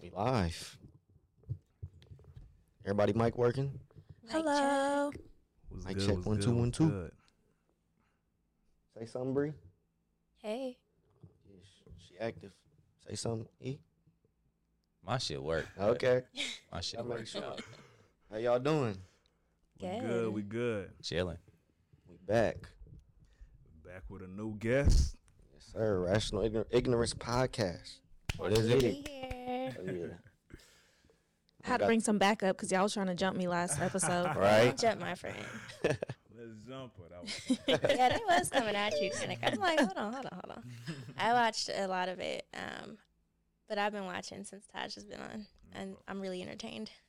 We live. Everybody, mic working? Hello. Was Mic check, one, two, one, two. good. Say something, Bree. Hey. She active. Say something. E. My shit work. Okay. My shit work. How y'all doing? We good. We good. Chilling. We back. Back with a new guest. Yes, sir. Rational Ignor- Ignorance Podcast. What is it? Here. Oh, yeah. I had to bring some backup because y'all was trying to jump me last episode. Right? Jump, my friend. Let's jump it. That was yeah, they was coming at you, Danica. I'm like, hold on, hold on, hold on. I watched a lot of it, um, but I've been watching since Taj has been on, and I'm really entertained.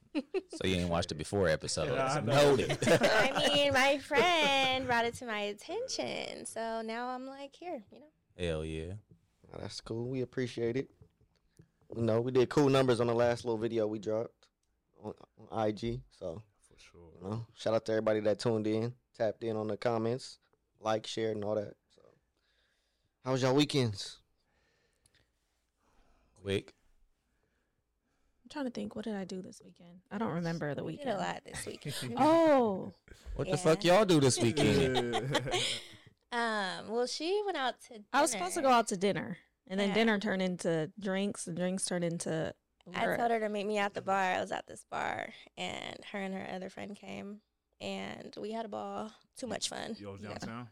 So you ain't watched the before episode. Yeah, I know. Noted. I mean, my friend brought it to my attention, so now I'm like, here, you know. Hell yeah. Well, that's cool. We appreciate it. You know, we did cool numbers on the last little video we dropped on, on IG. So, for you sure. know, shout out to everybody that tuned in, tapped in on the comments, like, shared, and all that. So, how was y'all weekends? Quick. I'm trying to think, what did I do this weekend? I don't remember the We did a weekend. lot this week. Oh, What Yeah. the fuck y'all do this weekend? um, well, she went out to. I was supposed to go dinner. out to dinner, and then Yeah. dinner turned into drinks, and drinks turned into. I work. told her to meet me at the bar. I was at this bar, and her and her other friend came, and we had a ball. Too much fun. Yo, downtown.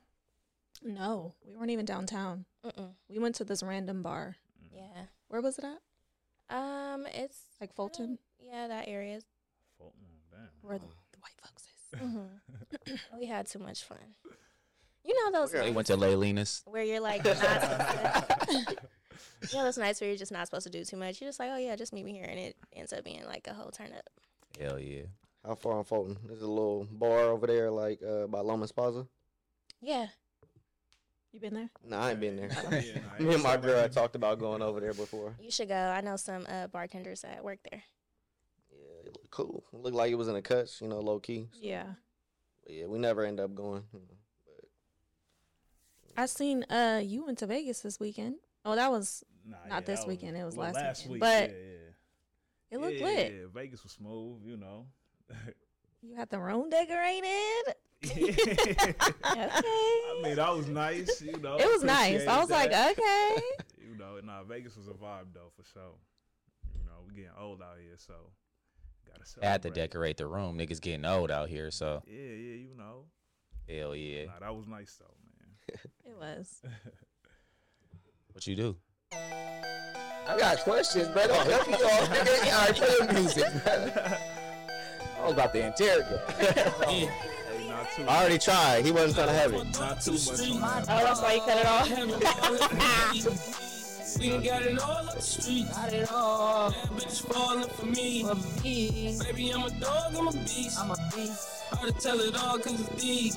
No, we weren't even downtown. Mm-mm. We went to this random bar. Mm. Yeah. Where was it at? Um, it's Like I don't- Fulton, Yeah, that area. Is, Fulton. Damn. where the, the white folks is. mm-hmm. we had too much fun. You know those They nights went to Lelena's. where you're like not supposed to, you know those nights where you're just not supposed to do too much. You're just like, oh yeah, just meet me here, and it ends up being like a whole turn up. Hell yeah. How far on Fulton? There's a little bar over there, like uh, by Lomas Plaza. Yeah. You been there? No, I ain't been there. Yeah, nah, Me and my it's- girl had talked about going over there before. You should go. I know some uh, bartenders that work there. Yeah, it looked cool. It looked like it was in the cuts, you know, low key. Yeah. But yeah, we never end up going. you know. I seen uh you went to Vegas this weekend. Oh, that was Nah, Not yeah, this that weekend, it was last weekend, week. but- yeah, yeah. it looked yeah, lit. Yeah, Vegas was smooth, you know. You had the room decorated. Okay. I mean, that was nice, you know. It was nice. appreciated I was like, that. okay. you know, nah, Vegas was a vibe though for sure. You know, we getting old out here, so gotta I celebrate. had to decorate the room. Niggas getting old out here, so Yeah, yeah, you know. hell yeah. Nah, that was nice though, man. It was. What you do? Oh, I got questions, but I'll help you all. Nigga. All right, play the music. I was about to interrogate. Hey, not too, I already tried. He wasn't trying to have it. not too much. On that. Oh, that's why you cut it off. We done got it all up the street. Got it all. That bitch falling for me. Baby, I'm a dog, I'm a beast. I'm a beast. Hard to tell it all cause it's deep.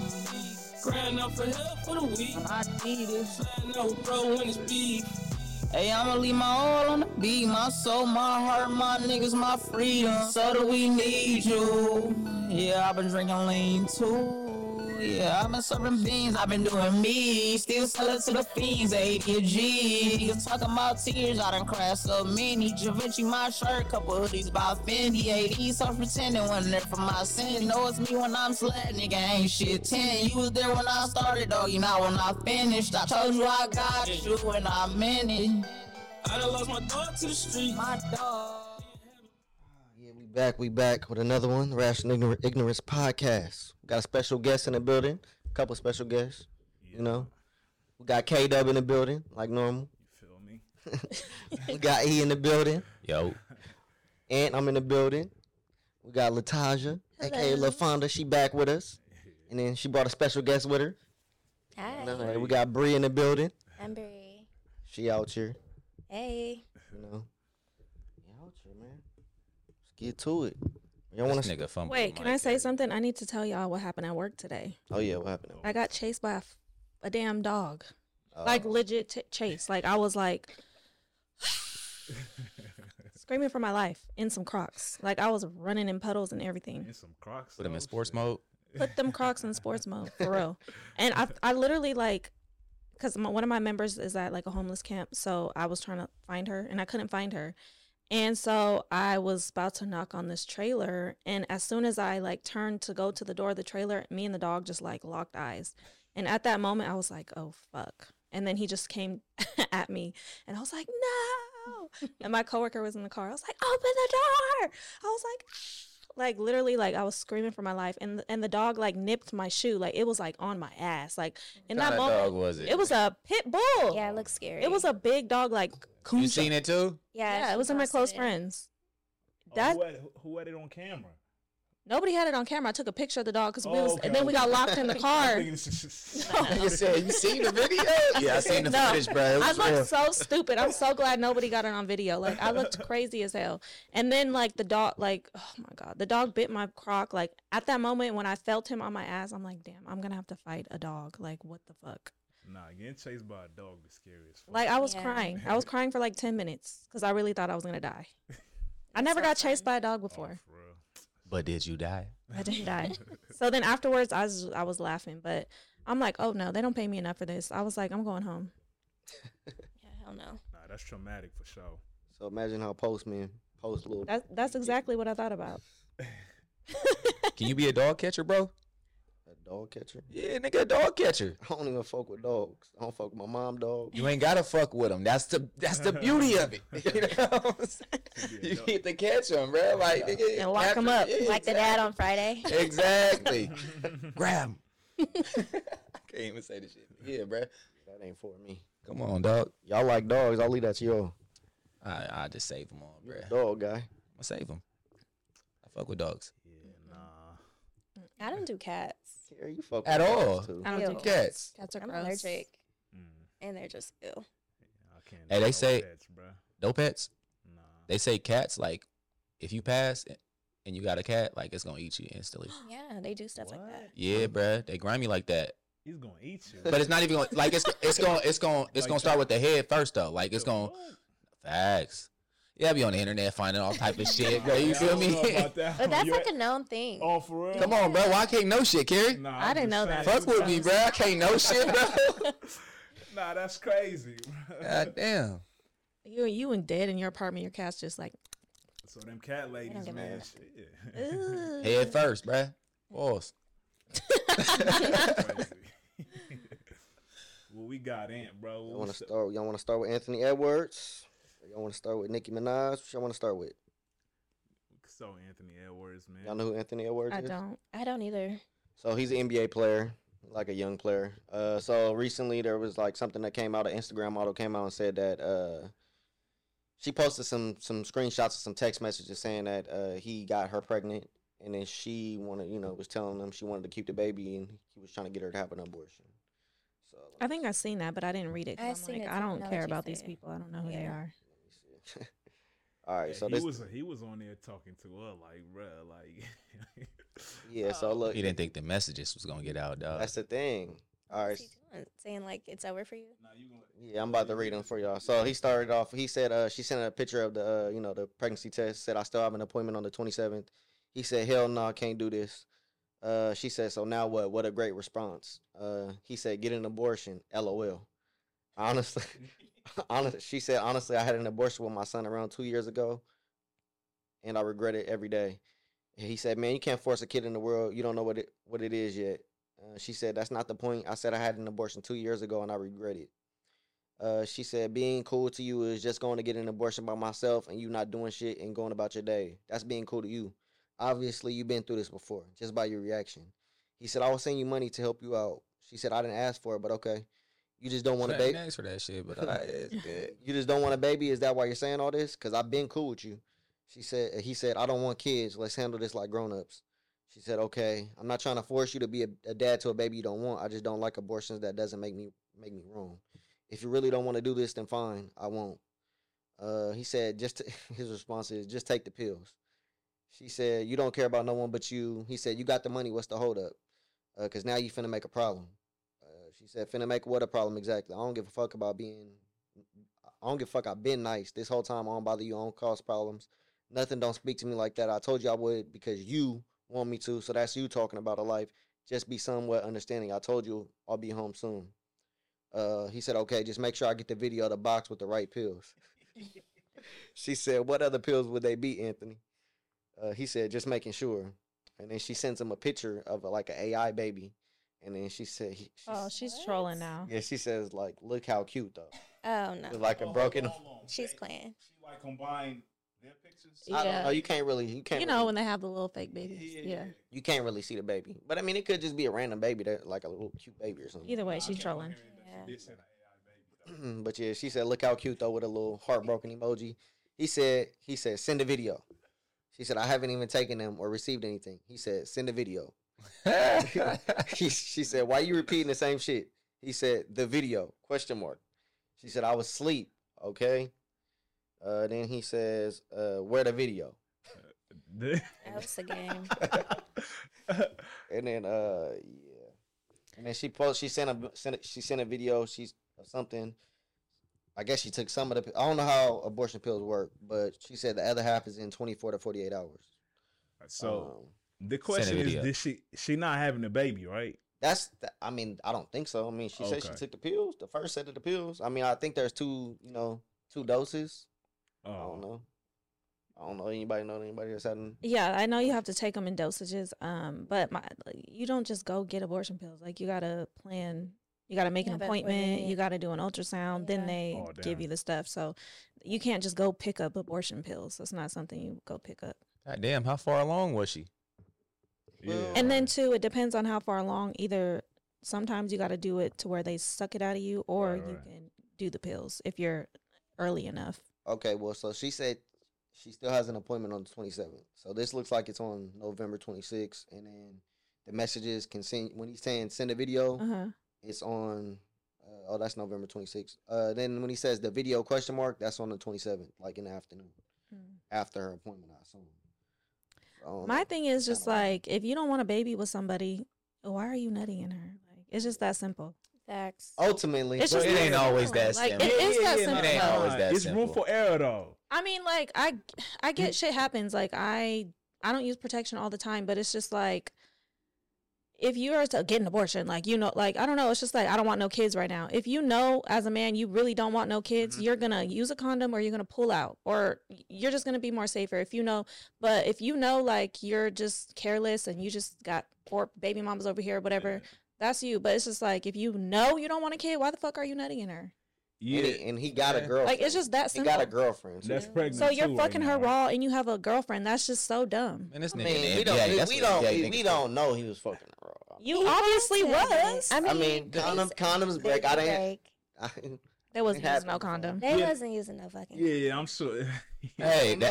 Grind out for help for the week. I need it. Sliding out with bro when it's beef. Hey, I'ma leave my all on the beat. My soul, my heart, my niggas, my freedom. So do we need you? Yeah, I've been drinking lean too. Yeah, I've been serving beans, I've been doing me. Still selling to the fiends, 80 a G. You talking about tears, I done cried so many. Givenchy, my shirt, couple hoodies by Fendi. 80 so pretending wasn't there for my sin. Know it's me when I'm slut, nigga, ain't shit 10. You was there when I started, dog, you not when I finished. I told you I got you and I meant it. I done lost my dog to the street. My dog. Uh, Yeah, we back. We back with another one. Rational Ignor- Ignorance Podcast. We got a special guest in the building. A couple special guests. You know, we got K Dub in the building, like normal. You feel me? We got E in the building. Yo. And I'm in the building. We got Lataja, aka LaFonda. She back with us. And then she brought a special guest with her. Hi, And we got Bree in the building. I'm Bree. She out here, Hey. you know. Yeah, out here, man. Let's get to it. Y'all want This to? nigga fumble. Wait, can I say something? I need to tell y'all what happened at work today. Oh yeah, what happened? I got chased by a, f- a damn dog. Oh. Oh. Uh, Like legit t- chase. Like I was like screaming for my life in some Crocs. Like I was running in puddles and everything. And some Crocs. Put him though, in sports shit. mode. put them Crocs in sports mode for real. And Oh, I, I literally like, because one of my members is at like a homeless camp, so I was trying to find her and I couldn't find her, And so I was about to knock on this trailer, and as soon as I like turned to go to the door of the trailer, me and the dog just like locked eyes. And at that moment, I was like, "Oh fuck!" And then he just came at me, and I was like, "No!" and my coworker was in the car. I was like, "Open the door!" I was like, like literally, like I was screaming for my life, and th- and the dog like nipped my shoe, like it was like on my ass, like in What that kind of moment, dog was it? it was a pit bull. Yeah, it looks scary. It was a big dog, like You Kunta. seen it too? Yeah, Yeah, she it was in my posted close it. friends. Oh, That who, had, who had it on camera? nobody had it on camera. I took a picture of the dog because we Oh, was, okay, and then we got okay. locked in the I car. think it's just- you said you seen the video? Yeah, I seen the No. footage, bro. It I was looked real. so stupid. I'm so glad nobody got it on video. Like I looked crazy as hell. And then like the dog, like oh my god, the dog bit my croc. Like at that moment when I felt him on my ass, I'm like, damn, I'm gonna have to fight a dog. Like what the fuck? nah, getting chased by a dog is scary as fuck. Like I was Yeah. crying. I was crying for like ten minutes because I really thought I was gonna die. I never got That's not chased fun. by a dog Oh, before. for real. But did you die? I didn't die. so then afterwards, I was I was laughing, but I'm like, oh no, they don't pay me enough for this. I was like, I'm going home. Yeah, hell no. Nah, that's traumatic for sure. So imagine how postman post little. That that's exactly what I thought about. Can you be a dog catcher, bro? a dog catcher. Yeah, nigga, a dog catcher. I don't even fuck with dogs. I don't fuck with my mom dog. You ain't gotta fuck with them. That's the that's the beauty of it. You know what I'm saying? Be a You dog. get to catch them, bro. Like nigga, And lock 'em up, yeah, Like the dad on Friday. Exactly. Grab him. I can't even say this shit. Yeah, bro. That ain't for me. Come on, dog. Y'all like dogs? I'll leave that to y'all. I I just save them all, bro. You're a I'm dog guy. gonna save them. I fuck with dogs. Yeah, nah. I don't do cats. Here you fuck At with dogs, all. too. I don't Ew. do cats. Cats. Cats are I'm gross. allergic, Mm, and they're just ill. I can't. Hey, do they no say- pets, bruh. No pets. Nah. They say cats like if you pass and you got a cat, like it's gonna eat you instantly. Yeah, they do stuff like that. What? Yeah, bro. They grimy like that. He's gonna eat you. But it's not even gonna like it's it's gonna it's gonna it's gonna start with the head first though. Like it's gonna What? facts. Yeah, I be on the internet finding all type of shit, bro. You Yeah, I feel don't know me? about that But one. that's You like a ain't- known thing. Oh, for real? Come on, bro. Why I can't know shit, Kerry? Nah, I I'm just didn't know that. saying. Fuck with me, bro. I can't know shit, bro. Nah, that's crazy. bruh. God damn. You you and dead in your apartment. Your cat's just like. So them cat ladies, give a man. Shit. "Ugh." Head first, bro. Pause. Crazy. well, we got Ant, bro. Y'all What want to was the- start? Y'all want to start with Anthony Edwards? Or y'all want to start with Nicki Minaj? What y'all want to start with? So Anthony Edwards, man. Y'all know who Anthony Edwards I is? don't. I don't either. So he's an NBA player, like a young player. Uh, so recently there was like something that came out. An Instagram model came out and said that uh, she posted some some screenshots of some text messages saying that uh, he got her pregnant, and then she wanted, you know, was telling him she wanted to keep the baby, and he was trying to get her to have an abortion. So I think I seen that, but I didn't read it. 'cause I I'm seen like, it I too, don't now that care you about say these it. people. I don't know who they Yeah. are. All right, Yeah, so he this was he was on there talking to her like, bruh, like. yeah. So look, He didn't think the messages was gonna get out, dog. that's the thing. All right, What's he doing? Saying like it's over for you. Nah, you gonna- Yeah, I'm about to read them for y'all. So he started off. He said, uh, she sent a picture of the, uh, you know, the pregnancy test. Said, I still have an appointment on the 27th. He said, hell no, I can't do this. Uh, she said, so now what? What a great response. Uh, he said, get an abortion. LOL. Honestly, honest. She said, honestly, I had an abortion with my son around two years ago, and I regret it every day. And he said, man, you can't force a kid in the world. You don't know what it what it is yet. Uh, she said, that's not the point. I said I had an abortion two years ago, and I regret it. Uh, she said, being cool to you is just going to get an abortion by myself and you not doing shit and going about your day. That's being cool to you. Obviously, you've been through this before, just by your reaction. He said, I was sending you money to help you out. She said, I didn't ask for it, but okay. You just don't want a baby. Thanks for that shit, but uh, I, it's good. You just don't want a baby? Is that why you're saying all this? Because I've been cool with you. She said, he said, I don't want kids. Let's handle this like grown-ups. She said, okay, I'm not trying to force you to be a, a dad to a baby you don't want. I just don't like abortions. That doesn't make me make me wrong. If you really don't want to do this, then fine, I won't. Uh, he said, just his response is just take the pills. She said, you don't care about no one but you. He said, you got the money. What's the holdup? Uh, Cause now you finna make a problem. Uh, she said, finna make what a problem exactly? I don't give a fuck about being I don't give a fuck. I've been nice this whole time. I don't bother you. I don't cause problems. Nothing. Don't speak to me like that. I told you I would because you want me to. So that's you talking about a life. Just be somewhat understanding. I told you I'll be home soon. Uh, he said, okay, just make sure I get the video of the box with the right pills. she said, "What other pills would they be, Anthony?" Uh, he said, "Just making sure." And then she sends him a picture of a, like an AI baby, and then she said, he, she, Oh, s- she's What? trolling now. "Yeah." She says, "Like, look how cute though." Oh With no, like a broken. she's playing. She like combined their pictures. I don't Yeah. know. You can't really. You can't. You know really- when they have the little fake babies. Yeah. you can't really see the baby, but I mean, it could just be a random baby that like a little cute baby or something. Either way, she's trolling. Yeah. but yeah, she said, "Look how cute though," with a little heartbroken emoji. He said, "He said, send a video." She said, "I haven't even taken them or received anything." He said, "Send a video." he, she said, "Why you repeating the same shit?" He said, "The video?" Question mark. She said, "I was asleep." Okay. Uh, then he says, uh, "Where the video?" That was the game. And then, uh, yeah. And then she post. She sent a sent. A, she sent a video. She's of something. I guess she took some of the. pi- I don't know how abortion pills work, but she said the other half is in twenty four to forty eight hours. so Um, the question is, video. did she she not having a baby, right? that's. The, I mean, I don't think so. I mean, she said she Okay. took the pills, the first set of the pills. I mean, I think there's two. You know, two doses. I don't Oh, know. I don't know anybody know anybody that's having. Yeah, I know you have to take them in dosages. Um, but my like, you don't just go get abortion pills. Like you gotta plan. You gotta make Yeah, an but when appointment. they- You gotta do an ultrasound. Yeah. Then they Oh, give damn. you the stuff. So you can't just go pick up abortion pills. That's not something you go pick up. God damn, how far along was she? yeah. And then too, it depends on how far along. Either sometimes you got to do it to where they suck it out of you, or Right, you right. can do the pills if you're early enough. Okay, well, so she said she still has an appointment on the 27th. So this looks like it's on November 26th. And then the messages can send, when he's saying send a video, Uh huh. it's on, uh, oh, that's November 26th. Uh, then when he says the video question mark, that's on the 27th, like in the afternoon, after her appointment, I assume. Um, My thing is just I don't know. like if you don't want a baby with somebody, why are you nutting in her? Like it's just that simple. Facts. Oh, ultimately, It's but just it like- ain't all. always that like, simple. It Yeah, is yeah, that yeah, nah, simple. It ain't though. always that it's room simple. for error though. I mean, like I, I get shit happens. Like I, I don't use protection all the time, but it's just like, if you are to get an abortion, like you know, like I don't know, it's just like I don't want no kids right now. If you know as a man you really don't want no kids, you're gonna use a condom or you're gonna pull out, or you're just gonna be more safer if you know. But if you know like you're just careless and you just got four baby mamas over here, whatever, that's you. But it's just like if you know you don't want a kid, why the fuck are you nutting in her? Yeah, And, he, and he got a Yeah. girlfriend. Like it's just that he simple. got a girlfriend. too. that's pregnant. So you're too right fucking now, her right? raw and you have a girlfriend. That's just so dumb. Man, this I nigga mean, in we the don't, NBA, we, that's we what don't, NBA we, niggas we do. don't know he was fucking her raw. You He obviously had it. was. I mean, I mean, they condom- said condoms break. they I didn't- break. There was It happens. no condom. They Yeah. wasn't using no fucking. Yeah, yeah, I'm sure. Hey, the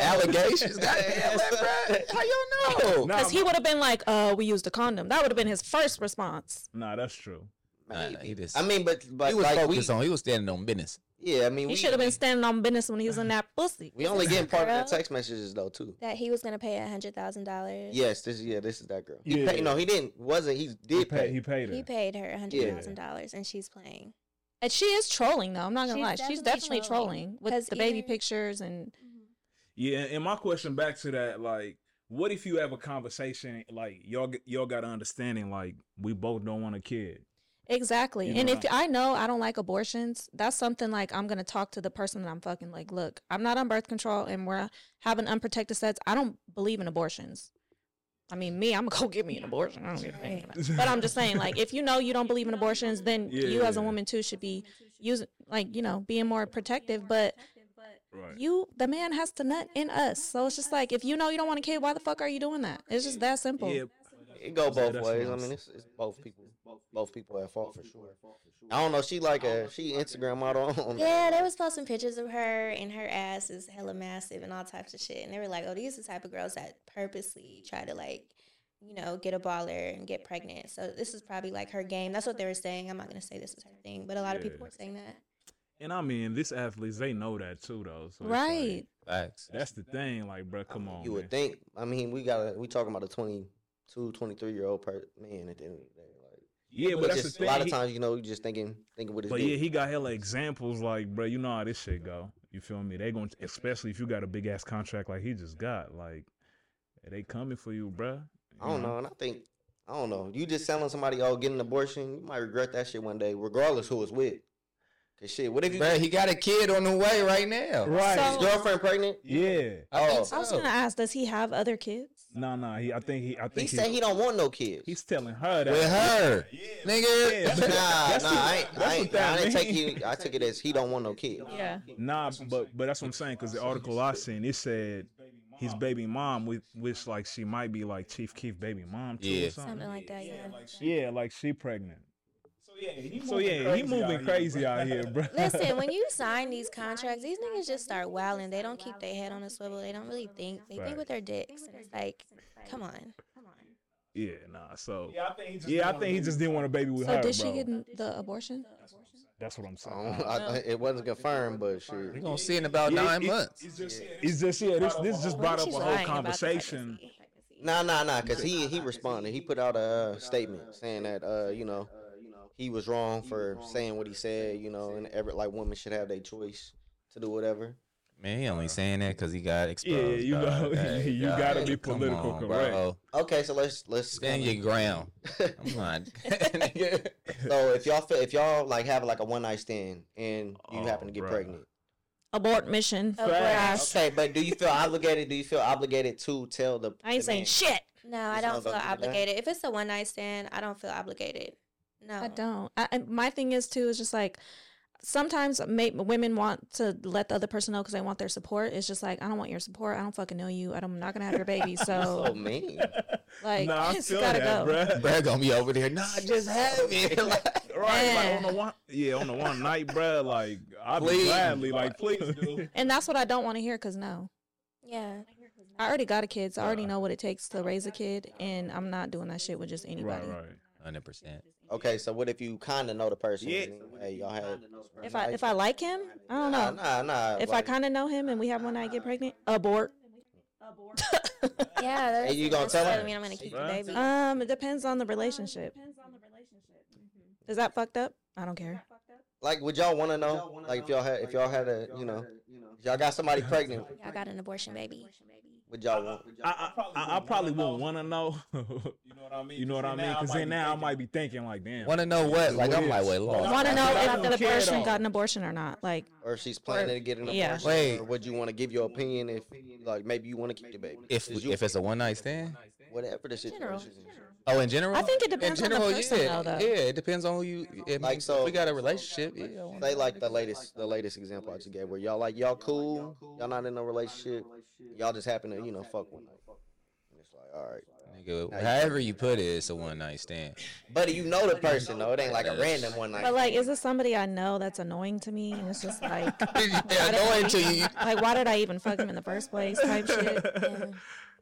allegations. Goddamn, bruh. How you know? Nah, Because he would have been like, uh, we used a condom. That would have been his first response. nah, that's true. Nah, nah, he Maybe. just- I mean, but but He was like we, focused on. He was standing on business. yeah. I mean, He we should have been standing on business when he was in that pussy. We only getting part of Girl. the text messages though too. That he was gonna pay a hundred thousand dollars. Yes, this yeah, this is that girl. He Yeah. paid, no, he didn't. Wasn't he? Did He pay? paid. He paid her. He paid her a hundred thousand dollars, and she's playing. And she is trolling though. I'm not gonna She's lie. She's definitely definitely trolling. trolling, 'Cause with the baby even- pictures and Yeah, and my question back to that, like, what if you have a conversation, like y'all g- y'all got an understanding, like we both don't want a kid. exactly. You and know if that. I know I don't like abortions, that's something like I'm gonna talk to the person that I'm fucking. Like, look, I'm not on birth control and we're having unprotected sex. I don't believe in abortions. I mean, me, I'm gonna go get me an abortion. I don't give a damn. But I'm just saying, like, if you know you don't believe in abortions, then you as a Yeah. woman too should be using, like, you know, being more protective. But Right. you, the man has to nut in us. So it's just like, if you know you don't want a kid, why the fuck are you doing that? It's just that simple. yeah, It go both that's what ways. I'm I mean, it's, it's both people. Both people at fault for sure. I don't know. She like a she Instagram model. On, Yeah, they was posting pictures of her and her ass is hella massive and all types of shit. And they were like, "Oh, these are the type of girls that purposely try to like, you know, get a baller and get pregnant." So this is probably like her game. That's what they were saying. I'm not gonna say this is her thing, but a lot of people Yeah. were saying that. and I mean, these athletes they know that too, though. So it's like, Right. Facts. that's the thing, like, bruh, come on. you would man. think. I mean, we got we talking about a 22, 23 year old per, man at the end of the day. Like, Yeah, but that's the just, thing. a lot of he- times, you know, you just thinking thinking with his. but dick. yeah, he got hella examples, like, bruh, you know how this shit go. You feel me? They going to especially if you got a big ass contract like he just got, like, they coming for you, bruh. You I don't know, and I think I don't know. You just telling somebody, oh, get an abortion, you might regret that shit one day, regardless who it's with. Cause shit, what if you Bruh, he got a kid on the way right now? Right. So- girlfriend pregnant? yeah. I Oh. think I was gonna ask, does he have other kids? No, no. He, I think he. I He think he, said he don't want no kids. he's telling her that. With her, nigga. Yeah, nah, but- nah, that's what- I ain't, that's I ain't, what that I didn't take means. you. I took it as he don't want no kid. Yeah. Nah, but but that's what I'm saying. Cause the article I seen, it said his baby mom, which, which like she might be like Chief Keith baby mom too Yeah. or something. Something like that. Yeah. yeah, like she pregnant. So yeah, he So yeah, he moving out crazy here, out here, bro. Listen, when you sign these contracts, these niggas just start wilding. They don't keep their head on a swivel. They don't really think. They think with their dicks. And it's like, come on. yeah, nah. So Yeah, I think he just yeah, I don't think he wanna just do it. didn't want a baby with So her, did she bro. get n- the abortion? That's what I'm I saying. don't- I- it wasn't confirmed, but We shit. gonna see in about Yeah, nine it- months. He's just yeah, It's just yeah, this this just What brought if up a she's whole lying about the conversation. pregnancy? Nah, nah, nah. Cause he he responded. He put out a uh, statement saying that uh you know he was wrong for saying what he said. You know, and every like women should have their choice to do whatever. Man, he only saying that because he got exposed. Yeah, you dog. know, Hey, you dog, gotta be come political on, correct. bro. Okay, so let's let's Stand your ground. I'm not. so if y'all feel, if y'all like have like a one night stand and you Oh, happen to get bruh. pregnant. Abort mission. Oh, Facts. Okay, but do you feel obligated? Do you feel obligated to tell the? I ain't the saying man? shit. No, I It's don't not about feel the man. obligated. If it's a one night stand, I don't feel obligated. No. I don't. I, and my thing is too is just like sometimes ma- women want to let the other person know because they want their support. It's just like I don't want your support. I don't fucking know you. I don't- I'm not gonna have your baby. So So mean. like, nah, I it's feel gotta go. that, bro. Brad gonna be over there. Nah, just have it. Like, Right, like Yeah. on the one, yeah, on the one night, bro. Like I'd be Please. gladly, like please do. And that's what I don't want to hear because no, Yeah. I already got a kid. So I already know what it takes to raise a kid, and I'm not doing that shit with just anybody. Right, right. Hundred percent. Okay, so what if you kind of know the person? Yeah. and then, Hey, y'all had. If I if I like him, uh, I don't Nah, know. nah, nah. If I like, kind of know him and we have one night get pregnant, abort. Yeah. That's, you gonna that's tell what her? I mean, I'm going to keep the Bruh. baby. Um, it depends on the relationship. Is that fucked up? I don't care. like, would y'all want to know? Like, if y'all had, if y'all had a, you know, if y'all got somebody pregnant, Yeah, I got an abortion baby. would y'all want? I, I, I, I probably wouldn't want to know. You know what I mean? you know what I mean? Because then now I might be thinking like, damn. Want to know what? Like I'm like, wait, I Lord. want to know I if don't the care at person all. got an abortion or not. Like, Or if she's planning to get an abortion? yeah. Wait. Or would you want to give your opinion if, like, maybe you want to keep the baby? If Is you- if it's a one night stand. whatever the situation. general. is. Oh, in general. I think it depends on the person, though, yeah, though. yeah. It depends on who you. It, Like, like so, so- we got a relationship. Yeah. I wanna- Say like the latest, the latest example I just gave, where y'all like y'all cool, y'all not in a relationship, y'all just happen to you know fuck one night. And it's like, all right, Nigga, however you put it, it's a one night stand. but you know the person though. It ain't like a random one but night. like, is this somebody I know that's annoying to me? And it's just like, They're annoying to you. like, why did I even fuck him in the first place? Type shit.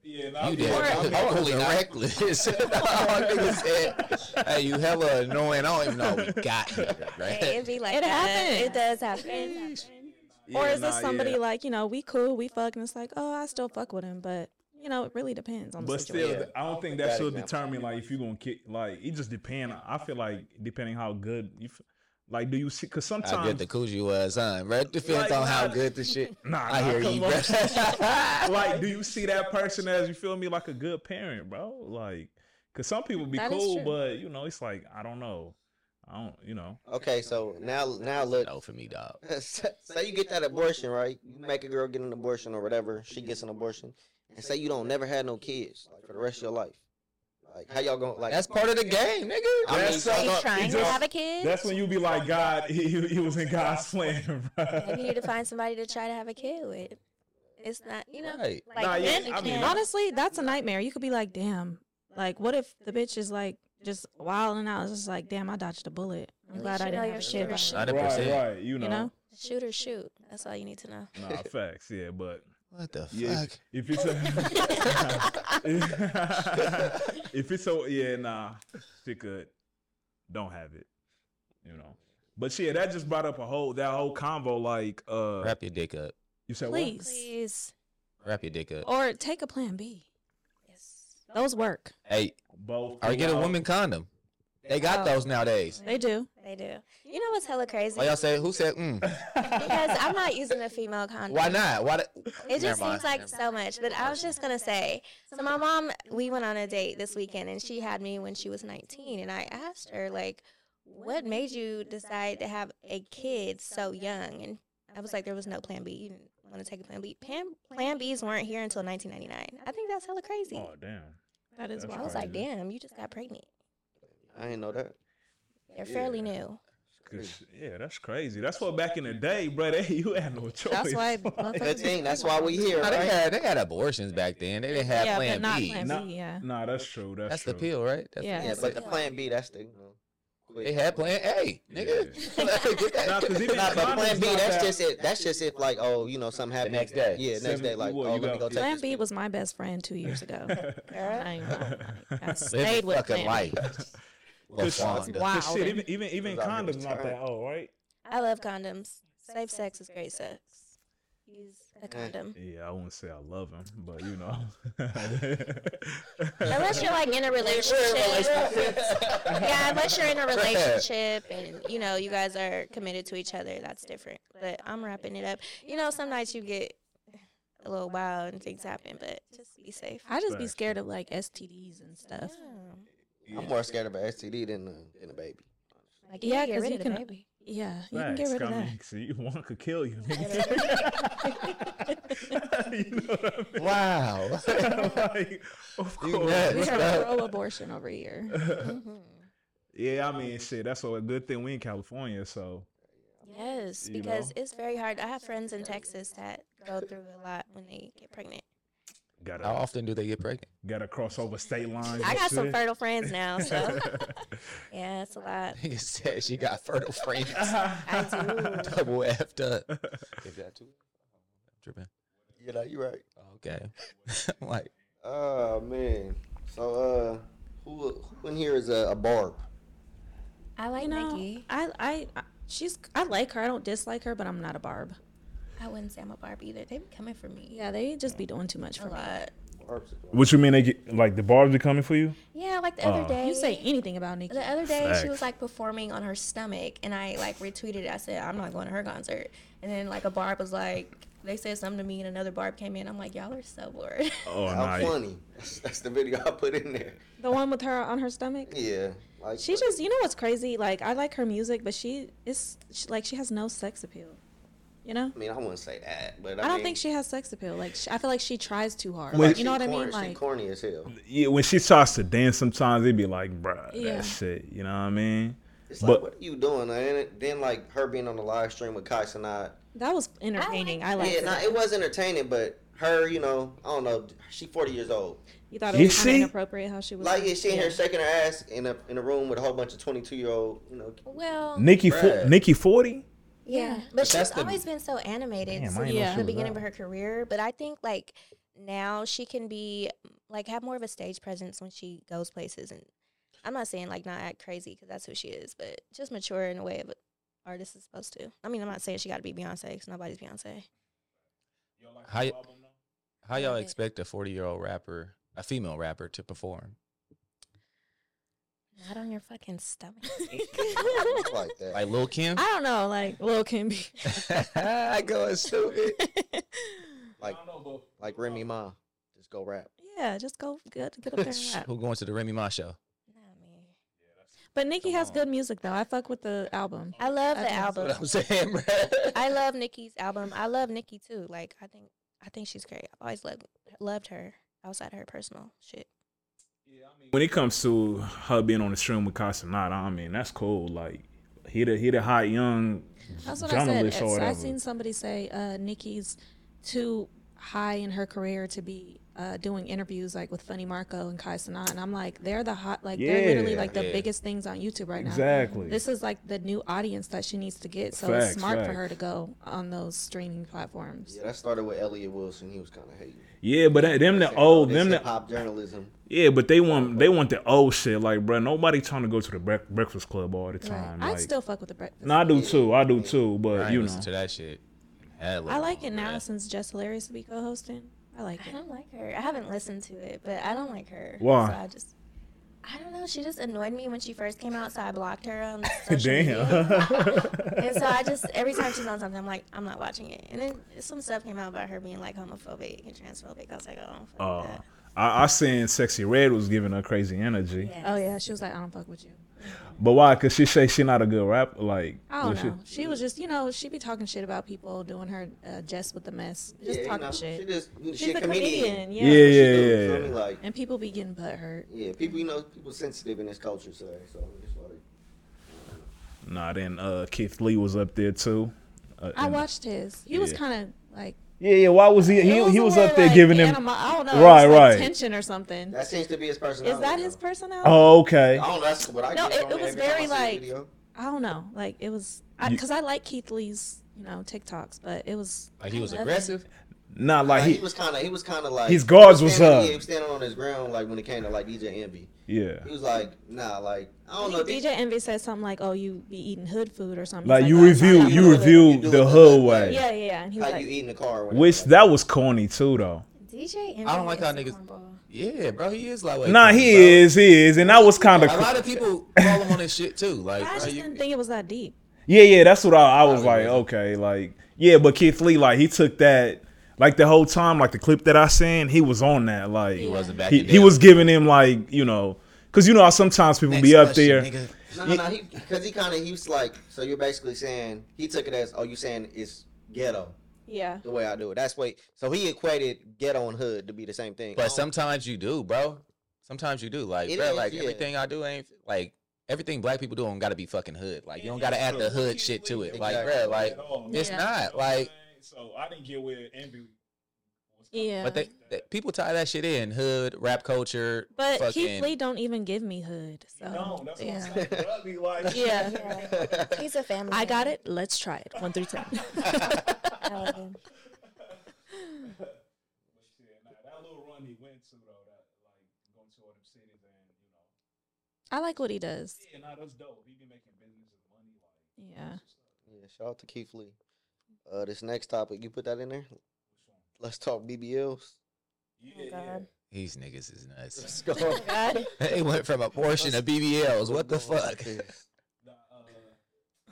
Yeah, nah, You did. I'm really reckless. All niggas said, hey, you hella annoying. I don't even know how we got here, Yeah, right? It'd be like It that. happens. It does happen. or Yeah, is this nah, somebody yeah. like you know we cool, we fuck, and it's like, oh, I still fuck with him, but you know, it really depends on the But situation. still, Yeah. I don't think that that should example. determine like if you're gonna kick. Like it just depend. I feel like depending how good you, f- like, do you see? Because How good sometimes, the coochie was, huh? Right? Like, Depends on how nah. good the shit. nah, I nah, hear come you, on. bro. like, do you see that person as you feel me like a good parent, bro? Like, because some people be That is cool, true. but you know, it's like I don't know. I don't, you know. Okay, so now now look, no for me, dog. say you get that abortion right, you make a girl get an abortion or whatever, she gets an abortion, and say you don't never had no kids like for the rest of your life. Like how y'all gonna like? That's part of the game, nigga. I mean, That's so- Are you It's trying to just- have a kid? That's when you be like, God, he, he he was in God's plan, bro. Maybe you need to find somebody to try to have a kid with. It's not, you know, right. like Nah, yeah, really I mean, can't- Honestly, that's a nightmare. You could be like, damn, like what if the bitch is like just wilding out? It's just like, damn, I dodged a bullet. I'm At glad least I you know didn't have your a kid. by shooter now." Hundred Right, percent. right. You know, You know, shoot or shoot. That's all you need to know. nah, facts, yeah, but. What the Yeah, fuck? if, if it's a, if it's so yeah, nah, she could don't have it, you know. But yeah, that just brought up a whole that whole convo. Like, uh, Wrap your dick up. you said what? please, Please. Wrap your dick Oh. up. or take a plan B. Those work. Hey, both. Oh, or get a throughout. woman condom. They got those nowadays. They do. They do. You know what's hella crazy? Why y'all say? Who said? Mm. Because I'm not using a female condom. Why not? Why? The, It Never just seems mind. like so much. But I was just gonna say, so my mom, we went on a date this weekend, and she had me when she was 19, and I asked her like, what made you decide to have a kid so young? And I was like, there was no plan B. You didn't want to take a plan B. Plan, plan Bs weren't here until 1999. I think that's hella crazy. Oh damn. That is That's I wild. was like, crazy. damn, you just got pregnant. I ain't know that. They're fairly new. Cause, yeah, that's crazy. That's what back in the day, bro. They, you had no choice. That's why Like, Good motherfuckers- thing. That's why we here, No, they right? had they had abortions back then. They didn't have yeah, Plan but not B. plan Nah. B. Yeah, Nah, that's true. That's, That's true. the pill, right? That's Yeah. Yeah, That's but it. the plan B, that's the. You know, quick. They had Plan A, nigga. Get that. Nah, cause even Nah, but condoms plan B, not that's that- just it. That's just if like, oh, you know, something happened next day. Yeah, next Seven- day, like, what, oh, you let me got- go take Plan this B pill. was my best friend two years ago. I, ain't gonna lie. I Live stayed your with fucking Plan life. B. Cause- LaFonda. Wow. Cause shit, even even even Cause I was condoms not tired. that old, right? I love condoms. Safe sex is great sex. Use a condom. Yeah, I wouldn't say I love him, but you know. Unless you're like in a relationship. yeah, unless you're in a relationship and you know you guys are committed to each other, that's different. But I'm wrapping it up. You know, some nights you get a little wild and things happen, but just be safe. I just be Facts. scared of like STDs and stuff. I'm more scared about STD than uh, than a baby. Like, Yeah, get 'cause rid you of the can- baby. Yeah, you can get Facts, rid of I that. mean, See, one could kill you. nigga. you know what I mean? Wow. like, of You course. nuts. We It's are not- pro abortion over here. Mm-hmm. Yeah, I mean, shit. That's a good thing we in California, so Yes, You because know? it's very hard. I have friends in Texas that go through a lot when they get pregnant. gotta How often do they get pregnant? gotta cross over state lines. I and got some shit. fertile friends now, so yeah, it's a lot. Nigga said she got fertile friends. I do. Double effed up. Is that too? Tripping. You know, you're right. Okay. I'm like, Oh man. So uh, who who in here is a, a barb? I like You know, Nikki. I, I, I, she's, I like her. I don't dislike her, but I'm not a barb. I wouldn't say I'm a Barb either. They be coming for me. Yeah, they just be doing too much a for me. lot. Barbs. What you mean? They get, like the bars be coming for you? Yeah, like the other Oh. day. You say anything about Nikki? the other day she Facts. was like performing on her stomach, and I like retweeted. it. I said I'm not going to her concert, and then like a Barb was like. They said something to me, and another Barb came in. I'm like, y'all are so bored. Oh, How nah, funny. That's, that's the video I put in there. The one with her on her stomach. Yeah. Like She just, you know what's crazy? Like I like her music, but she is she, like she has no sex appeal. You know, I mean, I wouldn't say that, but I, I don't mean, think she has sex appeal. Like sh I feel like she tries too hard. like, you know she what I corny- mean? she Like corny as hell. yeah, when she starts to dance, sometimes it be like, bruh, Yeah. that shit. You know what I mean? It's But- like, what are you doing? And it- then like her being on the live stream with Kai Sinat. that was entertaining. I like. Yeah, nah, it was entertaining, but her, you know, I don't know. She 40 years old. You thought it You was kind see? of inappropriate how she was. Like, yeah, she in here shaking her ass in a in a room with a whole bunch of 22 year old, you know. well, Nikki, Bruh. fo- Nikki forty. Yeah, Yeah. but that's she's the- always been so animated Damn, I since ain't know Yeah. she the was beginning out. of her career. But I think like now she can be like have more of a stage presence when she goes places. And I'm not saying like not act crazy because that's who she is, but just mature in a way of an artist is supposed to. I mean, I'm not saying she got to be Beyonce because nobody's Beyonce. how, y- how y'all expect a 40 year old rapper, a female rapper, to perform? Not on your fucking stomach. like that. Like Lil Kim? I don't know, like Lil Kim be. I go stupid. Like, like Remy Ma. Just go rap. Yeah, just go get, get up there and rap. Who going to the Remy Ma show? Not me. But Nicki has good music though. I fuck with the album. I love the That's album. What I'm saying, bruh. I love Nikki's album. I love Nikki too. Like I think I think she's great. I've always loved loved her outside her personal shit. When it comes to her being on the stream with Casanata, I mean, that's cool. Like, he the he the hot young That's what I journalist said. or So whatever. I seen somebody say uh, Nicki's too high in her career to be uh, doing interviews like with Funny Marco and Kai Sanat, and I'm like, they're the hot, like they're literally Yeah. like the Yeah. biggest things on YouTube right now. Exactly. This is like the new audience that she needs to get. So Facts, it's smart for facts. her to go on those streaming platforms. Yeah, that started with Elliot Wilson. He was kind of hating. yeah, but that- them the old them hip the hop journalism. yeah, but they want they want the old shit. Like, bruh, nobody trying to go to the Brek- Breakfast Club all the time. I'd like, still fuck with the breakfast. no, I do too. I do too. But I ain't you know, listen to that shit. Hella I like it long, now bruh. since Jess Hilarious will be co-hosting. I like I it. don't like her. I haven't listened to it, but I don't like her. Why? So I just I don't know. She just annoyed me when she first came out, so I blocked her on social media. Damn. And so I just every time she's on something, I'm like, I'm not watching it. And then some stuff came out about her being like homophobic and transphobic. I was like, oh, I don't fuck with Uh, that. I, I seen Sexy Red was giving her crazy energy. Oh yeah, she was like, I don't fuck with you. But why? Cause she say she not a good rapper. Like I don't was she- know. She was just, you know, she be talking shit about people doing her uh, jest with the mess, just Yeah, you talking know, shit. She just, she She's a comedian, yeah. Yeah, She yeah, do, yeah. you yeah. feel me? Like, And people be getting butt hurt. yeah, people, you know, people sensitive in this culture today. So it's like, Nah, then uh, Keith Lee was up there too. Uh, I and- watched his. He was Yeah. kind of like Yeah, yeah. Why was he? He, it was he a was weird, up there like, giving him. anima- I don't know. it Right, was, like, right. tension or something. that seems to be his personality. Is that though. his personality? Oh, okay. I don't know. That's what I No, get it- from it was every time I very, see the like- video. I don't know. Like it was You- because I, like Keith Lee's, you know, TikToks, but it was Like he was Nothing. aggressive. Not Like, like he, he. was kind of, he was kind of like His guards he was standing- up. Yeah, he was standing on his ground like when it came to like DJ Envy. Yeah. He was like, nah, like I I don't know. think DJ Envy said something like, "Oh, you be eating hood food or something." Like He's you "Oh, it's not review, that you hood." review do the it hood that way. way. Yeah, yeah, yeah. And he was how like, you eat in the car? Or whatever. Which that was corny too, though. DJ. I don't like Envy how is a niggas- cornball. Yeah, bro, he is lightweight. Nah, bro. he is, he is, and that was kind of. A lot of people call him on this shit too. Like, I bro, just you- didn't think it was that deep. Yeah, yeah, that's what I, I was Probably like, wasn't. okay, like, yeah, but Keith Lee, like, he took that, like, the whole time, like, the clip that I seen, he was on that, like, he wasn't back. he, was giving him, like, you know, because, you know, how sometimes people be up there. No, no, no. He because he kind of he was like. So you're basically saying he took it as oh you saying it's ghetto Yeah. the way I do it. That's way. So he equated ghetto and hood to be the same thing. I But don't- sometimes you do, bro. Sometimes you do. Like, It bro, is, like yeah. everything I do ain't like everything black people do don't gotta be fucking hood. Like you don't And gotta it's add the true. hood Keith shit to Lee it. didn't Like, do Exactly. that bro, like at all. it's Yeah. not like So I didn't get where envy. was coming Yeah. but they, they- people tie that shit in. Hood, rap culture, But Keith fucking Lee don't even give me hood. So No, that's yeah. what I'm saying. That'd be like, Yeah. Yeah. He's a family. I got man. it. Let's try it. One through ten. I love him. that little run he went to though, that like going to all them cities and you know, I like what he does. yeah, nah, that's dope. He be making business and money. Like, Yeah. yeah, shout out to Keith Lee. Uh, this next topic you put that in there. Let's talk BBLs. yeah, God. these niggas is nuts. Let's go. God. they went from abortion to BBLs. What the fuck? yeah. Nah, uh,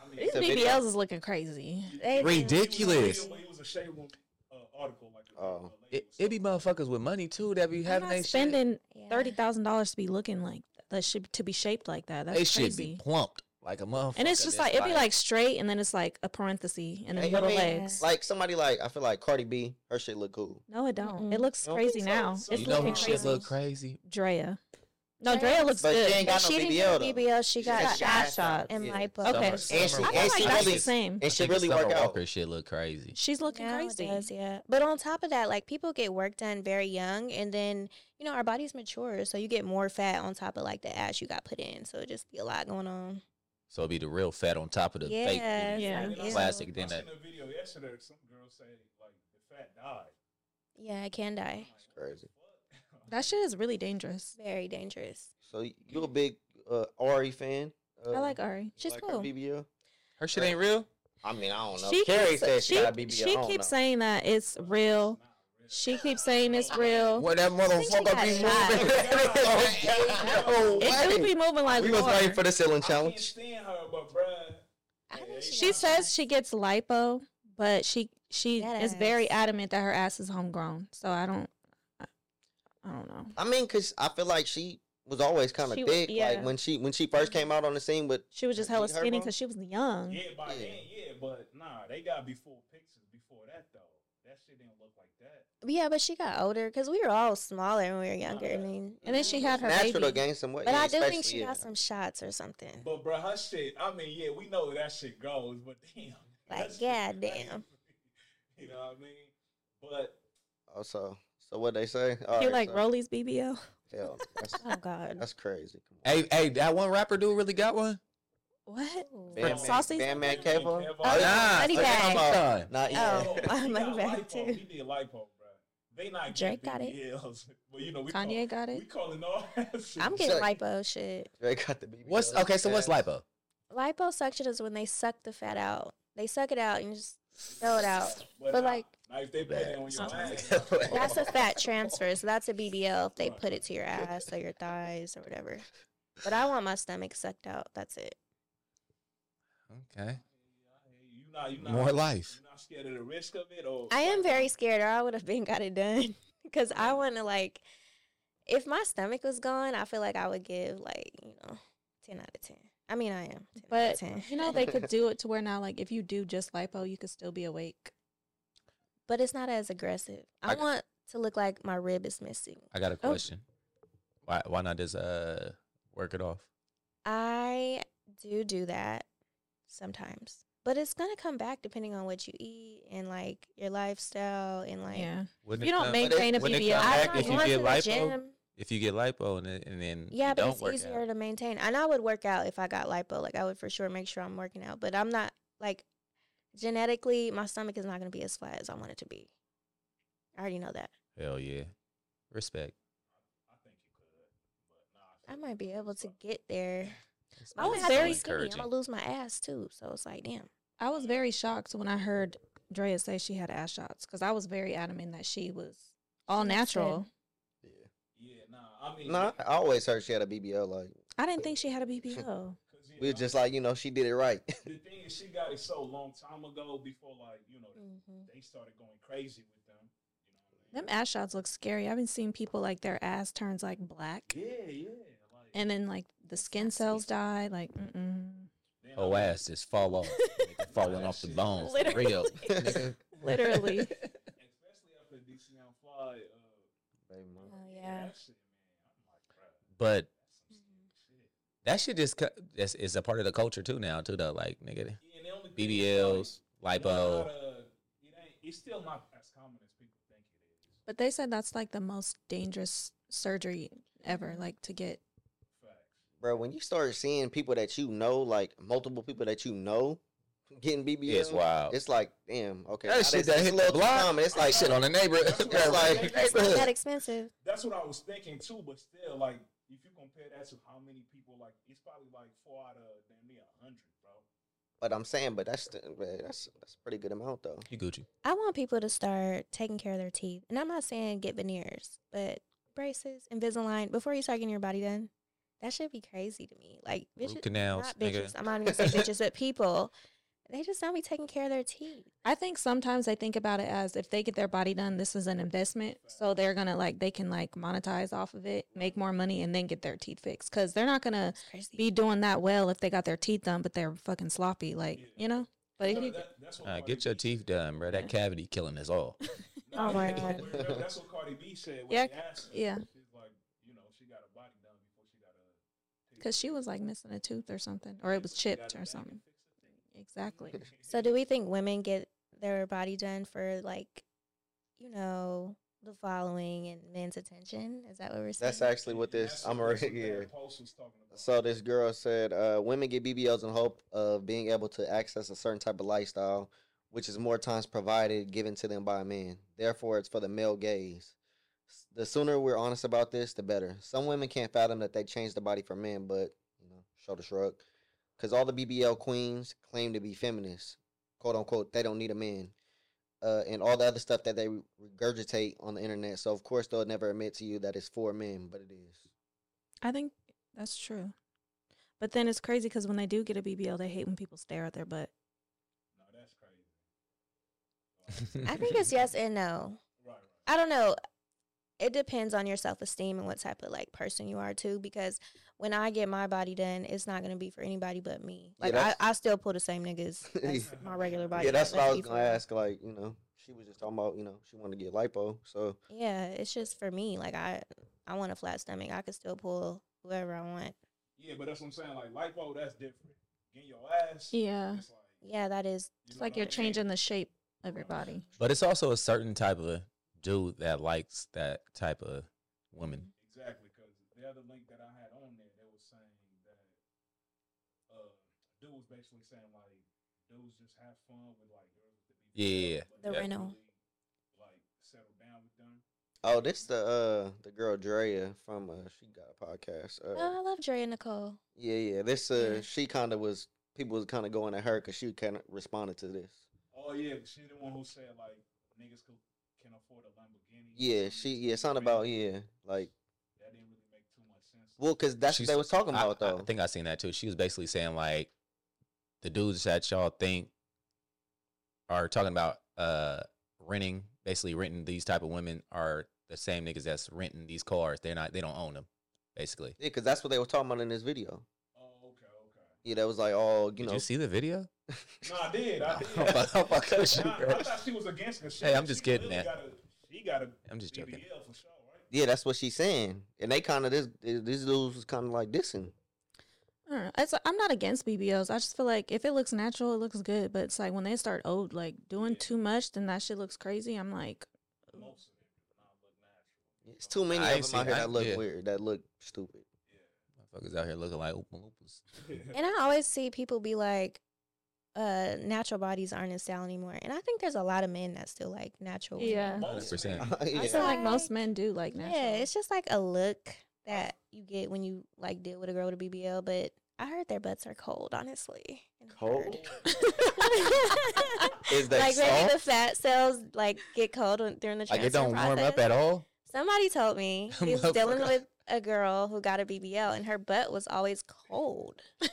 I mean, These a video. BBLs is looking crazy. They Ridiculous. It was a shade room uh, article. Like, uh, Oh. It, it be motherfuckers with money too that be I'm having not they shit. spending Yeah. thirty thousand dollars to be looking like that. Should to be shaped like that. They That's should be crazy. plumped like a motherfucker. And it's just like it'd be like straight, and then it's like a parenthesis, and then Hey, I little mean, legs. Like somebody like I feel like Cardi B, her shit look cool. No, it don't. Mm-mm. It looks Don't crazy think so. now. So it's you know looking who crazy. shit look crazy? Drea. No, Drea Drea looks But good. she ain't got no she didn't BBL get though. BBL. She got got shot, shot shot. in yeah. my book. Okay. Summer- And she, Summer I and feel like she that's really, the same. And she think really Summer work out. Walker shit look crazy. She's looking Now it crazy. does, yeah. But on top of that, like people get work done very young, and then you know our bodies mature, so you get more fat on top of like the ash you got put in. So it just be a lot going on. So it'd be the real fat on top of the yeah, fake. it's Yeah. like, ew. Plastic. then I seen that- a video yesterday. Some girl say like the fat died. Yeah, it can die. Crazy. That shit is really dangerous. Very dangerous. So you a big uh, Ari fan? Uh, I like Ari. you She's like her cool. BBL. Her shit ain't real. I mean, I don't know. She Carrie keeps, said she, she, got a BBL. she I don't keeps know. saying that it's real. She keeps saying it's real. What that motherfucker got be shot. moving? It do be moving like we was water. waiting for the ceiling I can't challenge. stand her, but bruh. I think she She got says shot. she gets lipo, but she she That is very ass. adamant that her ass is homegrown. So I don't, I, I don't know. I mean, cause I feel like she was always kind of She wa- thick. yeah. Mm-hmm. Like when she when she first came out on the scene, but She was just She hella her skinny mom? because she was young. Yeah, by Yeah. then, yeah, but nah, they gotta be full pictures before that though. That shit didn't look like that. Yeah, but she got older because we were all smaller when we were younger. I mean, And then she had her natural to baby. gain some weight. but yeah, I do think especially, she yeah. got some shots or something. But bruh, her shit. I mean, yeah, we know that shit goes, but damn. Like, that shit God crazy. damn. You know what I mean? But Oh, so so what they say? All You right, like so, Rolly's BBL? hell, that's, Oh God. that's crazy. Hey, hey, that one rapper dude really got one. What? Bam Man- Saucy Bam Man Bam um, Man Cavo. Kevo. Oh, yeah. Money So bag. come on. Nah. Not yet. Oh, he my got bad lipo. too. He did lipo, bruh. They not Drake got it. BBLs. Well, you know, we Kanye got Call, it. we calling all. that shit. I'm getting So- lipo shit. They got the BBL. What's okay? So what's Yeah. lipo? Liposuction is when they suck the fat out. They suck it out and just throw it out. But nah, like nah, if they put it on your ass, that's a fat transfer, so that's a BBL if they put it to your ass or your thighs or whatever. But I want my stomach sucked out. That's it. Okay, you not, you not, more life. you not scared of the risk of it, or I am very scared, or I would have been got it done because I want to like. if my stomach was gone, I feel like I would give like you know ten out of ten. I mean, I am 10 out of But 10. you know they could do it to where now, like if you do just lipo, you could still be awake. but it's not as aggressive. I, I- want to look like my rib is missing. I got a Oh. question. Why why not just uh work it off? I do do that sometimes, but it's gonna come back depending on what you eat and like your lifestyle and like. Yeah, if Wouldn't it you don't come- maintain a when it BBL. come I'm back not if you going get to the lipo, gym. if you get lipo and it, and then Yeah, you but don't it's work easier out. to maintain. And I would work out if I got lipo. Like I would for sure make sure I'm working out. But I'm not like genetically, my stomach is not gonna be as flat as I want it to be. I already know that. Hell yeah, respect. I might be able to get there. That's I was nice. very That's skinny. I'm encouraging. gonna lose my ass too. So it's like, damn. I was very shocked when I heard Drea say she had ass shots because I was very adamant that she was all She said- natural. Yeah, nah. I mean, Nah, I always heard she had a BBL. Like I didn't think she had a BBL. 'cause, you we was know, just like, you know, she did it right. the thing is, she got it so long time ago before like you know Mm. they started going crazy with them. You Them know ass shots look scary. I've been seeing people like their ass turns like black, what I mean? Yeah, yeah. Like, and then like the skin cells die. Like, mm-mm. then Oh I mean, ass just fall off, Nigga falling That off the shit. bones, for real. nigga. literally. Especially after DC on Fly. Uh, Baby mama. Oh yeah. yeah. Mm-hmm. that shit, man. I'm like, bruh, But that's some scary shit. that shit just co- that's is a part of the culture too now too though. Like nigga, Yeah, and the only thing is, BBLs, like, you know, lipo. it's not, uh, it ain't, it's still not as common as people think it is. But they said that's like the most dangerous surgery ever, like to get. Facts. bro. When you start seeing people that you know, like multiple people that you know, getting BBL, It's wild. It's like, damn, okay. now That shit this- that this hit a little the too block. common. It's like shit on the neighborhood. It's like- It's not that expensive. That's what I was thinking too, but still, like, if you compare that to how many people, like, it's probably like four out of damn near a hundred, bro. But I'm saying, but that's the- man, that's that's a pretty good amount though. you Gucci. I want people to start taking care of their teeth. And I'm not saying get veneers, but braces, Invisalign, before you start getting your body done, that should be crazy to me. Like Root bitches, canals, not nigga. bitches. I'm not even saying bitches, but people, they just don't be taking care of their teeth. I think sometimes they think about it as if they get their body done, this is an investment. So they're going to like, they can like monetize off of it, make more money, and then get their teeth fixed. Cause they're not going to It's crazy. be doing that well if they got their teeth done, but they're fucking sloppy. Like, you know? But if No, you, that- that's what Uh, Cardi get your B- teeth done, bro. That cavity killing us all. Nah, Oh my yeah, God. we're real. That's what Cardi B said. When Yeah, yeah, they asked her. yeah. She's like, you know, she got a body done before she got a. cause she was like missing a tooth or something, or it was chipped or something. Exactly. So do we think women get their body done for like, you know, the following and men's attention? Is that what we're saying? That's actually what this. I'm already yeah. Post was talking about. So this girl said, uh, women get BBLs in hope of being able to access a certain type of lifestyle, which is more times provided given to them by men. Therefore, it's for the male gaze. S- The sooner we're honest about this, the better. Some women can't fathom that they changed the body for men, but you know, shoulder shrug, because all the BBL queens claim to be feminists, quote unquote. They don't need a man. Uh, and all the other stuff that they regurgitate on the internet. So of course they'll never admit to you that it's for men, but it is. I think that's true. But then it's crazy because when they do get a BBL, they hate when people stare at their butt. No, that's crazy. I think it's yes and no. Right, right. I don't know. It depends on your self esteem and what type of like person you are too. Because when I get my body done, it's not gonna be for anybody but me. Yeah, Like that's- I, I still pull the same niggas. as my regular body. yeah, that's done. what I Let's was be gonna for- ask. Like, you know, she was just talking about, you know, she wanted to get lipo. So Yeah, it's just for me. Like I, I want a flat stomach. I could still pull whoever I want. Yeah, but that's what I'm saying. Like lipo, that's different. Getting your ass. Yeah. It's like, you Yeah, that is. It's know like what you're I mean? changing the shape of your body. But it's also a certain type of dude that likes that type of woman. Exactly, because the other link that I had on there, they were saying that uh, dude was basically saying like dudes just have fun with like girls with the BBL, Yeah, yeah, but The never rental. really, like settle down with them. oh, this the uh the girl Drea from uh she got a podcast. Uh, Oh, I love Dre and Nicole. yeah, yeah. This uh yeah. she kinda was people was kinda going at her because she kinda responded to this. Oh yeah, she the one who said like niggas can, can afford a Lamborghini. Yeah, Like, she yeah, something about yeah, like That didn't really make too much sense. well, cause that's She's- what they was talking I, about though. I think I seen that too. She was basically saying like the dudes that y'all think are talking about uh renting, basically renting these type of women are the same niggas that's renting these cars. They're not. They don't own them. Basically. Yeah, because that's what they were talking about in this video. Oh, okay, okay. Yeah, that was like, oh, you Did know, you see the video? No, I did. I did. I'm about- I'm about to cut you, Nah, bro. I thought she was against the shit. Hey, I'm just She kidding, clearly man. got a- She got a I'm just joking. BBL for sure, right? yeah, that's what she's saying, and they kind of this these dudes was kind of like dissing. I don't know. It's, I'm not against BBLs. I just feel like if it looks natural, it looks good. But it's like when they start old, like doing too much, then that shit looks crazy. I'm like, Most of it do not look natural. It's too many I ain't of them seen- out here I- that look yeah. weird, that look stupid. Motherfuckers out here looking like Oompa Loompas. And I always see people be like, uh, natural bodies aren't in style anymore. And I think there's a lot of men that still like natural. women. yeah. Most 100%. of it. yeah. I feel like most men do like natural. Yeah, it's just like a look that you get when you like deal with a girl with a BBL. But I heard their butts are cold, honestly. and hard. Cold? Is that like maybe the soft? fat cells like get cold when- during the Like transfer it don't process. warm up at all. Somebody told me he was dealing Motherfucker. with a girl who got a BBL and her butt was always cold, That's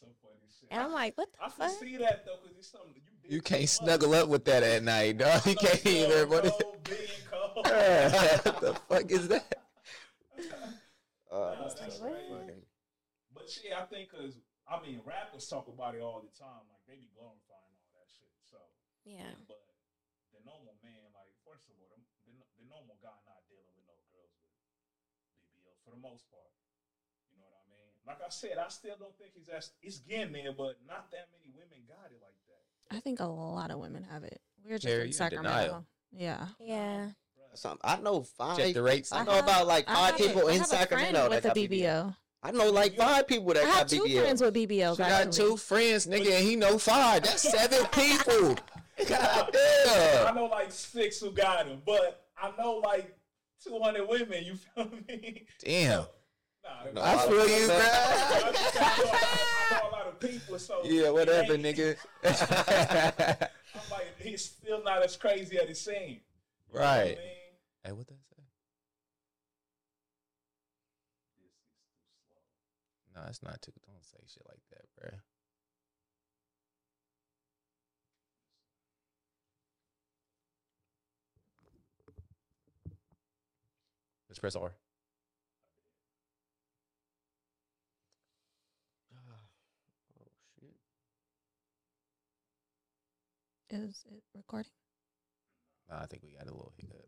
some funny shit. and I'm like, what I the can fuck? see that though, cause it's something that you. did You can't so much. snuggle up with that at night, dog. You can't Cold, either. What is- cold, being cold. what the fuck is that? Uh, Nah, that's crazy. But shit, I think because I mean, rappers talk about it all the time. Like they be glorifying all that shit. So, Yeah, but the normal man, like first of all, the, the, the normal guy not dealing with no girls with BBL for the most part. You know what I mean? Like I said, I still don't think he's as it's getting there, but not that many women got it like that. I think a lot of women have it. We're just Terry, in you in Sacramento. denial. Yeah. yeah. some- uh, I know Check five. the rates. I I know have- about like I five have a- people I in have a friend Sacramento that with got a BBL. BBL. I know like five people that I have got two friends BBL. with BBLs. She got actually. two friends, nigga, and he know five. That's seven people. God I damn. know like six who got him, but I know like two hundred women. You feel me? Damn. Nah, I feel you, I bro. just got a lot- I know a lot of people, so Yeah, it whatever, ain't- nigga. I'm like, he's still not as crazy as it seems. You know what I right. mean? Hey, what that say? No, it's not too. Don't say shit like that, bro. Just press R. Is it recording? Nah, I think we got a little hiccup.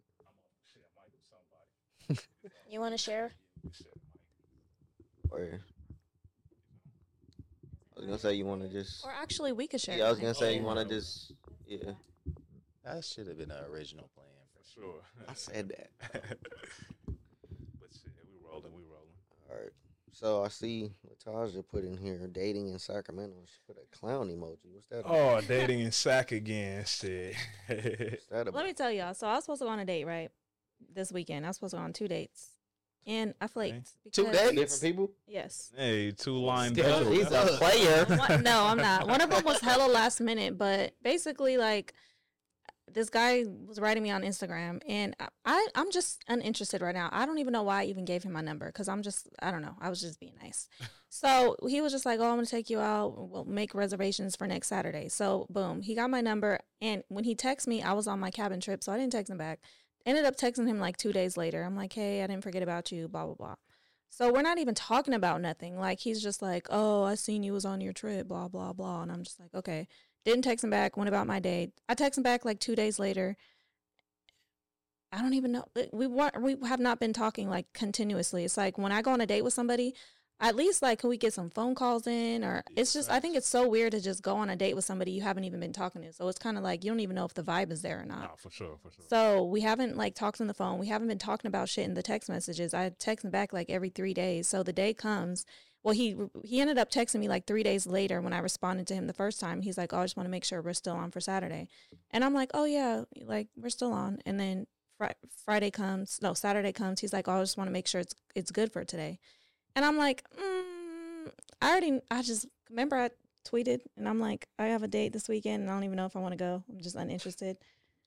You want to share? Or- Oh, I was gonna say you want to just. Or actually, we could share. Yeah, I was mine. gonna say you want to just. Yeah, That should have been an original plan. Bro. Sure. I said that. But shit, we rolling, we rolling. All right. So I see Latasha put in here dating in Sacramento. She put a clown emoji. What's that? about? Oh, dating in sack again, shit. What's that about? Let me tell y'all. So I was supposed to go on a date, right? This weekend, I was supposed to go on two dates, and I flaked. Two because- days? Different people. Yes. hey, two line Schedule. double. He's a player. One- no, I'm not. One of them was hella last minute, but basically, like, this guy was writing me on Instagram, and I- I, I'm just uninterested right now. I don't even know why I even gave him my number because I'm just, I don't know. I was just being nice. So he was just like, "Oh, I'm gonna take you out. We'll make reservations for next Saturday." So boom, he got my number, and when he texted me, I was on my cabin trip, so I didn't text him back. Ended up texting him like two days later. I'm like, "Hey, I didn't forget about you." Blah blah blah. So we're not even talking about nothing. Like he's just like, "Oh, I seen you was on your trip." Blah blah blah, and I'm just like, "Okay." Didn't text him back. Went about my day. I text him back like two days later. I don't even know. like, We want. We have not been talking like continuously. It's like when I go on a date with somebody, at least like can we get some phone calls in or it's just i think it's so weird to just go on a date with somebody you haven't even been talking to so it's kind of like you don't even know if the vibe is there or not for sure, for sure. so we haven't like talked on the phone we haven't been talking about shit in the text messages i text him back like every three days so the day comes well he he ended up texting me like three days later when i responded to him the first time he's like oh i just want to make sure we're still on for saturday and i'm like oh yeah like we're still on and then Fri- friday comes no saturday comes he's like oh i just want to make sure it's it's good for today and I'm like, mm, I already, I just remember I tweeted and I'm like, I have a date this weekend and I don't even know if I want to go. I'm just uninterested.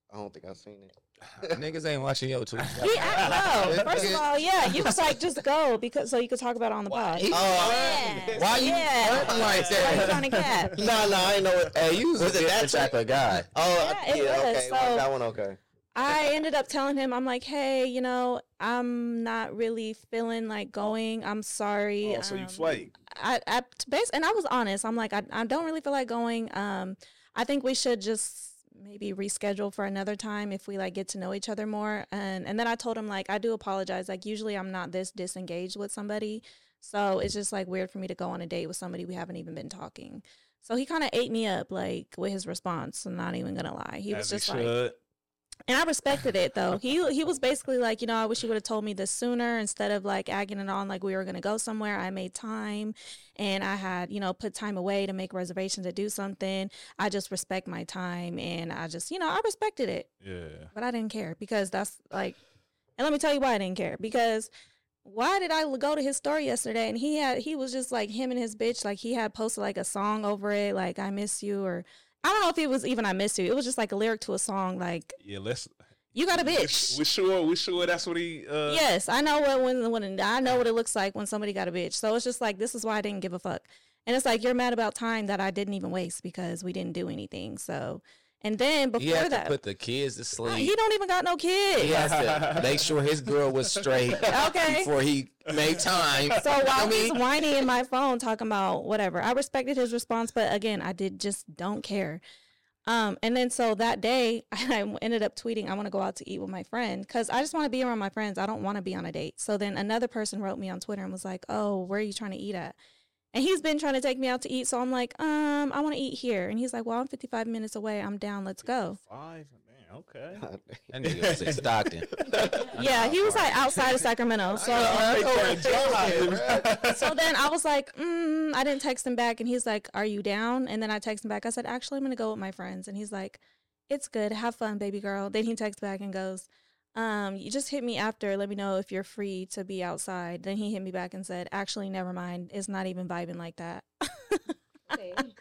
I don't think I've seen it. Niggas ain't watching your tweet. He, I don't know. First of all, yeah, you was like, just go because so you could talk about it on the pod. Oh, Yeah. Why you Yeah. hurting like Why you that? trying to cap? No, no, I ain't know it. Hey, you was Was a it that different type of guy. Oh, Yeah, it was, okay. well, so- that one okay. I ended up telling him, I'm like, hey, you know, I'm not really feeling like going. I'm sorry. Oh, so you um, flake. I, I bas and I was honest. I'm like, I, I don't really feel like going. Um, I think we should just maybe reschedule for another time if we like get to know each other more. And and then I told him like, I do apologize. Like usually I'm not this disengaged with somebody, so it's just like weird for me to go on a date with somebody we haven't even been talking. So he kind of ate me up like with his response. I'm not even gonna lie. He was As he just like, and I respected it though. He he was basically like, you know, I wish you would have told me this sooner instead of like agging it on like we were gonna go somewhere. I made time and I had, you know, put time away to make reservations to do something. I just respect my time and I just, you know, I respected it. Yeah. But I didn't care because that's like, and let me tell you why I didn't care because why did I l- go to his store yesterday and he had, he was just like him and his bitch, like he had posted like a song over it, like I miss you or I don't know if it was even I miss you. It was just like a lyric to a song, like Yeah, let's you got a We bitch. sure, we sure that's what he. Uh, Yes, I know what when when I know what it looks like when somebody got a bitch. So it's just like this is why I didn't give a fuck. And it's like you're mad about time that I didn't even waste because we didn't do anything. So and then He before had to that, put the kids to uh, sleep. he don't even got no kids. He has to make sure his girl was straight Okay. before he made time. So You know while what I he's mean? whining in my phone talking about whatever, I respected his response, but again, I did just don't care. Um, and then so that day, I ended up tweeting, "I want to go out to eat with my friend because I just want to be around my friends. I don't want to be on a date." So then another person wrote me on Twitter and was like, "Oh, where are you trying to eat at?" And he's been trying to take me out to eat, so I'm like, "Um, I want to eat here." And he's like, "Well, I'm 55 minutes away. I'm down. Let's go." Five, man. Okay. That nigga was in Stockton. Yeah, he was like outside of Sacramento, so. so then I was like, mm, I didn't text him back, and he's like, "Are you down?" And then I text him back. I said, "Actually, I'm gonna go with my friends," and he's like, "It's good. Have fun, baby girl." Then he texts back and goes, um, "You just hit me after. Let me know if you're free to be outside." Then he hit me back and said, "Actually, never mind. It's not even vibing like that."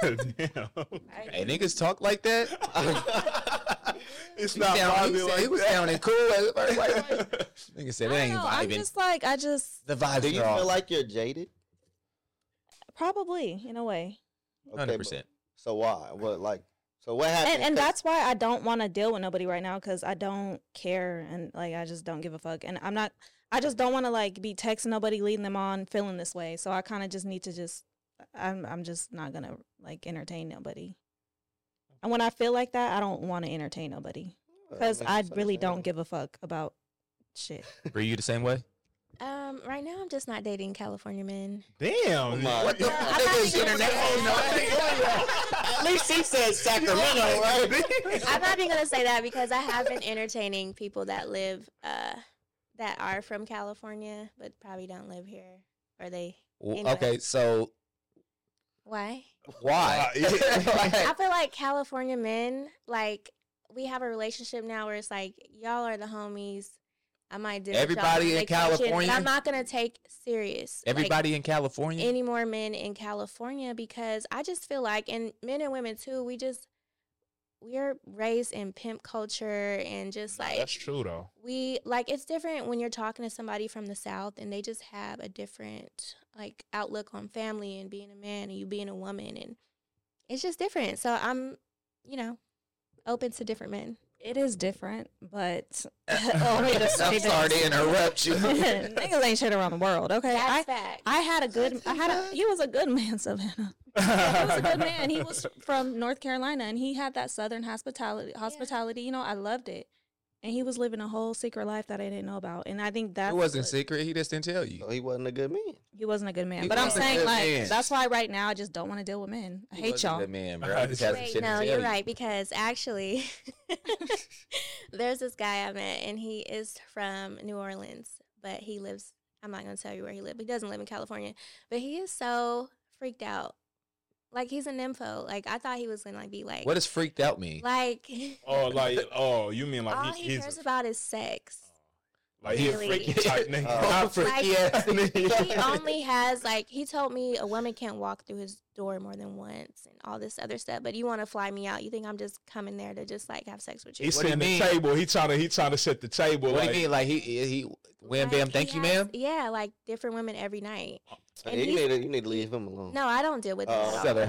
Damn. Hey, niggas talk like that. it's He not sound- he vibing said- he like was sounding cool. at first, like, that. Nigga said it ain't No, I'm vibing. just like, I just The vibes Do you are off. feel like you're jaded? probably in a way, Okay, hundred but- percent. So why? What like? So what happened? and and 'Cause- that's why I don't want to deal with nobody right now because I don't care and like I just don't give a fuck and I'm not I just don't want to like be texting nobody leading them on feeling this way so I kind of just need to just I'm I'm just not gonna like entertain nobody and when I feel like that I don't want to entertain nobody uh, because I really don't give a fuck about shit Were you the same way? Um, right now I'm just not dating California men. Oh Damn. What the- I'm not even gonna say At least he said Sacramento, right? I'm not even gonna say that because I have been entertaining people that live uh that are from California but probably don't live here. Or they Anyway. okay, so why? why? I feel like California men, like we have a relationship now where it's like y'all are the homies. I might do Everybody in California? I'm not gonna take serious. like, Everybody in California. any more men in California because I just feel like, and men and women too, we just we're raised in pimp culture and just like That's true though. we like it's different when you're talking to somebody from the south and they just have a different like outlook on family and being a man and you being a woman and it's just different so i'm you know open to different men it is different but Oh, I'm sorry to interrupt you. niggas ain't shit around the world okay that's I- fact I had a good. I had. A, he was a good man, Savannah. he was a good man. He was from North Carolina, and he had that Southern hospitality. Hospitality, you know, I loved it. And he was living a whole secret life that I didn't know about. And I think that It wasn't secret. He just didn't tell you. So he wasn't a good man. He wasn't a good man. He but I'm wasn't a saying good like man. that's why right now I just don't want to deal with men. I hate y'all. That man, bro. I just had some Wait, shit to no, tell you're you. right because actually, there's this guy I met, and he is from New Orleans, but he lives. I'm not gonna tell you where he lives. He doesn't live in California, but he is so freaked out. Like he's a nympho. Like I thought he was gonna like be like What does freaked out mean? like. Oh, like, oh, you mean all like he, he, he's cares a, about is sex. like he a Really? freaky type nigga? Oh. I'm freaky Like- ass he nigga. only has like he told me a woman can't walk through his door more than once and all this other stuff. But you want to fly me out? You think I'm just coming there to just like have sex with you? He's What do you setting the mean? table. He trying to he trying to set the table. What do like, you mean? Like he he, he wham Like, bam he thank you has- ma'am. Yeah, like different women every night. Hey, And you, need he's- to, you need to leave him Oh. alone. No, I don't deal with that. Uh, at all. Southern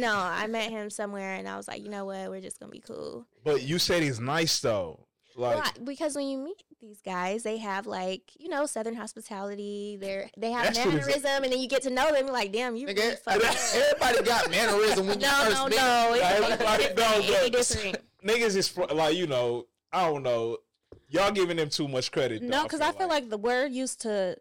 No, I met him somewhere and I was like, you know what? We're just gonna be cool. But you said he's nice though. Like Well, I- because when you meet these guys, they have like you know Southern hospitality. They're they have That shit is- mannerism, and then you get to know them. You're like, damn, you really Nigga, fucking. everybody got mannerism when you No, first no, meet. no. It's Like, it's like, different. no, It'd be but- different. niggas is fr- like you know. I don't know. Y'all giving them too much credit. though, No, because I feel like, the we're used to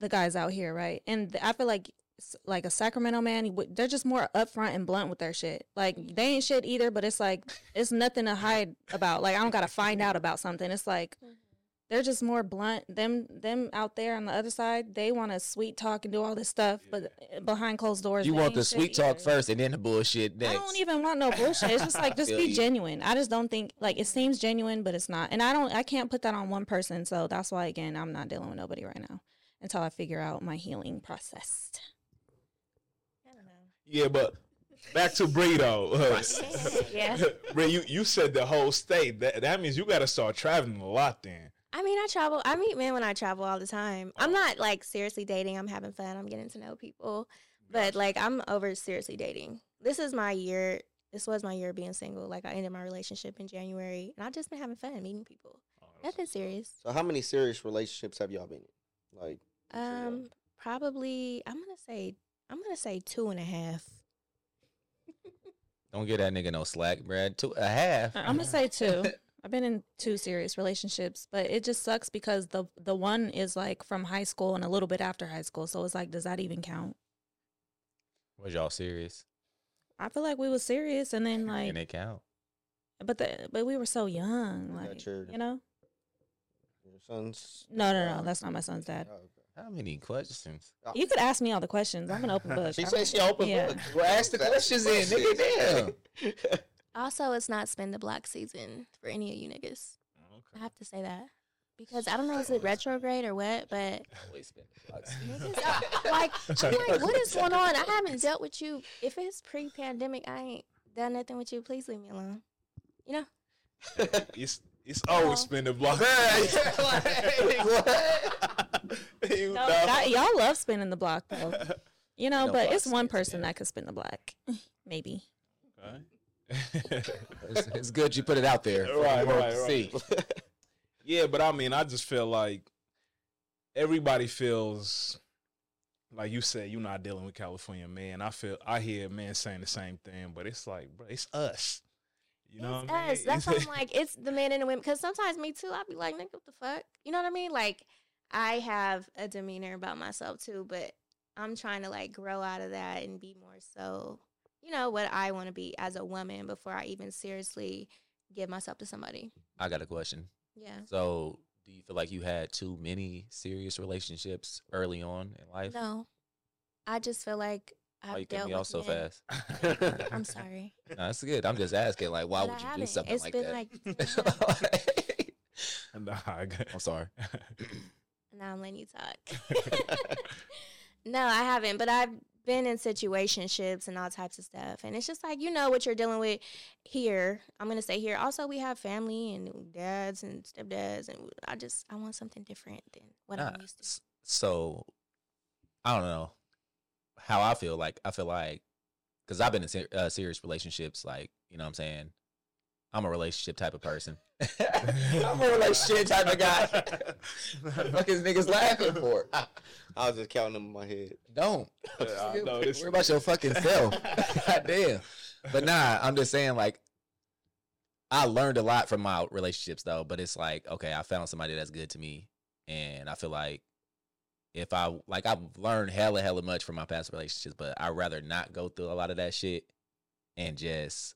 the guys out here, right? And th- I feel like s- like a Sacramento man, w- they're just more upfront and blunt with their shit. Like they ain't shit either, but it's like it's nothing to hide about. Like I don't gotta find out about something. It's like they're just more blunt. Them them out there on the other side, they want to sweet talk and do all this stuff, but uh, behind closed doors, You they want ain't the shit sweet talk either. first and then the bullshit I next. don't even want no bullshit. It's just like just Feel be you. genuine. I just don't think like it seems genuine, but it's not. And I don't I can't put that on one person. So that's why again I'm not dealing with nobody right now until I figure out my healing process. I don't yeah, but back to Bree though. know. yeah. Bree, you you said the whole state. That that means you got to start traveling a lot then. I mean, I travel. I meet men when I travel all the time. I'm not like seriously dating. I'm having fun. I'm getting to know people. But like, I'm over seriously dating. This is my year. This was my year of being single. Like, I ended my relationship in January, and I've just been having fun meeting people. Nothing serious. So how many serious relationships have y'all been in? Like Um, probably. I'm gonna say. I'm gonna say two and a half. Don't give that nigga no slack, Brad. Two a half. I'm gonna say Uh-huh. two. I've been in two serious relationships, but it just sucks because the the one is like from high school and a little bit after high school. So it's like, does that even count? Was y'all serious? I feel like we was serious and then like and it count. but the but we were so young. got Like children. you know? your son's No, no, no, that's not my son's dad. Oh, okay. How many questions? You could ask me all the questions. I'm an open book. Uh, She I- said she open Yeah. book. Well, ask the questions in, nigga. Damn. Also, it's not spin the block season for any of you niggas. I have to say that because I don't know is it retrograde or what, but Niggas are- like, I'm like, what is going on? I haven't dealt with you. If it's pre-pandemic, I ain't done nothing with you. Please leave me alone. You know, It's it's always Oh. been the block. You No, know? that- y'all love spinning the block though. You know, No but it's blocks, one yes, person yeah. that could spin the block. Maybe. It's, it's good you put it out there. for Right, the world right, to right. see. Yeah, but I mean, I just feel like everybody feels like you said you're not dealing with California, man. I feel I hear men saying the same thing, but it's like, bro, it's us. You know, it's what I us. mean? That's why I'm like, it's the men and the women. Because sometimes me too, I'll be like, nigga, what the fuck? You know what I mean? Like, I have a demeanor about myself too, but I'm trying to like grow out of that and be more so, you know, what I want to be as a woman before I even seriously give myself to somebody. I got a question. Yeah. So, do you feel like you had too many serious relationships early on in life? No, I just feel like I've Why you dealt cutting me with off so men. fast? I'm sorry. No, that's good. I'm just asking, like, why But I would you do haven't. something It's like been that? like two and a half- nah, I got- I'm sorry. now I'm letting you talk. no, I haven't, but I've been in situationships and all types of stuff, and it's just like you know what you're dealing with here. I'm gonna say here. Also, we have family and dads and stepdads, and I just I want something different than what Nah, I'm used to. s- so I don't know how I feel. Like I feel like because I've been in ser- uh, serious relationships. Like you know, what I'm saying I'm a relationship type of person. I'm a relationship type of guy. what the fuck is niggas laughing for? I was just counting them in my head. Don't. I know this- Worry about your fucking self. God damn. But nah, I'm just saying like. I learned a lot from my relationships though, but it's like, okay, I found somebody that's good to me. And I feel like if I like I've learned hella hella much from my past relationships, but I'd rather not go through a lot of that shit and just,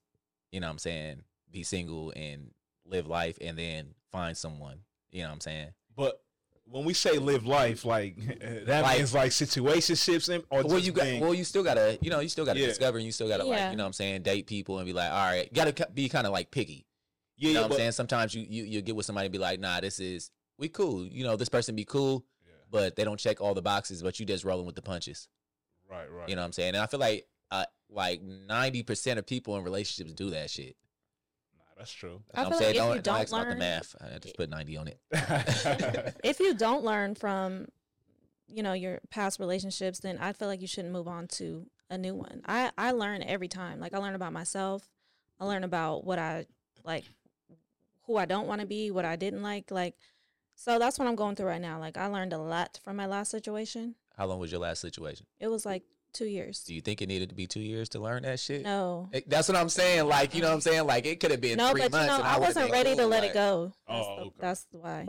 you know what I'm saying, be single and live life and then find someone. You know what I'm saying? but when we say live life, like that Like- means like situationships and or Well just you got being- well you still gotta you know, you still gotta Yeah. discover and you still gotta like, Yeah. you know what I'm saying, date people and be like, all right, you gotta c- be kinda like picky. yeah, You know yeah, what I'm but- saying? Sometimes you you you get with somebody and be like, nah, this is we cool. You know, this person be cool, but they don't check all the boxes, but you just rolling with the punches. Yeah, right, right. You know what I'm saying? And I feel like uh, like ninety percent of people in relationships do that shit. nah, that's true. I I'm feel like saying if you don't, don't ask about the learn- math. I just put ninety on it. If you don't learn from you know your past relationships then i feel like you shouldn't move on to a new one i i learn every time like i learn about myself i learn about what i like who i don't want to be what i didn't like like so that's what i'm going through right now like i learned a lot from my last situation How long was your last situation? it was like two years Do you think it needed to be two years to learn that shit? no It- that's what I'm saying. Like, you know what I'm saying? Like, it could have been no three but you months. know and i would've wasn't been ready to cool, let like, it go that's, Oh, the- okay. that's why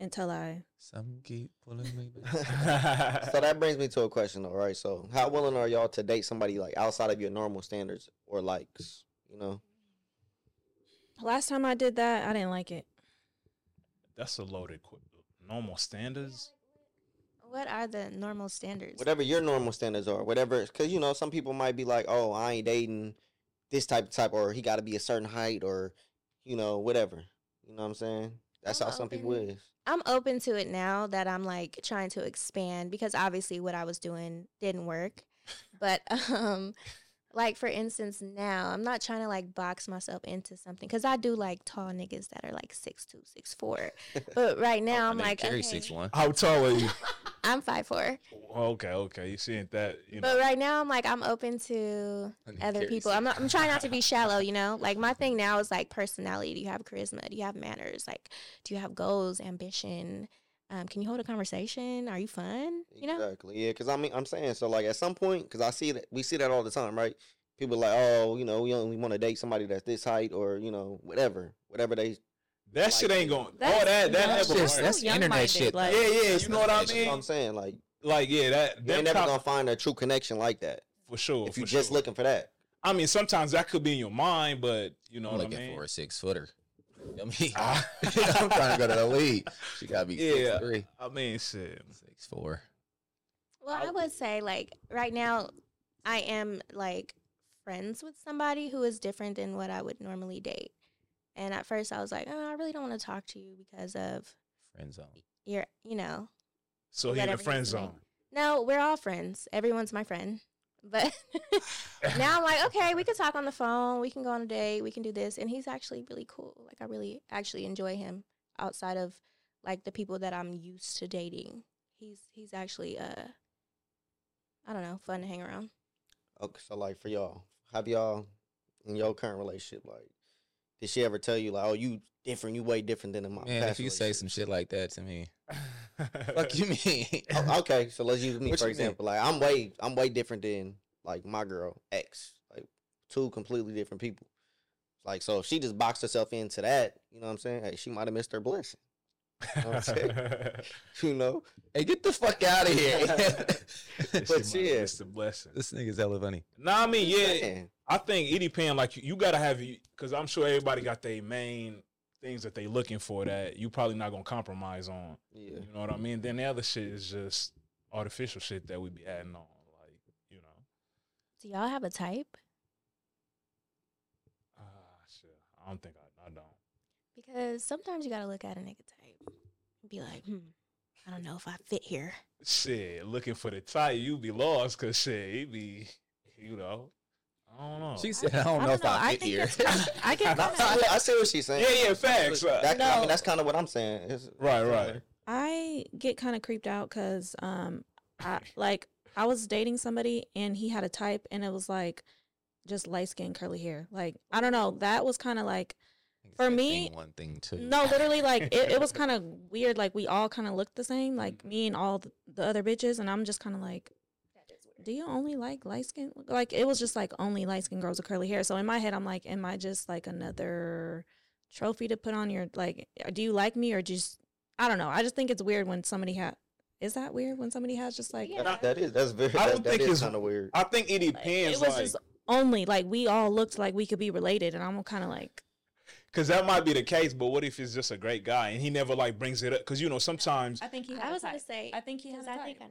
until i Some keep pulling me back. so that brings me to a question, all right? So, how willing are y'all to date somebody like outside of your normal standards or likes? You know, last time i did that i didn't like it That's a loaded qu- normal standards. What are the normal standards? whatever your normal standards are, whatever, because you know some people might be like, "Oh, I ain't dating this type of type," or he got to be a certain height, or you know, whatever. You know what I'm saying? That's I'm how some people open. is. I'm open to it now that I'm like trying to expand because obviously what I was doing didn't work. But um like for instance now, I'm not trying to like box myself into something cuz I do like tall niggas that are like 6'2", 6'4". But right now My I'm nigga like Kerry okay, six one. How tall are you? I'm 5'4". okay, okay. You seeing that? You know. But right now I'm like I'm open to other people. I'm not, I'm trying not to be shallow, you know? Like my thing now is like personality. Do you have charisma? Do you have manners? Like do you have goals, ambition? Um, can you hold a conversation? Are you fun? You know? Exactly. Yeah, because I mean, I'm saying so. Like at some point, because I see that we see that all the time, right? People like, oh, you know, we only want to date somebody that's this height or you know, whatever, whatever they. that shit ain't going. Oh, That's- All that that that's never just- works. that's young internet minded, shit. like- Yeah, yeah. You know what I That's what I'm mean? saying. Like Like, yeah, that you ain't them never cop- gonna find a true connection like that for sure. Oh, if you're for just sure. looking for that. I mean, sometimes that could be in your mind, but you know I'm what I looking mean. Ah. for a six footer. I mean, Ah. I'm trying to go to the league. She got to be Yeah. six three, I mean, shit. six four. Well, I I- would say like right now, I am like friends with somebody who is different than what I would normally date. And at first, I was like, oh, I really don't want to talk to you because of Friend zone. your, you know. So he in Whatever the he's friend doing. zone. No, we're all friends. Everyone's my friend. But now I'm like, okay, we could talk on the phone. We can go on a date. We can do this. And he's actually really cool. Like I really actually enjoy him outside of like the people that I'm used to dating. He's he's actually uh, I don't know, fun to hang around. Okay, so like for y'all, have y'all in your current relationship like? Did she ever tell you like, oh, you different, you way different than in my Man, past if you say relationship? some shit like that to me, fuck you mean? Oh, okay, so let's use me What for you mean? example. Like I'm way I'm way different than like my girl X. Like two completely different people. Like so if she just boxed herself into that, you know what I'm saying? Hey, she might have missed her blessing. You know, what I'm saying? you know? hey, get the fuck out of here. But It's yeah. the blessing. this nigga's hella funny. Nah, I mean, yeah. Man, I think it depends. Like, you, you gotta have because I'm sure everybody got their main things that they looking for that you probably not gonna compromise on. yeah. You know what I mean? Then the other shit is just artificial shit that we be adding on. Like, you know. Do y'all have a type? Ah, shit. I don't think I, I don't. Because sometimes you gotta look at a nigga type and be like, hmm, I don't know if I fit here. Shit, looking for the tie, you be lost because shit, it be, you know. I don't know. She said, I don't know if I fit think here. that's kinda- I get No, kinda- I, see- I see what she's saying. yeah, yeah, facts. uh, That, I No. mean, that's kind of what I'm saying. It's- right, it's right. similar. I get kind of creeped out because, um, I, like I was dating somebody and he had a type, and it was like just light skin, curly hair. Like I don't know, that was kind of like For That me- thing one thing too. no, literally, like it, it was kind of weird. Like we all kind of looked the same, like me and all the, the other bitches, and I'm just kind of like. Do you only like light skin? Like it was just like only light skin girls with curly hair. So in my head, I'm like, am I just like another trophy to put on your like? Do you like me or just? I don't know. I just think it's weird when somebody has. Is that weird when somebody has just like? Yeah. That- that is that's very I that, don't that think is it's- kind of weird. I think it Like, depends, it was like, just only like we all looked like we could be related, and I'm kind of like, cause that might be the case. But what if it's just a great guy and he never like brings it up? Cause you know sometimes. I think he. I was gonna say, think he because I think I,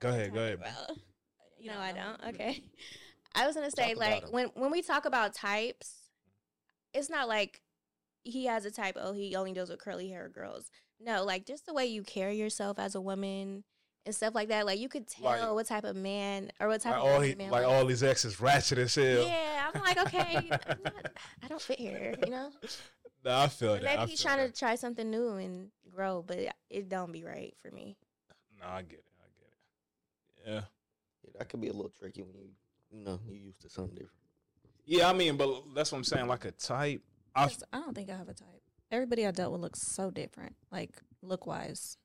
Go ahead, go ahead. well, no, I don't. Okay, I was gonna say about like him. when when we talk about types, it's not like he has a type. Oh, he only deals with curly hair girls. No, like just the way you carry yourself as a woman and stuff like that. Like you could tell Like- what type of man or what type Like of all woman he, a man like likes. all his exes ratchet as hell. Yeah, I'm like okay, I'm not, I don't fit here. You know. Nah, I feel Or that. I Maybe he's feel trying that. to try something new and grow, but it don't be right for me. No, I get it. I get Yeah. Yeah, that could be a little tricky when you, you know, you used to something different. Yeah, I mean, but that's what I'm saying. Like a type. I, 'Cause I don't think I have a type. Everybody I dealt with looks so different, like look wise.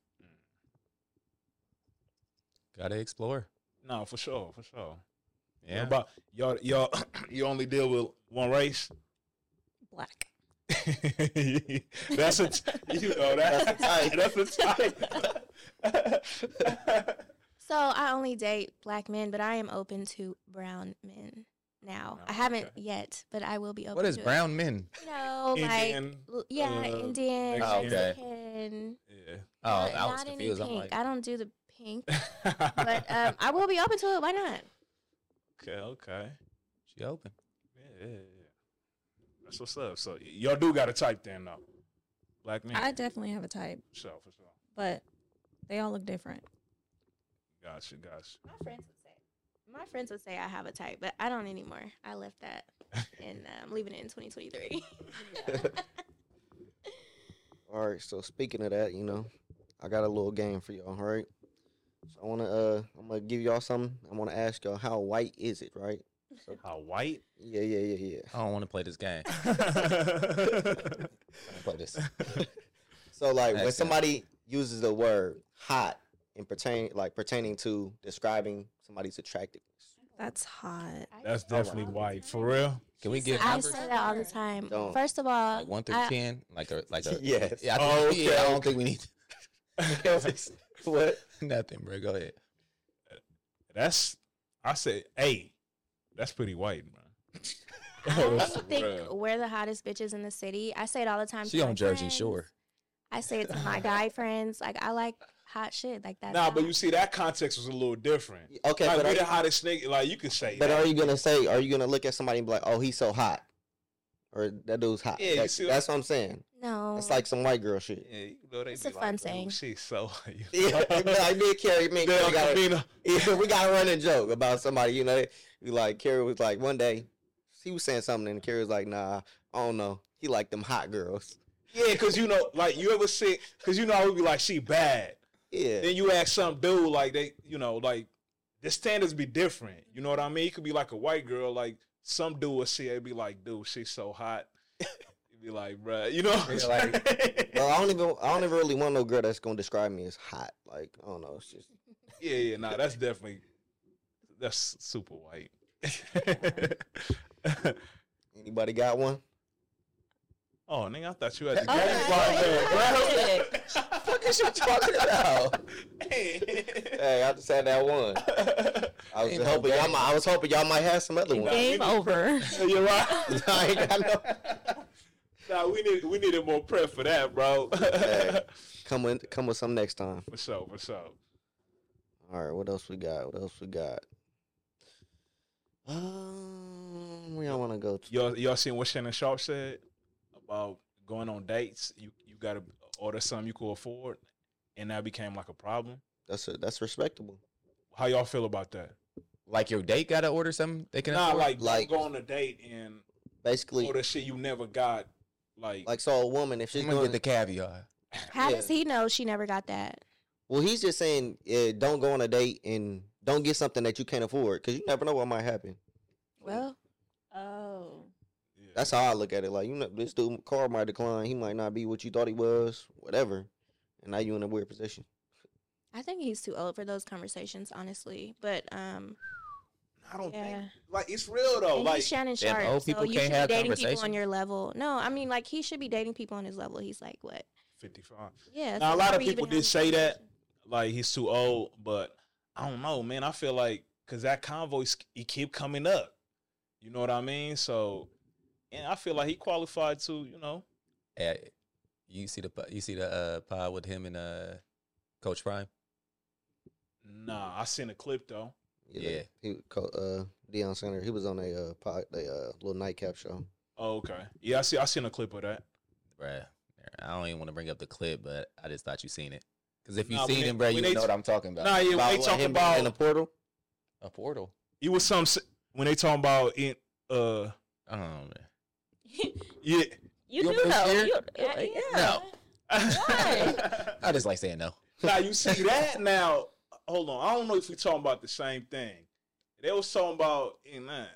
Gotta explore. no, for sure, for sure. Yeah. About y'all, y'all, you only deal with one race. Black. that's a t- you know that, that's a type. That's a type. So I only date black men, but I am open to brown men Oh, now. I haven't yet, but I will be open. What is to it. brown men? You know, like Indian. l- yeah, uh, Indian, Oh, okay. Mexican. Yeah. Oh, not, I was not any confused. I'm pink. like, I don't do the pink, but um, I will be open to it. Why not? okay, okay. she open. Yeah, yeah, yeah. That's what's up. So y- y'all do got a type then though. Black men. I definitely have a type, for sure, for sure. but they all look different. Gotcha, gotcha. My friends would say. My friends would say I have a type, but I don't anymore. I left that, and I'm leaving it in 2023. All right, so speaking of that, you know, I got a little game for y'all. All right, so I wanna, uh, I'm gonna give y'all something. I wanna ask y'all, how white is it, right? How white? Yeah, yeah, yeah, yeah. I don't want to play this game. I'll play this. so like when Excellent. somebody uses the word hot in pertain like pertaining to describing somebody's attractiveness. That's hot. That's definitely white. For real? Can we get I numbers? say that all the time. Don't. First of all, Like one through I- ten, like a like a Yes. Yeah, I, think, Oh, yeah, I okay, don't think we need What? nothing, bro. Go ahead. That's I said, hey, that's pretty white, man. I honestly For think real. we're the hottest bitches in the city. I say it all the time. She to on my Jersey friends. Shore. I say it to my guy friends. Like I like hot shit. Like that. Nah, but you see that context was a little different. Okay, like but we the are, hottest nigga. Like you can say but that. are you gonna say? Are you gonna look at somebody and be like, "Oh, he's so hot," or "That dude's hot"? Yeah, you That- see what- that's what I'm saying. no. It's like some white girl shit. yeah, you know, they It's be a fun like, "Ooh, thing." She's so you Yeah, know? but like me and Carrie, me and Damn, Carrie got a, Camina. yeah, we got a running joke about somebody. You know, we like Carrie was like one day, she was saying something, and Carrie was like, "Nah, I don't know. He like them hot girls." Yeah, cause you know, like you ever see, cause you know, I would be like, she bad. Yeah, Then you ask some dude, like they, you know, like the standards be different. You know what I mean? It could be like a white girl, like some dude would see, it be like, dude, she's so hot. You'd be like, bruh, you know, what I'm Yeah, like- saying? well, I don't even, I don't even really want no girl that's gonna describe me as hot. Like, I don't know. It's just yeah, yeah, nah, that's definitely that's super white. anybody got one? oh, nigga, I thought you had the Okay. game like that, What is you talking about? Hey, I just had that one. I was Ain't no hoping y'all. game. Might, I was hoping y'all might have some other ones. Game over. bro. You're right. I ain't got no- Nah, we need we needed more prep for that, bro. Hey, come with come with some next time. for sure, for sure. All right, what else we got? What else we got? Um, where y'all want to go to? y'all y'all seen what Shannon Sharp said about going on dates? You you gotta order something you could afford, and that became like a problem. That's a, that's respectable. How y'all feel about that? Like your date gotta order something they can Nah, afford? like, Like- like go on a date and Basically, order shit you never got. Like, like so, a woman if she's I'm gonna doing get the caviar. How yeah. does he know she never got that? well, he's just saying, yeah, don't go on a date and don't get something that you can't afford because you never know what might happen. Well, Oh. yeah. That's how I look at it. Like you know, this dude car might decline. He might not be what you thought he was. Whatever. And now you in a weird position. I think he's too old for those conversations, honestly. But um, I don't think yeah. like it's real though. and Oh, like he's Shannon Damn, Sharp, old so people you can't should have be dating people on conversations? your level. No, I mean like he should be dating people on his level. He's like what? fifty five. Yeah. Now, a so lot why of we even people having did this say that. conversation? Like he's too old, but I don't know, man. I feel like because that convoy it keep coming up. You know what I mean? So, and I feel like he qualified to. You know, Eh, you see the po- you see the uh, pod with him and uh, Coach Prime? Nah, I seen a clip though. Yeah, he was co- uh Deion Sanders. He was on a uh, pod, a uh, little nightcap show. Oh, okay. Yeah, I see. I seen a clip of that. Bruh. I don't even want to bring up the clip, but I just thought you seen it. Because if you Nah, when seen they- him, bruh, when you they know t- what I'm talking about. Nah, yeah, when they what, talking him being in the about portal. A portal. it was some s- when they talking about it. Uh, Oh man. yeah. you You do almost know. scared? You, uh, yeah. No. I just like saying no. now you see that now. hold on. I don't know if we talking about the same thing. They was talking about eh, in nine.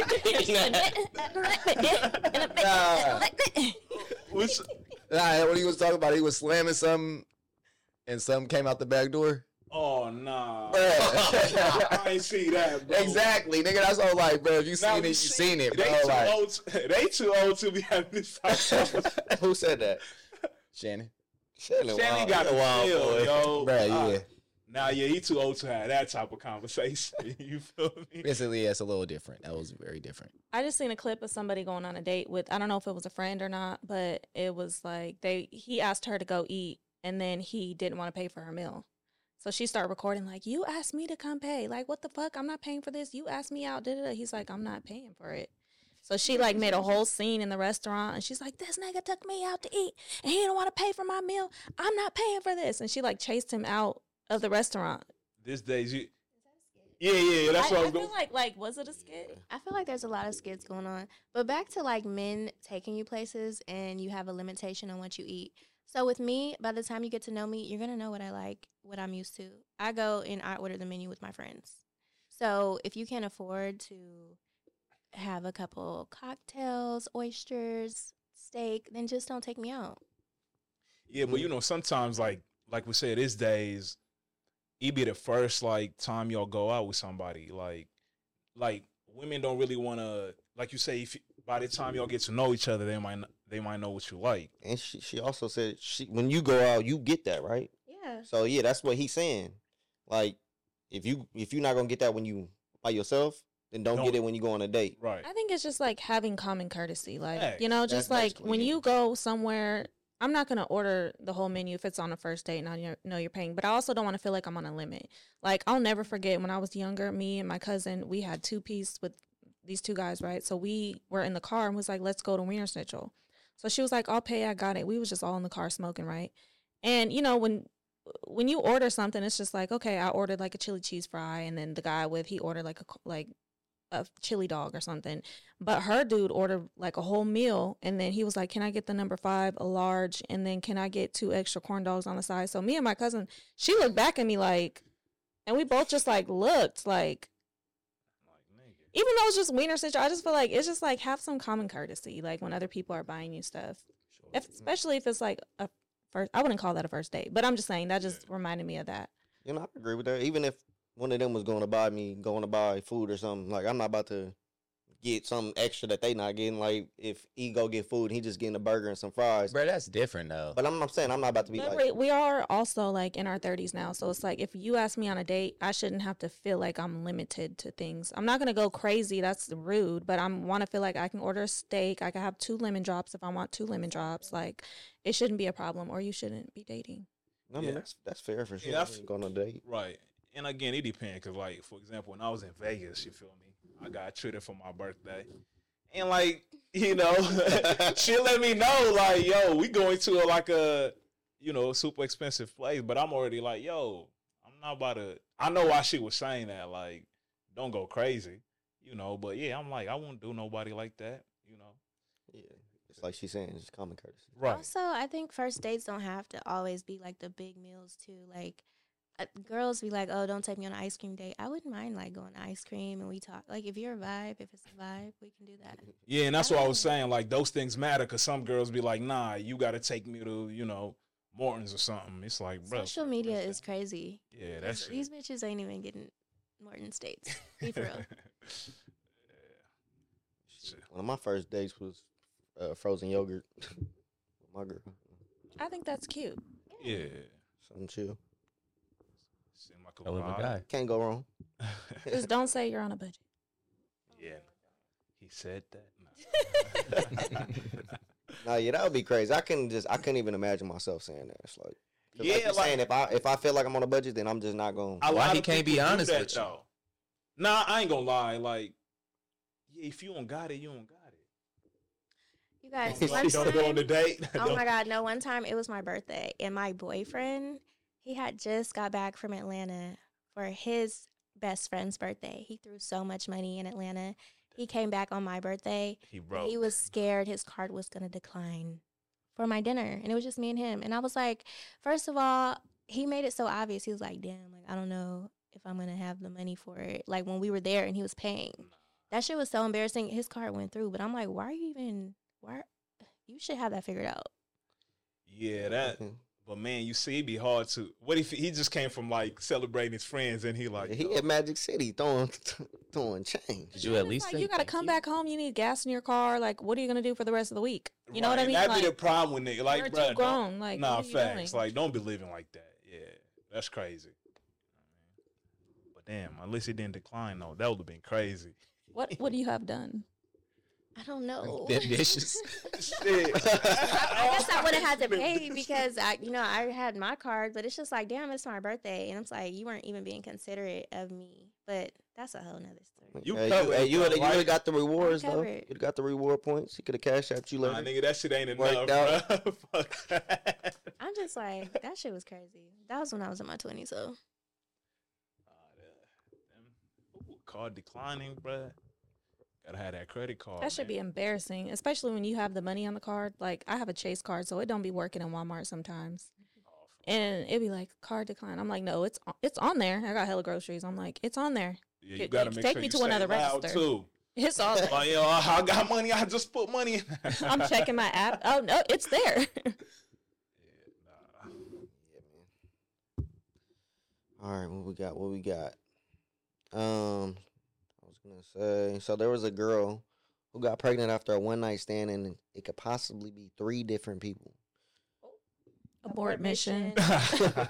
What's Nah, what he was talking about, he was slamming something, and something came out the back door. oh nah. Bruh. I ain't see that, bro. exactly, nigga. That's all like, bro. If you Now seen it, we you see- seen it, bro. They too Like, old. To, they too old to be having this type of conversation. Who said that? Shannon. Shannon, Shannon Wild. got a Wild wild boy. Oh, yo. Bro, Ah, yeah. Nah, yeah, he too old to have that type of conversation. you feel me? Basically, yeah, it's a little different. That was very different. I just seen a clip of somebody going on a date with I don't know if it was a friend or not, but it was like they he asked her to go eat and then he didn't want to pay for her meal. So she started recording like, "You asked me to come pay. Like what the fuck? I'm not paying for this. You asked me out." Da, da, da." He's like, "I'm not paying for it." So she like made a whole scene in the restaurant and she's like, "This nigga took me out to eat and he didn't want to pay for my meal. I'm not paying for this." And she like chased him out of the restaurant. This days you. Yeah, yeah, yeah, that's I, what I I'm going. feel like like was it a skit? I feel like there's a lot of skits going on. But back to like men taking you places and you have a limitation on what you eat. So with me, by the time you get to know me, you're gonna know what I like, what I'm used to. I go and I order the menu with my friends. So if you can't afford to have a couple cocktails, oysters, steak, then just don't take me out. Yeah, but you know, sometimes like like we said, these days, it be the first like time y'all go out with somebody. Like like women don't really wanna like you say, if by the time y'all get to know each other, they might kn- they might know what you like. And she, she also said she when you go out, you get that right. Yeah. So yeah, that's what he's saying. Like if you if you're not gonna get that when you by yourself, then don't Don't- get it when you go on a date. Right. I think it's just like having common courtesy. Like, Facts. you know, just That's like basically when it. you go somewhere, I'm not going to order the whole menu if it's on a first date and I know- know you're paying, but I also don't want to feel like I'm on a limit. Like, I'll never forget when I was younger, me and my cousin, we had two piece with these two guys, right? So we were in the car and was like, let's go to Wiener Schnitzel. So she was like, I'll pay, I got it. We was just all in the car smoking, right? And, you know, when, when you order something, it's just like, okay, I ordered like a chili cheese fry, and then the guy with he ordered like a c- like a chili dog or something. But her dude ordered like a whole meal, and then he was like, "Can I get the number five, a large, and then can I get two extra corn dogs on the side?" So me and my cousin, she looked back at me like, and we both just like looked like. Even though it's just wiener central, I just feel like it's just like have some common courtesy, like when other people are buying you stuff, if, especially if it's like a first. I wouldn't call that a first date, but I'm just saying that just reminded me of that. You know, I agree with that. Even if one of them was going to buy me, going to buy food or something, like I'm not about to get something extra that they not getting. Like if he go get food, and he just getting a burger and some fries. Bro, that's different though. But I'm, I'm saying I'm not about to be But like. we, we are also like in our 30s now. So it's like if you ask me on a date, I shouldn't have to feel like I'm limited to things. I'm not going to go crazy. That's rude. But I want to feel like I can order a steak. I can have two lemon drops if I want two lemon drops. Like it shouldn't be a problem or you shouldn't be dating. I mean, Yeah. that's that's fair for sure. Yeah, I I f- ain't going on a date. Right. And again, it depends. Cause like, for example, when I was in Vegas, you feel me? I got treated for my birthday. And like, you know, she let me know, like, yo, we going to like a, you know, super expensive place, but I'm already like, yo, I'm not about to I know why she was saying that, like, don't go crazy. You know, but yeah, I'm like, I won't do nobody like that, you know. Yeah, it's like she's saying, just common courtesy. Also, I think first dates don't have to always be like the big meals too. Like uh, girls be like, "Oh, don't take me on an ice cream date." I wouldn't mind like going to ice cream and we talk. Like if you're a vibe, if it's a vibe, we can do that. Yeah, and that's what I was saying. Like those things matter because some girls be like, "Nah, you got to take me to you know Morton's or something." It's like, bro, Social media is crazy. yeah, These- that's These bitches ain't even getting Morton dates. Be for real. One of my first dates was uh, frozen yogurt with my girl. I think that's cute. yeah, Something chill. seem like a I love vibe. a guy. Can't go wrong. Just don't say you're on a budget. Yeah, he said that. Nah. Nah, yeah, that would be crazy. I couldn't just I couldn't even imagine myf saying that. It's like, 'cause Yeah, like you're like- saying if I if I feel like I'm on a budget, then I'm just not going. to A Why lot he of can't be people do honest that, with you? though. Nah, I ain't gonna lie. Like, yeah, if you don't got it, you don't got it. You guys, Don't one Don't go on time- the date. Oh Don't- my god, no, one time it was my birthday and my boyfriend, he had just got back from Atlanta for his best friend's birthday. He threw so much money in Atlanta. He came back on my birthday. He He was scared his card was going to decline for my dinner, and it was just me and him. And I was like, first of all, he made it so obvious. He was like, damn, like I don't know if I'm gonna have the money for it. Like when we were there and he was paying, that shit was so embarrassing. His card went through, but I'm like, why are you even? Why you should have that figured out. Yeah, that. But man, you see, it'd be hard to. What if he just came from like celebrating his friends and he like uh, he at Magic City throwing throwing change. Did you at It's least like, say you got to thank come back home. You need gas in your car. Like, what are you gonna do for the rest of the week? You know what I Right, mean? That'd be Like, the problem with nigga. Like, you're bro, too grown. Like, nah, what are you facts. doing? Like, don't be living like that. Yeah, that's crazy. But damn, unless he didn't decline though, that would have been crazy. what would you have done? I don't know. Them dishes. Shit. I guess I would have had to pay because I, you know, I had my card, but it's just like, damn, it's my birthday, and it's like you weren't even being considerate of me. But that's a whole nother story. You Hey, you, covered hey, it, you though, would have right? got the rewards though. covered. You'd got the reward points. He could have cashed out you later. Nah, nigga, that shit ain't enough, Worked bro. Fuck that. I'm just like, that shit was crazy. That was when I was in my 20s, so Ah, that- them- ooh, Card declining, bruh. Gotta have that credit card. that should be Oh, man. embarrassing, especially when you have the money on the card. Like, I have a Chase card, so it don't be working in Walmart sometimes. And it'd be like card decline. I'm like, no, it's on, it's on there. I got hella groceries. I'm like, it's on there. Yeah, you Take- gotta take- make take sure me you to stay another loud, register. too. It's all there. Like, yo, I got money. I just put money. in. I'm checking my app. Oh no, it's there. All right, what we got? What we got? Um, I was gonna say, so there was a girl who got pregnant after a one night stand, and it could possibly be three different people. Abort mission.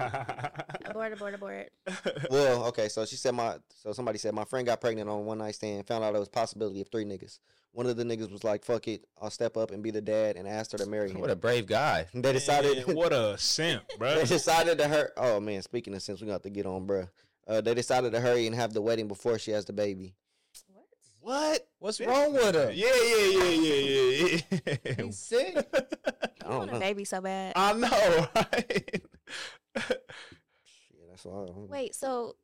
abort, abort, abort. well, okay, so she said my, so somebody said my friend got pregnant on a one night stand, found out it was a possibility of three niggas. One of the niggas was like, "Fuck it, I'll step up and be the dad," and asked her to marry him. What a brave guy. they decided. Man, what a simp, bro. they decided to hurry. Oh man, speaking of since we got to get on, bruh. Uh, they decided to hurry and have the wedding before she has the baby. What? What's This wrong with Yeah, him? yeah, yeah, yeah, yeah. yeah. He's sick. I I don't want know. a baby so bad. I know, right? Shit, that's why. I don't- Wait, so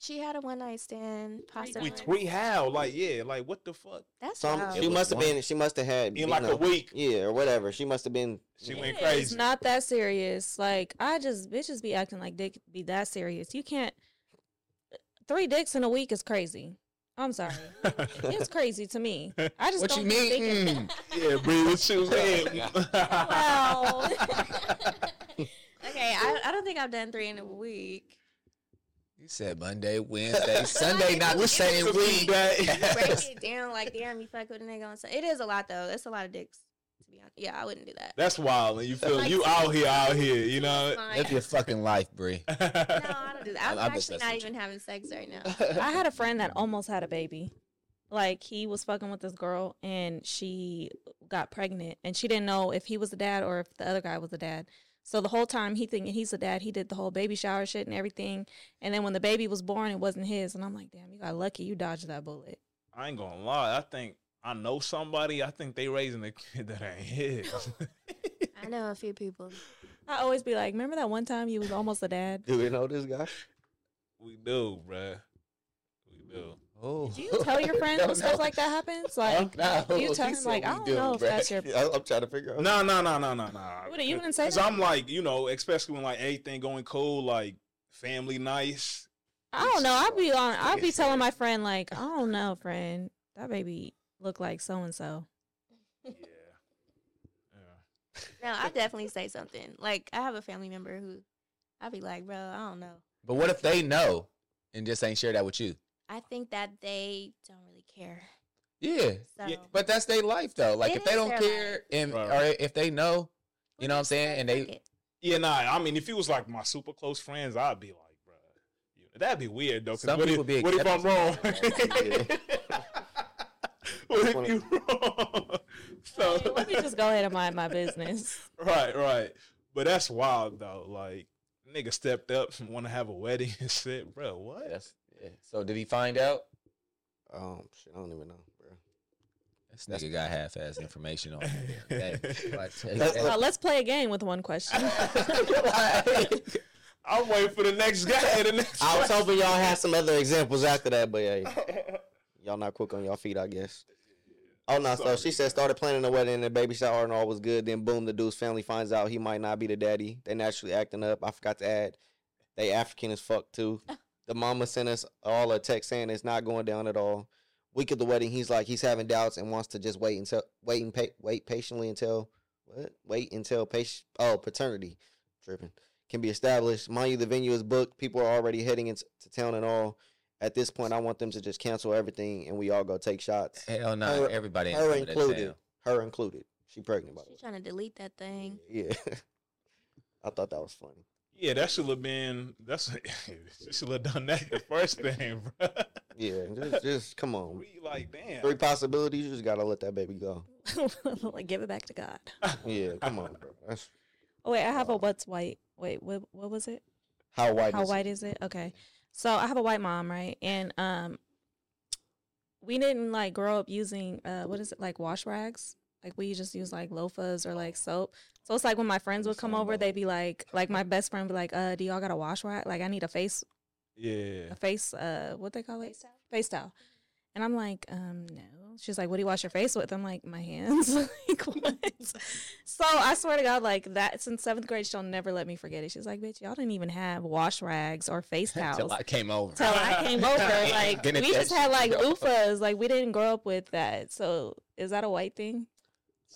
she had a one night stand, pasta. we lunch? tweet how, like, yeah, like, what the fuck? That's Some, wild. she was must have one. been. She must have had you In like know, a week, Yeah, or whatever. She must have been. she yeah. went It's crazy. not that serious. Like I just bitches be acting like dick be that serious. You can't. Three dicks in a week is crazy. I'm sorry, it's crazy to me. I just What you don't be thinking- mean? Mm. yeah, bro, what you mean? Wow. okay, I, I don't think I've done three in a week. You said Monday, Wednesday, Sunday, not the same week. Break it down like, damn, you fuck with a nigga on. So it is a lot though. It's a lot of dicks. To be honest, yeah, I wouldn't do that. That's wild, and you feel Like, you out here, out here, you know. Fine. Live your fucking life, Bree. No, I don't do that. I'm, I- I'm just actually not messing with even having sex right now. I had a friend that almost had a baby. Like he was fucking with this girl and she got pregnant and she didn't know if he was the dad or if the other guy was the dad. So the whole time he thinking he's the dad, he did the whole baby shower shit and everything. And then when the baby was born, it wasn't his. And I'm like, damn, you got lucky. You dodged that bullet. I ain't gonna lie. I think I know somebody. I think they raising a kid that ain't his. I know a few people. I always be like, remember that one time you was almost a dad? Do we know this guy? we do, bruh. We do. Oh. Do you tell your friends when stuff like that happens? Like, do you tell them, like, I don't know if that's your. Yeah, I- I'm trying to figure out. No, no, no, no, no, no. What, you wouldn't say Cause that? I'm like, you know, especially when like everything going cool, like family nice. I don't know. I'd be on. I'd be telling my friend like, I don't know, friend. That baby look like so and so. Yeah. No, I definitely say something. Like I have a family member who I'd be like, bro, I don't know. But what if they know and just ain't share that with you? I think that they don't really care. Yeah. So But that's their life though. Like It if they is don't their care life. and Right. or if they know, you know what I'm saying? And fuck they it. Yeah, nah. I mean, if it was like my super close friends, I'd be like, bruh, you know, that'd be weird though. 'cause Some what people if, be What if I'm wrong? what if Wanna- you wrong? so Let me just go ahead and mind my business. right, right. But that's wild though. Like nigga stepped up and want to have a wedding and shit, bro. What? that's, yeah. So did he find out? Um, shit, I don't even know, bro. This nigga got half ass information on him. Hey, I tell you That's Uh, that. let's play a game with one question. I'm waiting for the next guy. The next I was hoping y'all had some other examples after that, but yeah, y'all not quick on y'all feet, I guess. Oh no! So she said started planning the wedding, the baby shower, and all was good. Then boom, the dude's family finds out he might not be the daddy. They naturally acting up. I forgot to add, they African as fuck too. The mama sent us all a text saying it's not going down at all. Week of the wedding, he's like he's having doubts and wants to just wait until wait and pa- wait patiently until what? Wait until patient oh paternity tripping can be established. Mind you, the venue is booked. People are already heading into town and all. At this point, I want them to just cancel everything and we all go take shots. Hell no, Her- everybody ain't Her coming to included. town. Her included. She pregnant by She's the trying to delete that thing. way. Yeah. I thought that was funny. Yeah, that should have been. That's she should have done that the first thing, bro. Yeah. Just, just come on. We like damn. Three possibilities. You just gotta let that baby go. like give it back to God. Yeah. Come on, bro. That's Oh wait, I have a what's white. Wait, what what was it? how white. How is it? white is it? Okay. So I have a white mom, right? And um we didn't like grow up using uh what is it like wash rags? Like we just use like loafers or like soap. So it's like when my friends would come over, they'd be like like my best friend would be like, uh, do y'all got a wash rag? Like I need a face Yeah, a face uh what they call it? Face towel. And I'm like, um, no. She's like, what do you wash your face with? I'm like, my hands. like what? so I swear to God, like that since seventh grade, she'll never let me forget it. She's like, bitch, y'all didn't even have wash rags or face Till towels. I came over. Till I came over, like Didn't we just that had like shit go. loofahs, like we didn't grow up with that. So is that a white thing?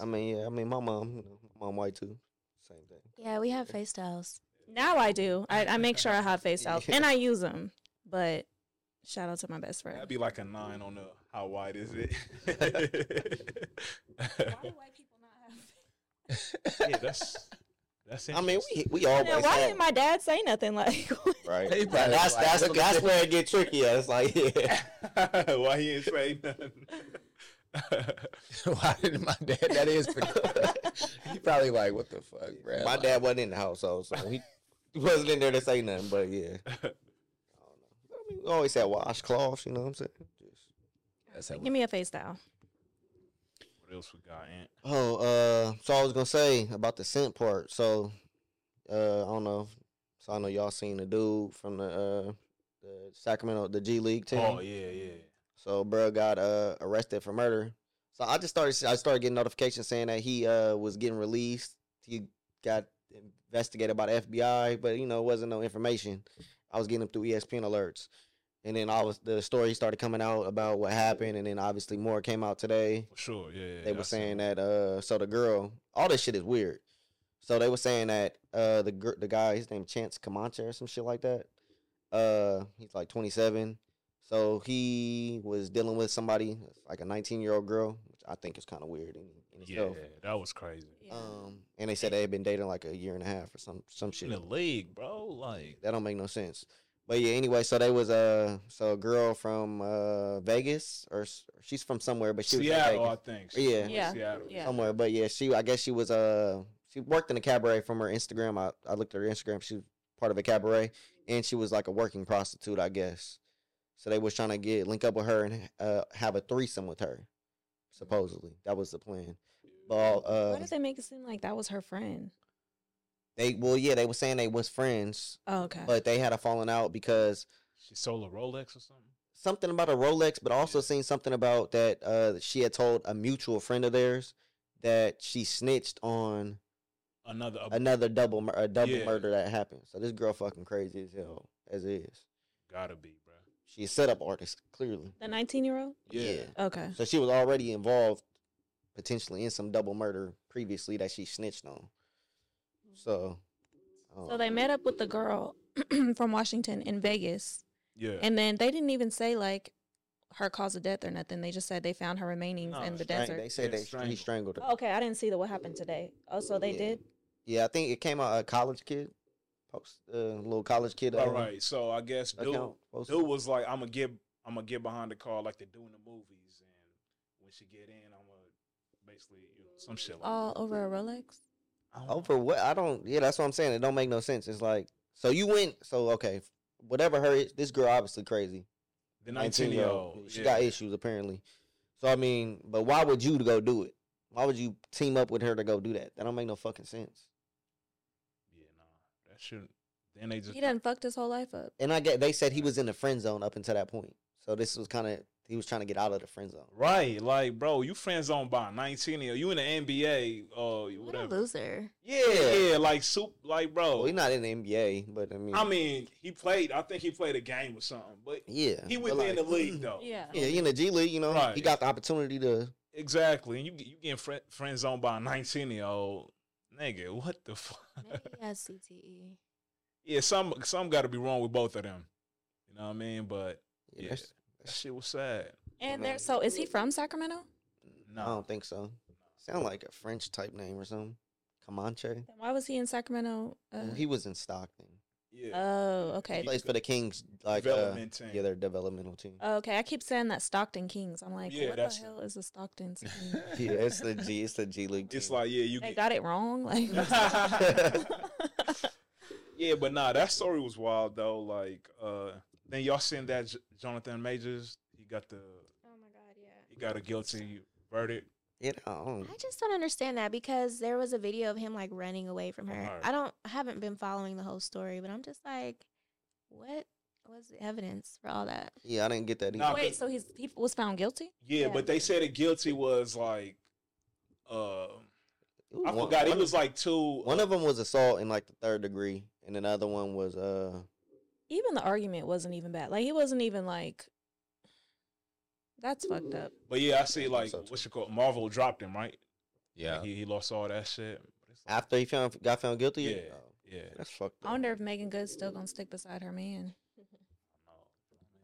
I mean, yeah, I mean my mom, you know, my mom white too. Same thing. Yeah, we have face towels. Now I do. I, I make sure I have face towels Yeah. and I use them. But shout out to my best friend. that'd be like a nine on the. How wide is it? white people not have? yeah, that's that's. I mean, interesting. we we always Then why had, didn't my dad say nothing? Like, right. They Like, probably that's like, that's look at that's this. where it get tricky. It's like yeah. Why he ain't say nothing? Why didn't my dad? That is pretty. he probably like, what the fuck, bro? My dad wasn't in the household, so he wasn't in there to say nothing. But yeah, I don't know. I mean, we always had washcloths. You know what I'm saying? Just That's how give me a face towel. what else we got, Aunt? Oh, uh, so I was gonna say about the scent part. So, uh, I don't know. So I know y'all seen the dude from the uh, the Sacramento, the G League team. Oh yeah, yeah. So, bro got uh arrested for murder. So I just started, I started getting notifications saying that he uh was getting released. He got investigated by the FBI, but you know, it wasn't no information. I was getting them through E ESPN alerts, and then all was the story started coming out about what happened, and then obviously more came out today For sure, yeah. yeah they I were seen saying that uh so the girl all this shit is weird so they were saying that uh the gir- the guy his name chance comanche or some shit like that uh he's like 27 so he was dealing with somebody like a 19 year old girl which i think is kind of weird in, in Yeah, itself that was crazy. um and they said they had been dating like a year and a half or some some In shit the league, bro. Like, that don't make no sense. But yeah, anyway, so they was uh so a girl from uh Vegas or s- she's from somewhere, but she was in Seattle, I Vegas. think. She Yeah. was in Yeah, Seattle. yeah. somewhere. But yeah, she I guess she was uh she worked in a cabaret from her Instagram. I, I looked at her Instagram. She was part of a cabaret and she was like a working prostitute, I guess. So they was trying to get link up with her and uh have a threesome with her. Supposedly. That was the plan. But Why uh did they make it seem like that was her friend? they well yeah, they were saying they was friends, Oh, okay. but they had a falling out because She sold a Rolex or something. something about a Rolex, but also seen something about that uh she had told a mutual friend of theirs that she snitched on Another. a- another double mur- a double Yeah. murder that happened. So this girl fucking crazy as hell as is. gotta be, bro. She's a setup artist clearly. the 19 year old? Yeah. Okay. So she was already involved potentially in some double murder previously that she snitched on. So um, So they met up with the girl from Washington in Vegas. Yeah. And then they didn't even say like her cause of death or nothing. They just said they found her remains No, in the Strang- desert. they said Yeah, they he strangled. strangled her. Oh, okay, I didn't see the what happened today. Oh, so they Yeah. did? Yeah, I think it came out a college kid post uh, little college kid. Uh, All right. So I guess dude, account posted. dude was like, "I'm gonna get, I'm gonna get behind the car like they do in the movies, and when she get in, I'm gonna basically you know, some shit like." All over a Rolex? that. I don't know. Over Oh, what? I don't. Yeah, that's what I'm saying. It don't make no sense. It's like so you went. So okay, whatever her. This girl obviously crazy. the 19 19 year year old. old. She got issues apparently. So I mean, but why would you to go do it? Why would you team up with her to go do that? That don't make no fucking sense. Yeah, nah, that shouldn't. Then they just He done fucked his whole life up. And I get they said he was in the friend zone up until that point. So this was kind of He was trying to get out of the friend zone. Right, like bro, you friend zone by nineteen year, you in the NBA, uh, What a whatever. loser. Yeah, yeah, like soup, like bro. Well, he's not in the NBA, but I mean, I mean, he played. I think he played a game or something, but yeah, he but within like, the league though. Yeah. Yeah, he in the G League. You know, Right. he got the opportunity to. Exactly, and you you getting friend, friend zoned by a nineteen year old nigga. What the fuck? Maybe he has CTE. E. Yeah, some some got to be wrong with both of them. You know what I mean? But Yeah, yeah, that's- that shit was sad. And there, so is he from Sacramento? No, I don't think so. Sound like a French type name or something. Comanche. Then why was he in Sacramento? Uh, He was in Stockton. yeah, Uh, oh, He okay. plays for the Kings, like uh, development team. yeah, their developmental team. Okay, I keep saying that Stockton Kings. I'm like, Yeah, what the that's it. hell is a Stockton team? yeah, it's the G. It's the G League. it's team. like yeah, you they get got it wrong. Like, yeah, but nah, that story was wild though. Like, uh then y'all seen that J- Jonathan Majors? He got the Oh my god, yeah. he got a guilty verdict. you know, I just don't understand that because there was a video of him like running away from her. Right. I don't I haven't been following the whole story, but I'm just like, what was the evidence for all that? yeah, I didn't get that either. Nah, wait, so he's he was found guilty? Yeah, Yeah. but they said a guilty was like, uh, Ooh, I one- forgot. It one- was like two. One of them was assault in like the third degree, and another one was uh Even the argument wasn't even bad. Like he wasn't even like. That's fucked up. But yeah, I see like So- what you call Marvel dropped him right. Yeah. he, he lost all that shit. after he found got found guilty. Yeah, Oh, yeah. that's fucked. I Up. wonder if Megan Good's still gonna stick beside her man.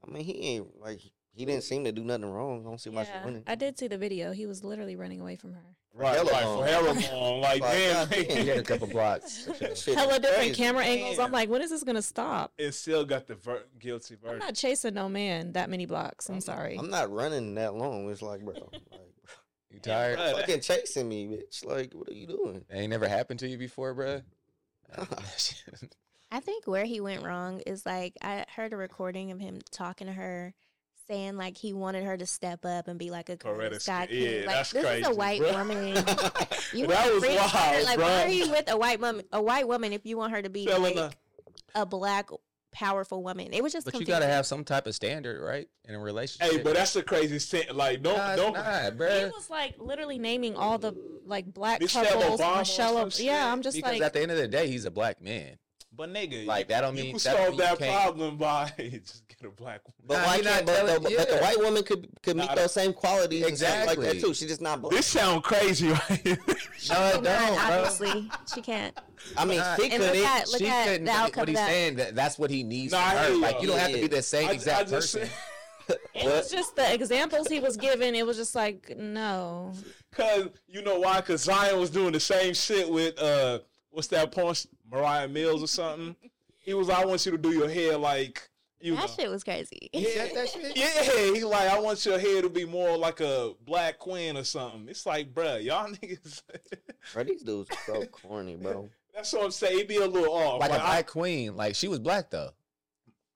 I mean, he ain't like he didn't seem to do nothing wrong. I don't see why she's Yeah, running. I did see the video. He was literally running away from her. Right, Hella like long. for Harriman, like Like, damn, goddamn, Get a couple blocks. That shit Hella different crazy. camera angles. I'm Man. like, when is this gonna stop? it still got the ver- guilty I'm verdict. not chasing no man that many blocks. I'm sorry. I'm not running that long. It's like, bro, like, You tired? Bruh, that- fucking chasing me, bitch. Like, what are you doing? That ain't never happened to you before, bruh. I think where he went wrong is like I heard a recording of him talking to her, saying like he wanted her to step up and be like a Coretta Coretta Scott. Scott- King. yeah, like, that's this is a crazy, white bruh. woman. You That want was free wild, her? Like, why bruh. are you with a white woman? A white woman if you want her to be Telling like, a black powerful woman. It was just. But you confusing. gotta have some type of standard, right? In a relationship. Hey, but that's the craziest thing. Like, don't Nah, it's don't. not, He bruh. was like literally naming all the like black Michelle couples. Obama or Michelle, some Ob- shit. yeah, I'm just Because like, at the end of the day, he's a black man. But nigga, Like that don't you, mean you can that don't solve mean you that can't- problem by just get a black woman. But Nah, why he can't? not But, telling- the, but the yeah. white woman could could meet Nah, those same qualities exactly. like Exactly. that too. She just not black. This sound crazy, right? No, it She can't, don't, bro. obviously, she can't. I mean, uh, Nah, she and look couldn't. at look she at couldn't. the But outcome what of he's that. saying that that's what he needs Nah, from I her. hear Like you. you don't have to be the same I- exact I just person. said- it was just the examples he was given. It was just like, no, Cause you know why? Cause Zion was doing the same shit with uh, what's that porn? st- Mariah Mills or something. he was, like, I want you to do your hair like you. That know. shit was crazy. Yeah, he's like, I want your hair to be more like a black queen or something. It's like, bruh, y'all niggas. Bro, these dudes are so corny, bro. That's what I'm saying. It be a little off. Like Like, a I, black queen. Like she was black though.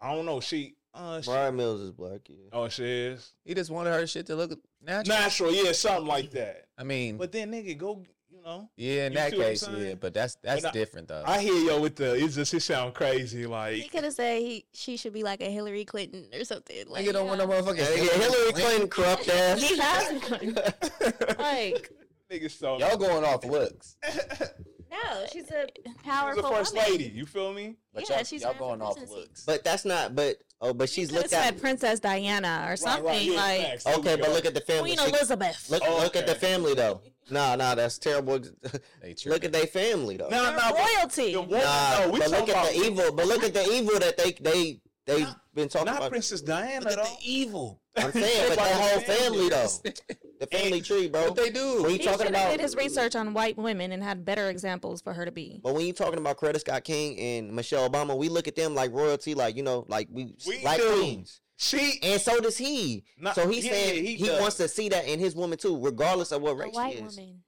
I don't know. She, uh, she, Brian Mills is black. Yeah. oh, she is He just wanted her shit to look natural. natural. Yeah, something like that. I mean, But then, nigga, go. You know, yeah, in you that see what I'm case, yeah. saying? But that's that's But I- different though. I hear yo with the. It's just it sound crazy. He Like could have said he she should be like a Hillary Clinton or something. Like Nigga don't want no motherfucking Nigga, Hillary Clinton corrupt ass. he has one. like niggas so. Y'all going off looks. no, she's a She's the powerful first woman. lady. You feel me? But Yeah, y'all, she's y'all ran for going off presidency. looks. But that's not. But oh, but she's could have looked at. said Princess Diana or something yeah, like facts. There Okay, we but go. look at the family. Queen She- Elizabeth. Look, Oh, look at the okay. family though. Nah, nah, that's terrible. They look tripping. at their family though. Nah, nah, but royalty. the woman, Nah, no, we but talking look at about the evil. But look at the evil that they they they been talking not about. Princess Diana though. evil. I'm saying, but Like that whole the family though, the family tree, bro. What they do? When you talking He should have did about, his research on white women and had better examples for her to be. but when you talking about Coretta Scott King and Michelle Obama, we look at them like royalty, like you know, like we, We like do. queens. She And so does he. Nah, so he's yeah, saying he he, does. wants to see that in his woman too, regardless of what A race white she is. woman.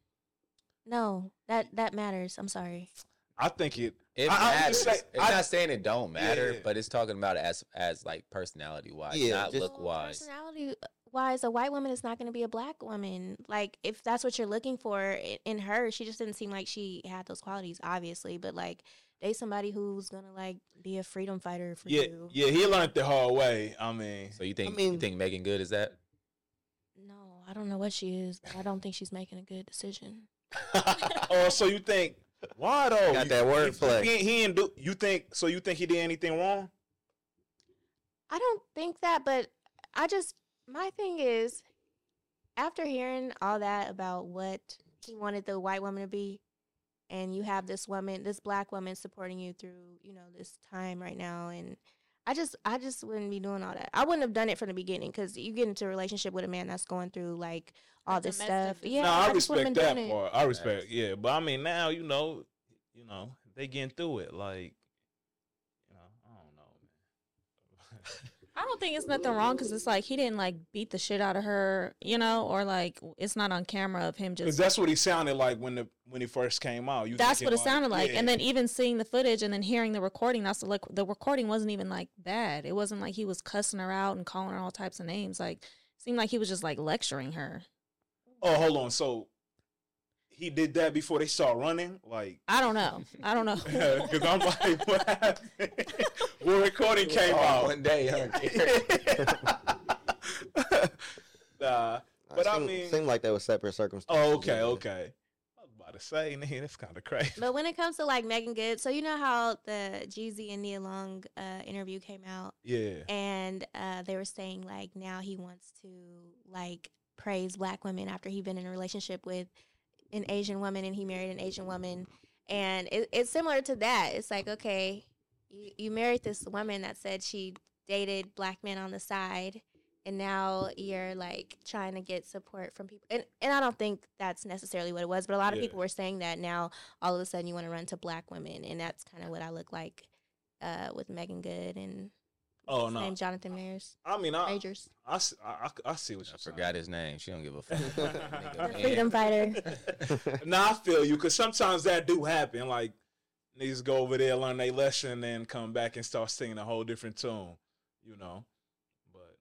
No, that that matters. I'm sorry. I think it. It I- I was matters. just like- it's I- not saying it don't matter, Yeah. but it's talking about it as as like personality wise, Yeah, not just- look wise. Personality uh, wise, a white woman is not going to be a black woman. Like if that's what you're looking for i- in her, she just didn't seem like she had those qualities, obviously. But like they somebody who's gonna like be a freedom fighter for Yeah, you. yeah, he learned the hard way. I mean, So you think mean- you think Megan Good is that? No, I don't know what she is, but I don't think she's making a good decision. oh, so you think why though? Got You- that wordplay. He, he, he didn't do. You think so? You think he did anything wrong? I don't think that, but I just my thing is after hearing all that about what he wanted the white woman to be and you have this woman, this black woman supporting you through, you know, this time right now and I just I just wouldn't be doing all that. I wouldn't have done it from the beginning cuz you get into a relationship with a man that's going through like all That's this a messed stuff. up Yeah, no, I, just wouldn't respect been that doing it. part. I respect, yeah. But I mean, now you know, you know, they getting through it. Like, you know, I don't know, I don't think it's nothing wrong because it's like he didn't like beat the shit out of her, you know, or like it's not on camera of him because just. that's what he sounded like when the when he first came out. You That's thinking "Oh, what it sounded like, yeah. and then even seeing the footage and then hearing the recording, that's the, like the recording wasn't even like bad. It wasn't like he was cussing her out and calling her all types of names. Like seemed like he was just like lecturing her. oh, hold on. So he did that before they start running. Like, I don't know. I don't know. because I'm like, what happened? when recording Oh, came All out, Oh, one day, huh? nah. But I seem- mean- seemed like they were separate circumstances. Oh, okay, yeah. okay. I was about to say, man, that's kind of crazy. But when it comes to like Megan Good, so you know how the Jeezy and Nia Long uh, interview came out, Yeah. and uh, they were saying like now he wants to like praise black women after he'd been in a relationship with an Asian woman and he married an Asian woman, and it, it's similar to that. It's like okay, you you married this woman that said she dated black men on the side. And now you're like trying to get support from people, and, and I don't think that's necessarily what it was, but a lot of Yeah. people were saying that now all of a sudden you want to run to black women, and that's kind of what I look like uh, with Megan Good and Oh his no. name Jonathan Mayers. I mean, I, Majors, I, s- I- I- I see what I you forgot his name. She don't give a fuck. the Nigga, man. freedom fighter. nah, I feel you because sometimes that do happen. Like niggas go over there, learn their lesson, and come back and start singing a whole different tune. You know, but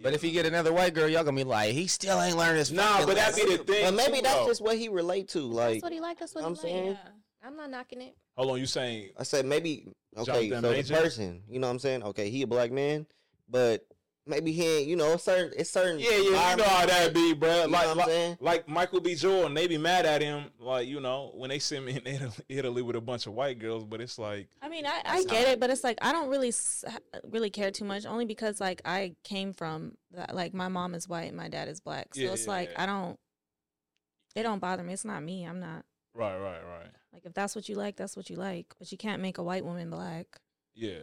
But if he get another white girl, y'all gonna be like, he still ain't learned his. nah, fucking but that be lesson. the thing. But maybe too, that's though. just what he relate to. Like That's what he liked. That's what I'm he saying- liked. I'm not knocking it. Hold on, you saying I said, maybe okay. Jonathan so Majors? the person, you know, what I'm saying, okay, he a black man, but maybe he ain't. You know, it's certain. It's certain. yeah, yeah, you know environments, how that be, bro. you know what Like, I'm like, saying. like Michael B. Jordan, they be mad at him, like you know, when they send me in Italy, Italy with a bunch of white girls. But it's like, I mean, I, I get it, but it's like I don't really s- really care too much, only because like I came from that. Like my mom is white, my dad is black, so Yeah, it's yeah, like yeah. I don't. It don't bother me. It's not me. I'm not right, right, right. like if that's what you like, that's what you like. But you can't make a white woman black. Yeah.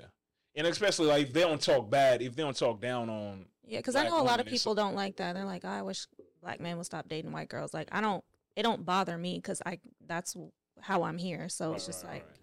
And especially like if they don't talk bad, if they don't talk down on Yeah, because I Black know a lot of woman is- people don't like that. They're like, "Oh, I wish black men would stop dating white girls. Like I don't. It don't bother me because I that's how I'm here. So Oh, it's Right, just right, like, right.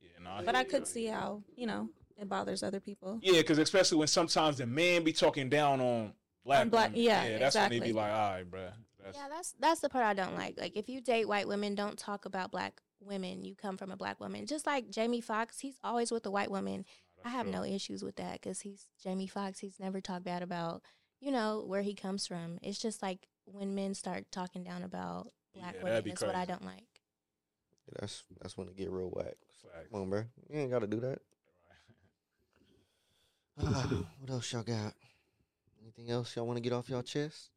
Yeah, no, but hear I you, could hear see you. how you know it bothers other people. Yeah, because especially when sometimes the man be talking down on black, On black- women. yeah, that's when they exactly. be like, all right, bruh. That's, Yeah, that's that's the part I don't like. Like if you date white women, don't talk about black women. You come from a black woman. Just like Jamie Foxx, he's always with a white woman. I have no issues with that because he's Jamie Foxx. He's never talked bad about you know where he comes from. It's just like when men start talking down about black Yeah, that'd women. be That's what I crazy. don't like. That's that's when it get real whack. Facts. Come on, bro. You ain't gotta do that. what else y'all got? Anything else y'all want to get off y'all chest?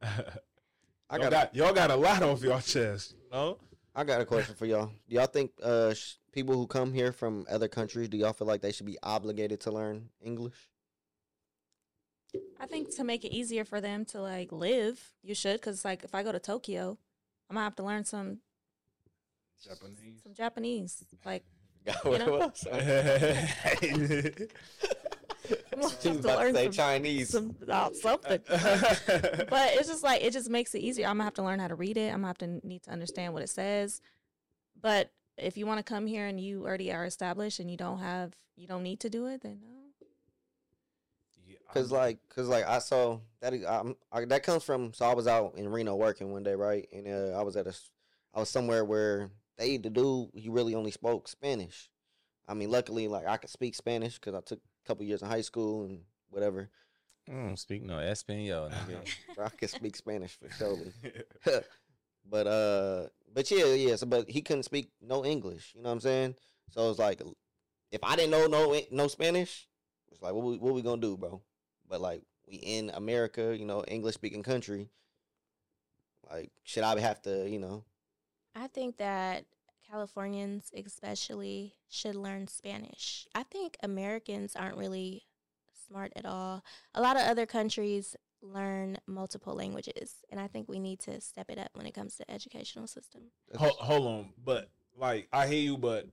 I y'all, got, got, y'all got a lot off your chest. No? I got a question for y'all. Do y'all think uh sh- people who come here from other countries do y'all feel like they should be obligated to learn English? I think to make it easier for them to like live, you should because like if I go to Tokyo, I'm gonna have to learn some Japanese. some Japanese. Like what You know? else? I'm gonna She have was to about to learn say some, Chinese. some uh, something. but it's just like it just makes it easier. I'm gonna have to learn how to read it. I'm gonna have to need to understand what it says. But if you want to come here and you already are established and you don't have you don't need to do it, then no. Cause like, cause like I saw that is- I'm, I, that comes from. So I was out in Reno working one day, right? And uh, I was at a, s- I was somewhere where they the dude he really only spoke Spanish. I mean, luckily, like I could speak Spanish because I took a couple years in high school and whatever. Mm, speak no Espanol. Nigga. Bro, I could speak Spanish for surely. but uh, but yeah, yeah. So, but he couldn't speak no English. You know what I'm saying? So it's like if I didn't know no no Spanish, it's like what we, what we gonna do, bro? But like we in America, you know, English speaking country. Like, should I have to, you know? I think that Californians, especially, should learn Spanish. I think Americans aren't really smart at all. A lot of other countries learn multiple languages, and I think we need to step it up when it comes to educational system. Hold, hold on, but like I hear you, but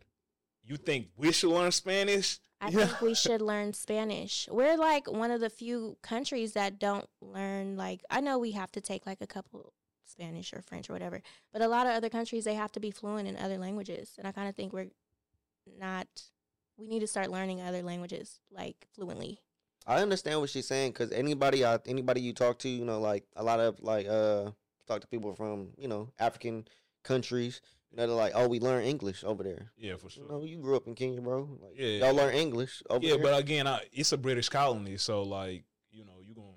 you think we should learn Spanish? I Yeah. think we should learn Spanish. We're like one of the few countries that don't learn like I know we have to take like a couple Spanish or French or whatever, but a lot of other countries they have to be fluent in other languages, and I kind of think we're not. We need to start learning other languages like fluently. I understand what she's saying because anybody I, anybody you talk to, you know, like a lot of like uh talk to people from you know African countries, you know, they're like, oh, we learn English over there. Yeah, for sure. You know, you grew up in Kenya, bro. Like, Yeah. y'all learn English over yeah, there. but again, I, it's a British colony, so like you know, you going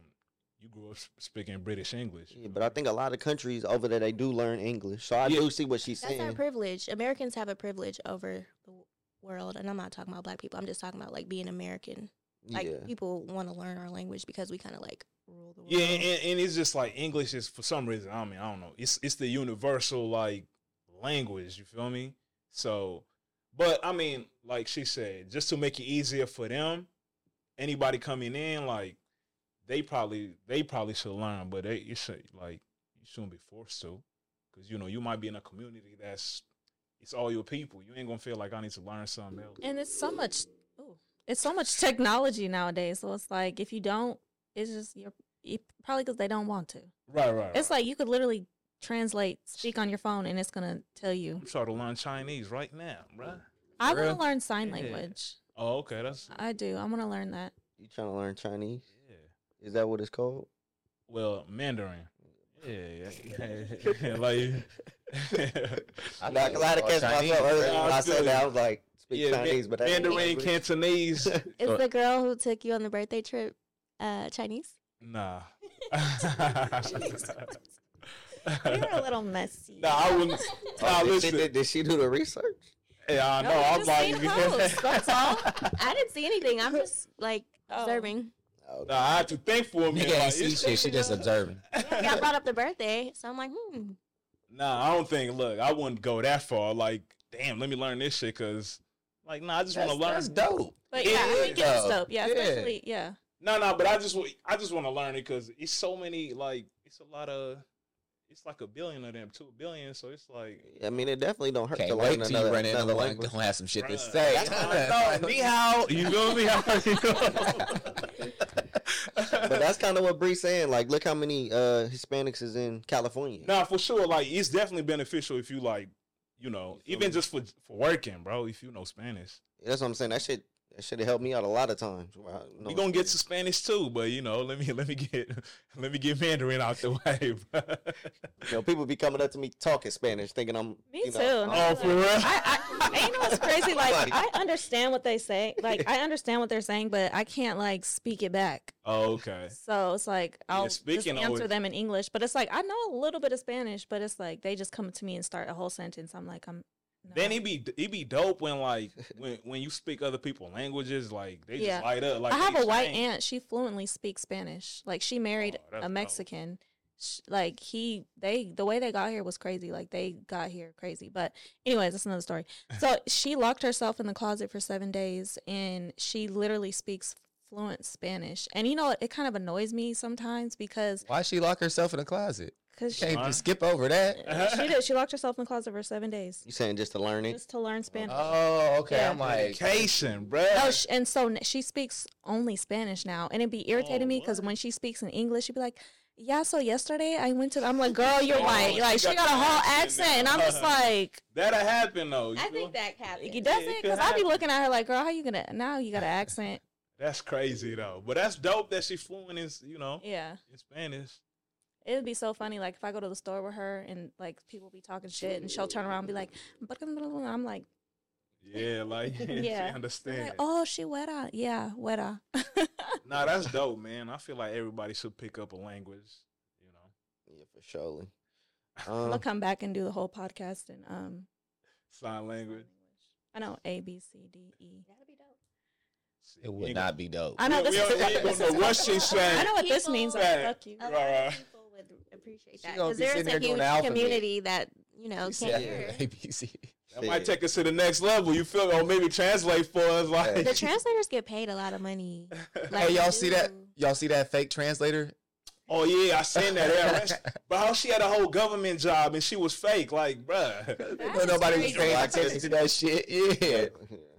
you grew up s- speaking British English. yeah, but I think a lot of countries over there they do learn English, so I Yeah. do see what she's That's our saying. privilege. Americans have a privilege over the w- world, and I'm not talking about black people. I'm just talking about like being American. Like yeah, people want to learn our language because we kind of like rule the world. Yeah, and, and, and it's just like English is for some reason. I mean, I don't know. It's it's the universal like language. You feel me? So, but I mean, like she said, just to make it easier for them, anybody coming in, like they probably they probably should learn, but they you should like you shouldn't be forced to, because you know you might be in a community that's it's all your people. You ain't gonna feel like I need to learn something else. And it's so much. ooh, It's so much technology nowadays. So it's like if you don't, it's just you're it, probably because they don't want to. Right, right. It's like you could literally translate, speak on your phone, and it's gonna tell you. I'm trying to learn Chinese right now, bruh. I For want real? to learn sign Yeah. language. Oh, okay, that's I do. I want to learn that. you trying to learn Chinese? yeah. Is that what it's called? Well, Mandarin. Yeah, yeah. like I'm not glad to catch myself earlier when I said that. I was like, speak yeah, Ma- Chinese, but that ain't Mandarin, English. Cantonese. Is the girl who took you on the birthday trip uh, Chinese? nah. You're a little messy. nah, I wouldn't. Nah, Oh, did, she, listen. did, did she do the research? Yeah, I know. No, I'm just saying hoes, that's all. like. I didn't see anything. I'm just like Oh. observing. Oh, nah, I had to think for a minute. Nigga like, ain't see it's- shit. She just observing. Oh. Yeah, I brought up the birthday, so I'm like, hmm. Nah, I don't think. Look, I wouldn't go that far. Like, damn, let me learn this shit because, like, nah, I just want to That's, learn. that's dope. But It yeah, I is, think it's though. dope. Yeah, Yeah. especially yeah. No, no, but I just wa- I just want to learn it because it's so many like it's a lot of it's like a billion of them, two billion. So it's like I mean, it definitely don't hurt Can't to wait learn till you another, run into another one. language. Don't have some shit to Bruh. say. That's how I thought. Ni hao. You feel me? But that's kind of what Bree's saying. Like, look how many uh, Hispanics is in California. nah, for sure. Like it's definitely beneficial if you like, you know, You feel even me? just for for working, bro. If you know Spanish, That's what I'm saying. That shit, that shit helped me out a lot of times. where I know we gonna get to Spanish too. But you know, let me let me get let me get Mandarin out the way. Bro. You know, people be coming up to me talking Spanish, thinking I'm. Me you too, Know, and I'm- oh, for real? I, I and you know what's crazy? Like Like- I understand what they say. Like I understand what they're saying, but I can't like speak it back. oh, okay. So it's like Yeah, I'll just speaking answer always- them in English. But it's like I know a little bit of Spanish, but it's like they just come to me and start a whole sentence. I'm like I'm. No. Then it be it be dope when like when when you speak other people languages like they Yeah. just light up. Like I have they a white change. aunt. She fluently speaks Spanish. Like she married Oh, that's a dope. Mexican. Sh like he, they, the way they got here was crazy. Like they got here crazy. But anyways, that's another story. So she locked herself in the closet for seven days, and she literally speaks fluent Spanish. And you know, it, it kind of annoys me sometimes because Why she lock herself in a closet? because she, Can't Huh? skip over that. she did. She locked herself in the closet for seven days You saying just to learn it? just to learn Spanish. Oh, okay. Yeah. I'm like, Vacation, bro. No, Oh, sh and so n- she speaks only Spanish now, and it'd be Oh, irritating me because when she speaks in English, she'd be like, "Yeah, so yesterday I went to." I'm like, "Girl, you're Oh, white." she Like she got got a the whole accent accent, and I'm just now. like, That'll happen though. you I feel? think that happens. "You doesn't," it could because I'd be happen. looking at her like, "Girl, how you gonna now? You got an accent?" That's crazy though. But that's dope that she fluent in you know Yeah, in Spanish. it'd be so funny. Like if I go to the store with her and like people be talking shit, and she'll turn around and be like, "But-" "I'm like, Yeah, like Yeah. yeah, she I'm understand. like, oh, she weta, yeah, weta." Nah, that's dope, man. I feel like everybody should pick up a language. You know, Yeah, for surely. I'll Um, Uh-huh. come back and do the whole podcast and um. sign language. I I know A, B, C, D, E. That'd be dope. It would not be dope. I know we, this is. we ain't this gonna is- rush this I thing. know what this means. Like, Right. fuck you. A lot Right, of right. people would appreciate She that gonna because be there's sitting a there doing huge the alphabet. community that you know Yeah, can't hear. ABC. That might take us to the next level. You feel me? Or maybe translate for us. Like The translators get paid a lot of money. Like, Hey, y'all see that? dude, Y'all see that fake translator? Oh yeah, I seen that. Yeah, that's- but how she had a whole government job and she was fake, like, bruh. When nobody was crazy. paying attention to that shit. Yeah. that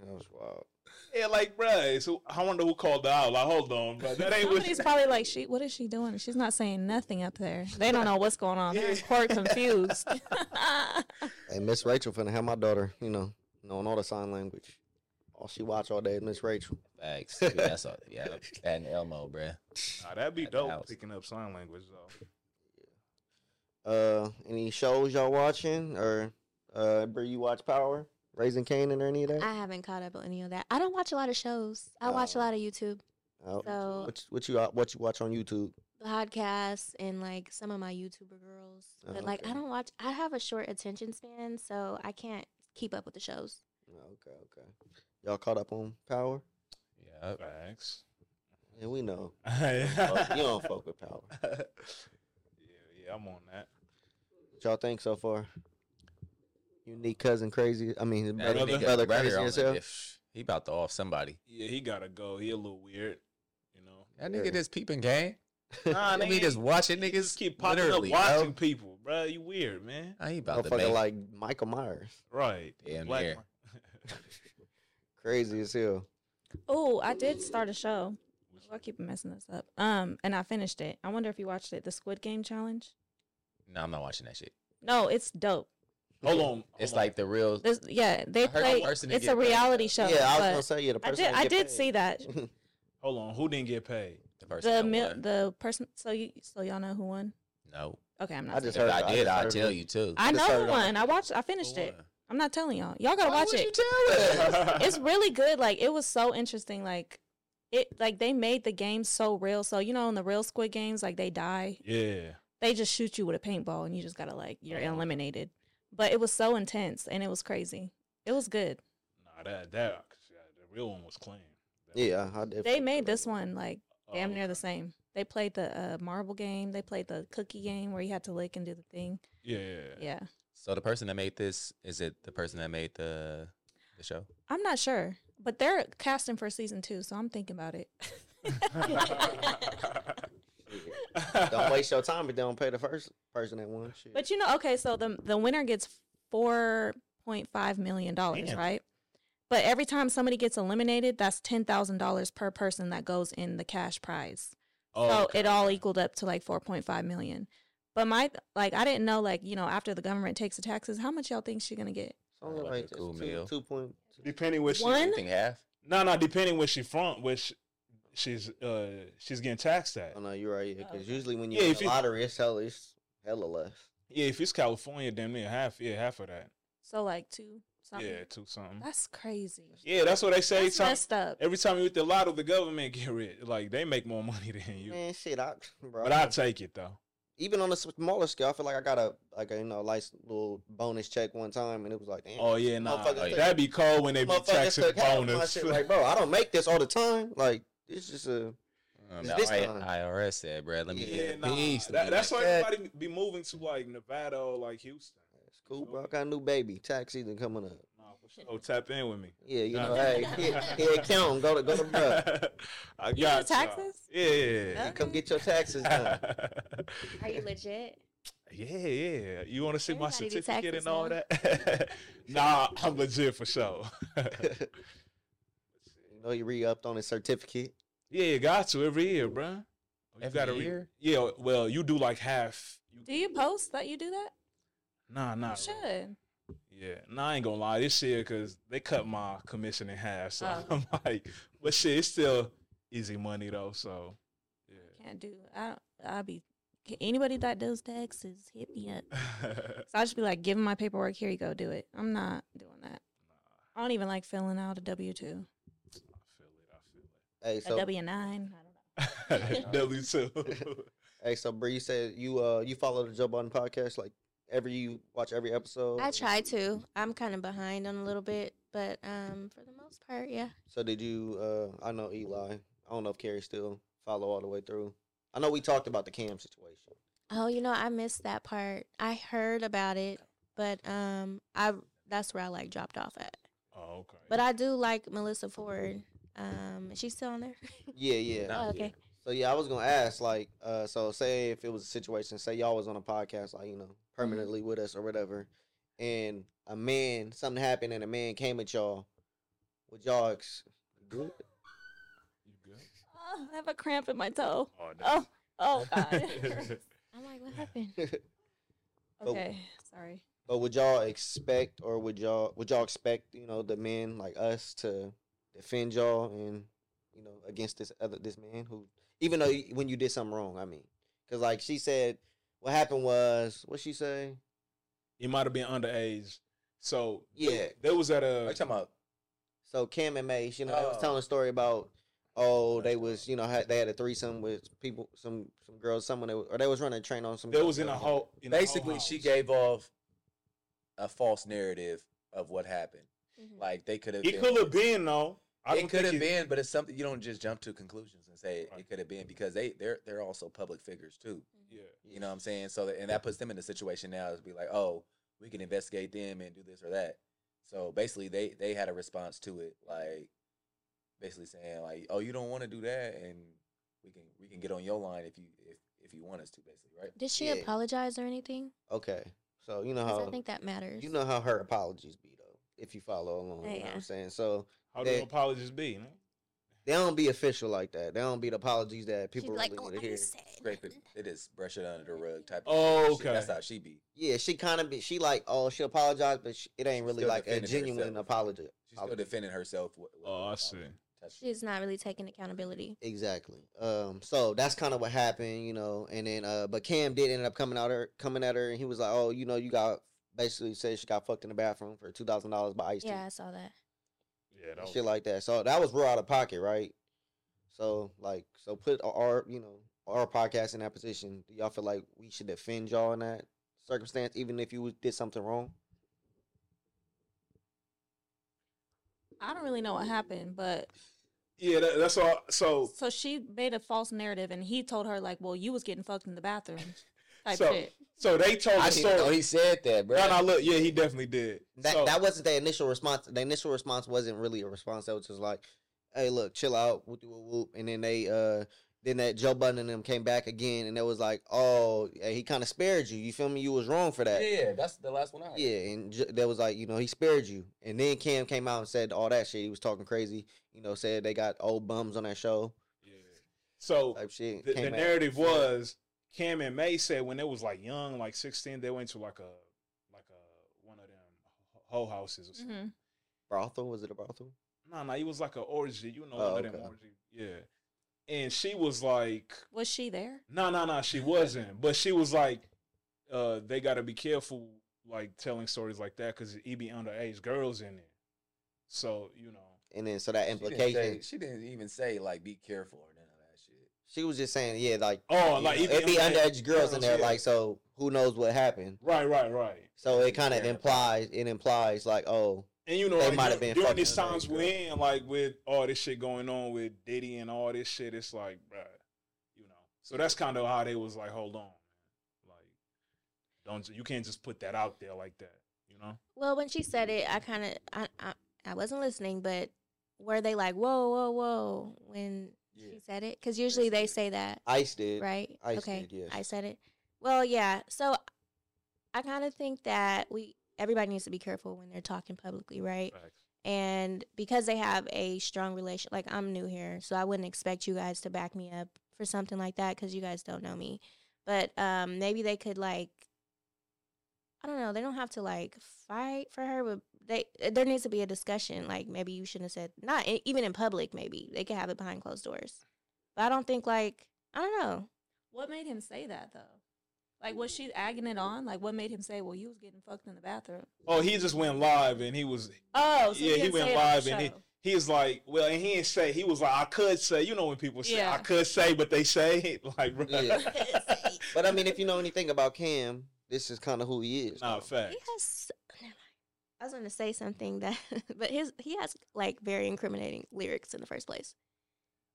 was wild. Yeah, like, bruh. So I wonder who called her out. Like, hold on, bro. That ain't what. Somebody's probably like, she. What is she doing? She's not saying nothing up there. They don't know what's going on. They're quite confused. Hey, Miss Rachel finna have my daughter, you know, knowing all the sign language. All she watch all day is Miss Rachel. Facts. Dude, that's all. Yeah, that and Elmo, bruh. Nah, that'd be At the dope house. picking up sign language though. Uh, any shows y'all watching or uh, Brie, you watch Power, Raising Canaan, or any of that? I haven't caught up on any of that. I don't watch a lot of shows. I watch a Oh. lot of YouTube Oh, so- what what you what you watch on YouTube? podcasts and like some of my YouTuber girls. But Oh, like okay. I don't watch. I have a short attention span, so I can't keep up with the shows. Oh, okay, okay. Y'all caught up on Power? Yeah. Facts. Yeah, we know. Fuck- you yeah, don't fuck with Power. What yeah, I'm on that. y'all think so far? Unique cousin, crazy. I mean, his That brother, nigga brother, brother crazy on the himself. diff. He about to off somebody. Yeah, he gotta go. He a little weird, you know. That Yeah. nigga just peeping game. Nah, I mean, just watching niggas just keep popping up literally, watching people, bro. You weird, man. I ain't about to Motherfucker bait. like Michael Myers, Right. Damn Black near. man. crazy as hell. oh, I did start a show. I keep messing this up. Um, and I finished it. I wonder if you watched it, the Squid Game challenge. no, I'm not watching that shit. No, it's dope. Hold on. It's hold on. like the real. This, yeah, they I heard the play. person that It's get a paid, reality show. though. yeah, I was but gonna say yeah. The I person did. I did see that. Hold on. Who didn't get paid? The person. The that mil- won. the person. So you. So y'all know who won? no. Okay, I'm not. I saying. just If heard. I did, just I'll heard tell it. you too. I just know heard who on- won. I watched. I finished it. I'm not telling y'all. Y'all gotta watch it. it's really good. Like it was so interesting. Like it. Like they made the game so real. So you know, in the real Squid Games, like they die. yeah. They just shoot you with a paintball, and you just gotta like you're eliminated. But it was so intense, and it was crazy. It was good. Nah, that that the real one was clean. That was- Yeah, I did. They made this one like oh, damn near the okay. same. They played the uh, marble game. They played the cookie game where you had to lick and do the thing. Yeah, yeah. yeah. Yeah, So the person that made this is it the person that made the the show? I'm not sure, but they're casting for season two, so I'm thinking about it. Don't waste your time if they don't pay the first person that won. Shit. But you know, okay, so the the winner gets four point five million dollars, Damn. right? But every time somebody gets eliminated, that's ten thousand dollars per person that goes in the cash prize. so Oh, okay, it all okay. equaled up to like four point five million. But my like, I didn't know like you know after the government takes the taxes, how much y'all think she gonna get? It's only Like like a cool two, meal. two point. Depending where she, One- You think half? no, no, depending where she from, where she, she's uh she's getting taxed at. Oh no, you're right. Because usually when you Yeah, win if the you- lottery, it's hella, it's hella less. Yeah, if it's California, damn near half. Yeah, half of that. So like two something. Yeah, two something. That's crazy. Yeah, that's what they say. That's time- messed up. every time you hit the lotto, the government get rich. Like they make more money than you. Man, shit, I, bro. But I take it though. even on a smaller scale, I feel like I got a like a you know nice little bonus check one time, and it was like, damn, Oh yeah, nah. motherfuckers took- That'd be cold when they be motherfuckers taxing took half of my bonus. shit. Like, bro, I don't make this all the time. Like, it's just a Um, It's the this I- time. IRS said, bruh, let me Yeah, get Yeah, a nah. piece. Let That- me that's like why that. everybody be moving to like Nevada or like Houston. it's cool, bro. I got a new baby. Tax season coming up. Nah, for sure. Oh, tap in with me. Yeah, you Nah. know, hey, here, here accountant, go to go to bro. I You do got y'all. taxes? Yeah, yeah, Come get your taxes done. yeah. Are you legit? yeah, yeah. You want to see my Everybody do certificate taxes and all now. that? nah, I'm legit for sure. You know, you re upped on his certificate. yeah, you got to every year, bruh. Oh, You Every gotta re- year? yeah, well, you do like half. Do you post that you do that? Nah, nah. You should. Yeah, nah, I ain't gonna lie. This year, cause they cut my commission in half, so Oh. I'm like, but shit, it's still easy money though. So, yeah. Can't do. I I be can anybody that does taxes hit me up. So I just be like, give 'em my paperwork. Here you go, do it. I'm not doing that. I don't even like filling out a W two, Hey, a so W nine. I feel it. I feel it. W two. hey, so Bree you said you uh you follow the Joe Biden podcast like every you watch every episode. I try to. I'm kind of behind on a little bit, But um, for the most part, yeah. So did you? Uh, I know Eli. I don't know if Carrie still follow all the way through. I know we talked about the Cam situation. Oh, you know, I missed that part. I heard about it, but um, I that's where I like dropped off at. Oh, okay. But I do like Melissa Ford. Um, she's still on there. Yeah, yeah. Oh, okay. So yeah, I was gonna ask, like, uh, so say if it was a situation, say y'all was on a podcast, like you know, permanently with us or whatever, and a man, something happened, and a man came at y'all, would y'all ex- good? You good? Oh, I have a cramp in my toe. Oh, Oh, oh God. damn. I'm like, what happened? Oh. okay, sorry. but would y'all expect, or would y'all would y'all expect, you know, the men like us to defend y'all and you know against this other this man who, even though you- when you did something wrong, I mean, because like she said, what happened was what she say? it might have been underage. So Yeah. they was at Are you a talking about? So Cam and Mace, you know, they was Oh. telling a story about oh they was you know had, they had a threesome with people some some girls someone that, or they was running a train on some. they girl. was in a whole in a whole Basically, she house. gave off a false narrative of what happened. Like they could have. It could have been though. I It don't could think have it- been, but it's something you don't just jump to conclusions and say it, Right. it could have been because they they're they're also public figures too. Yeah. You know what I'm Mm-hmm. saying? So that, and that puts them in a situation now to be like, oh, we can investigate them and do this or that. So basically, they they had a response to it, like basically saying like, oh, you don't want to do that, and we can we can get on your line if you if if you want us to, basically, right? Did she Yeah. apologize or anything? okay. So you know 'Cause how I think that matters. you know how her apologies be though if you follow along. You know what Oh, Yeah. I'm saying? So How do They- apologies be? Man? they don't be official like that. They don't be the apologies that She's people like, really oh, want to I hear. said. Scrape it, it is brush it under the rug type. Oh, shit. That's okay. how she be. Yeah, she kind of be she like oh she apologized, but she, it ain't really Still like a defending genuine herself. apology. She's still defending herself. With, with Oh, I with- see. touch- She's not really taking accountability. Exactly. Um, so that's kind of what happened, you know. And then, uh, but Cam did end up coming out her, coming at her, and he was like, "Oh, you know, you got basically said she got fucked in the bathroom for two thousand dollars by Ice Yeah, I saw that. Yeah, that was, shit like that." So that was real out of pocket, right? So like, so put our, you know, our podcast in that position. Do y'all feel like we should defend y'all in that circumstance, even if you did something wrong? I don't really know what happened, but yeah. That, that's all. So so she made a false narrative, and he told her like, "Well, you was getting fucked in the bathroom." Type So- shit. so they told I the didn't know story. he said that, bro. No, no, look, yeah, he definitely did. That so, that wasn't the initial response. The initial response wasn't really a response. That was just like, "Hey, look, chill out." Whoop, whoop, whoop. And then they, uh, then that Joe Budden and them came back again, and it was like, "Oh, hey, he kind of spared you. You feel me? You was wrong for that." Yeah, that's the last one I heard. Yeah, and J- that was like, you know, he spared you. And then Cam came out and said all that shit. He was talking crazy. You know, said they got old bums on that show yeah. so type shit. the, Came the out- narrative Yeah. was Cam and May said when they was like young, like sixteen, they went to like a like a one of them hoe houses or something. hmm brothel. Was it a brothel? No, no, it was like an orgy, you know, Oh, one of them okay. orgy. Yeah. And she was like, Was she there? no, no, no, she wasn't. But she was like, uh, they got to be careful, like telling stories like that, because it be underage girls in it. So you know, And then so that She didn't implication. say- She didn't even say like be careful or none of that shit. She was just saying, yeah, like oh, you like know, it be underage girls in there, yeah. like so who knows what happened. right, right, right. So it kind of Yeah. implies it implies like oh And you know, They like, might have dur- been during fucking these underage times girls. we're in, like with all this shit going on with Diddy and all this shit, it's like, bruh, you know. So that's kind of how they was like, hold on, like, don't you can't just put that out there like that, you know? Well, when she said it, I kind of I, I I wasn't listening, but were they like, whoa, whoa, whoa, when Yeah. she said it? Because usually they say that. Ice did right? I okay, said yes. I said it. Well, yeah. So I kind of think that we everybody needs to be careful when they're talking publicly, right? Facts. And because they have a strong relation, like I'm new here, so I wouldn't expect you guys to back me up for something like that because you guys don't know me. But um, maybe they could like, I don't know. They don't have to like fight for her, but they there needs to be a discussion. Like maybe you shouldn't have said not e- even in public. Maybe they could have it behind closed doors. But I don't think like I don't know. What made him say that though? Like, was she agging it on? Like, what made him say, "Well, you was getting fucked in the bathroom"? Oh, he just went live and he was Oh, so yeah, he didn't went say it on the live and he show. he's like, well, and he didn't say he was like, I could say, you know, when people say I Yeah. could say, but they say it, like, bruh. Yeah. But I mean, if you know anything about Cam, this is kind of who he is. nah, though. facts. Yes. oh, I was going to say something that, but his he has like very incriminating lyrics in the first place.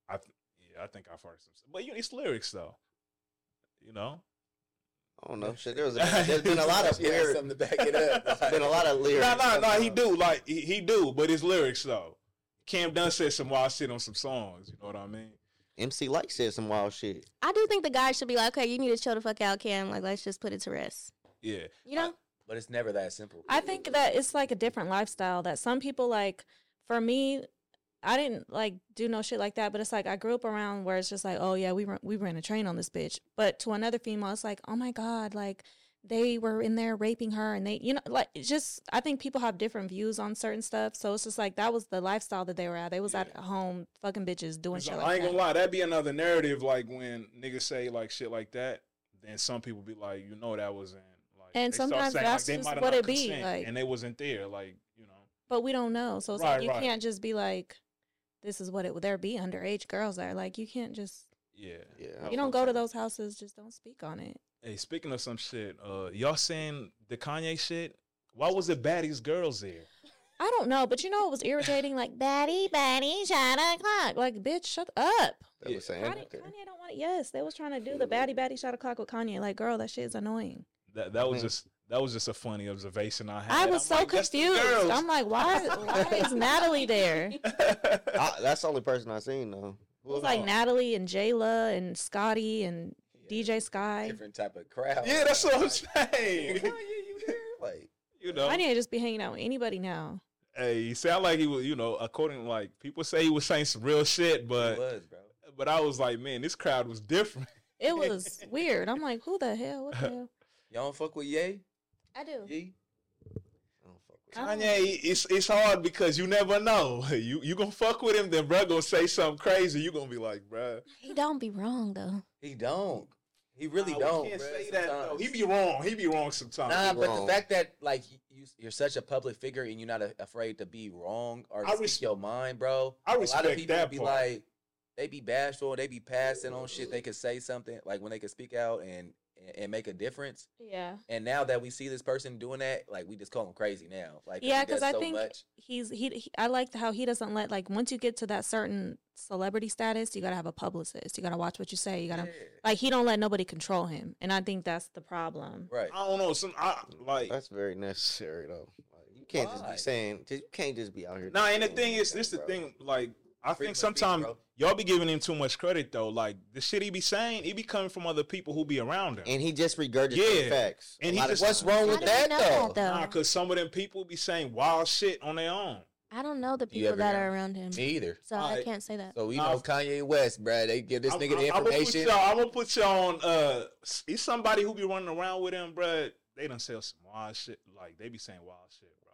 I th- yeah, I think I've heard some. But you, it's lyrics though. You know, I don't know. Shit, there was a, there's been a lot of She had weird. something to back it up. There's been a lot of lyrics. No, no, no. He do like he, he do, but it's lyrics though. Cam Dunn said some wild shit on some songs. You know what I mean? MC Light said some wild shit. I do think the guy should be like, okay, you need to chill the fuck out, Cam. Like, let's just put it to rest. Yeah. You know? but it's never that simple. I think that it's like a different lifestyle that some people like. For me, I didn't like do no shit like that, but it's like I grew up around where it's just like, oh yeah, we ran, we ran a train on this bitch. But to another female, it's like, oh my god, like they were in there raping her, and they, you know, like it's just I think people have different views on certain stuff. So it's just like that was the lifestyle that they were at. They was at home fucking bitches doing So shit. I Like ain't that. gonna lie, that'd be another narrative. Like when niggas say like shit like that, then some people be like, you know, that was in. Like, And they start sometimes saying, like, that's they just might have what not it be, consent, like- and they wasn't there. Like you know, but we don't know. So it's Right, like you right. can't just be like, this is what it would there be underage girls there. Like you can't just yeah. Yeah. you don't go to those houses. Just don't speak on it. Hey, speaking of some shit, uh, y'all saying the Kanye shit? Why was it baddies girls there? I don't know, but you know it was irritating. Like baddie, baddie, shot o'clock. Like bitch, shut up. They were saying Kanye, that there. Kanye don't want it. Yes, they was trying to do the baddie, baddie, shot o'clock with Kanye. Like girl, that shit is annoying. That that was Mhm. just that was just a funny observation I I had. was so I'm like, that's the confused. girls. I'm like, why? Why is Natalie there? It I- that's the only person I seen though. Who was else? like Natalie and Jayla and Scotty and DJ Sky. different type of crowd. yeah, that's what I'm saying. Kanye, you here? Like, you know, I need to just be hanging out with anybody now. hey, he sound like he was, you know, according like people say he was saying some real shit, it but was, bro. but I was like, man, this crowd was different. It was weird. I'm like, who the hell? What the hell? Y'all don't fuck with Ye? I do. Ye? I don't fuck with I don't- Kanye, it's it's hard because you never know. You you gonna fuck with him, then bruh gonna say something crazy. You gonna be like, bruh. He don't be wrong, though. He don't. He really Nah, we don't. can't bruh, say that though. sometimes. He be wrong. He be wrong sometimes. Nah, be but wrong. the fact that like you, you're such a public figure and you're not a, afraid to be wrong or I speak res- your mind, bro. I a lot of respect people that be part. like, they be bashful, they be passing on shit. They could say something like when they could speak out and and- and make a difference. Yeah. And now that we see this person doing that, like we just call him crazy now. Like he Yeah, does because I so think much. he's he, he. I liked how he doesn't let like once you get to that certain celebrity status, you gotta have a publicist. You gotta watch what you say. You gotta Yeah, like he don't let nobody control him, and I think that's the problem. right. I don't know. Some I like. That's very necessary though. Like, you can't just Why? be saying. You can't just be out here. Nah, just and the saying thing is, like this that, the bro. thing. Like, I think Freedom of speech, sometimes bro. y'all be giving him too much credit though. Like the shit he be saying, he be coming from other people who be around him. And he just regurgitates Yeah. facts. And he Like, just- what's wrong with I that don't know though? that, though. Nah, cause some of them people be saying wild shit on their own. I don't know the You people ever that know? are around him. Me either. So I Alright. can't say that. So we Nah, know Kanye West, bruh. They give this I'm- nigga the I'm- information. I'm gonna put y'all I'm gonna put y'all on. Uh, s- it's somebody who be running around with him, bruh. They done sell some wild shit. Like they be saying wild shit, bro.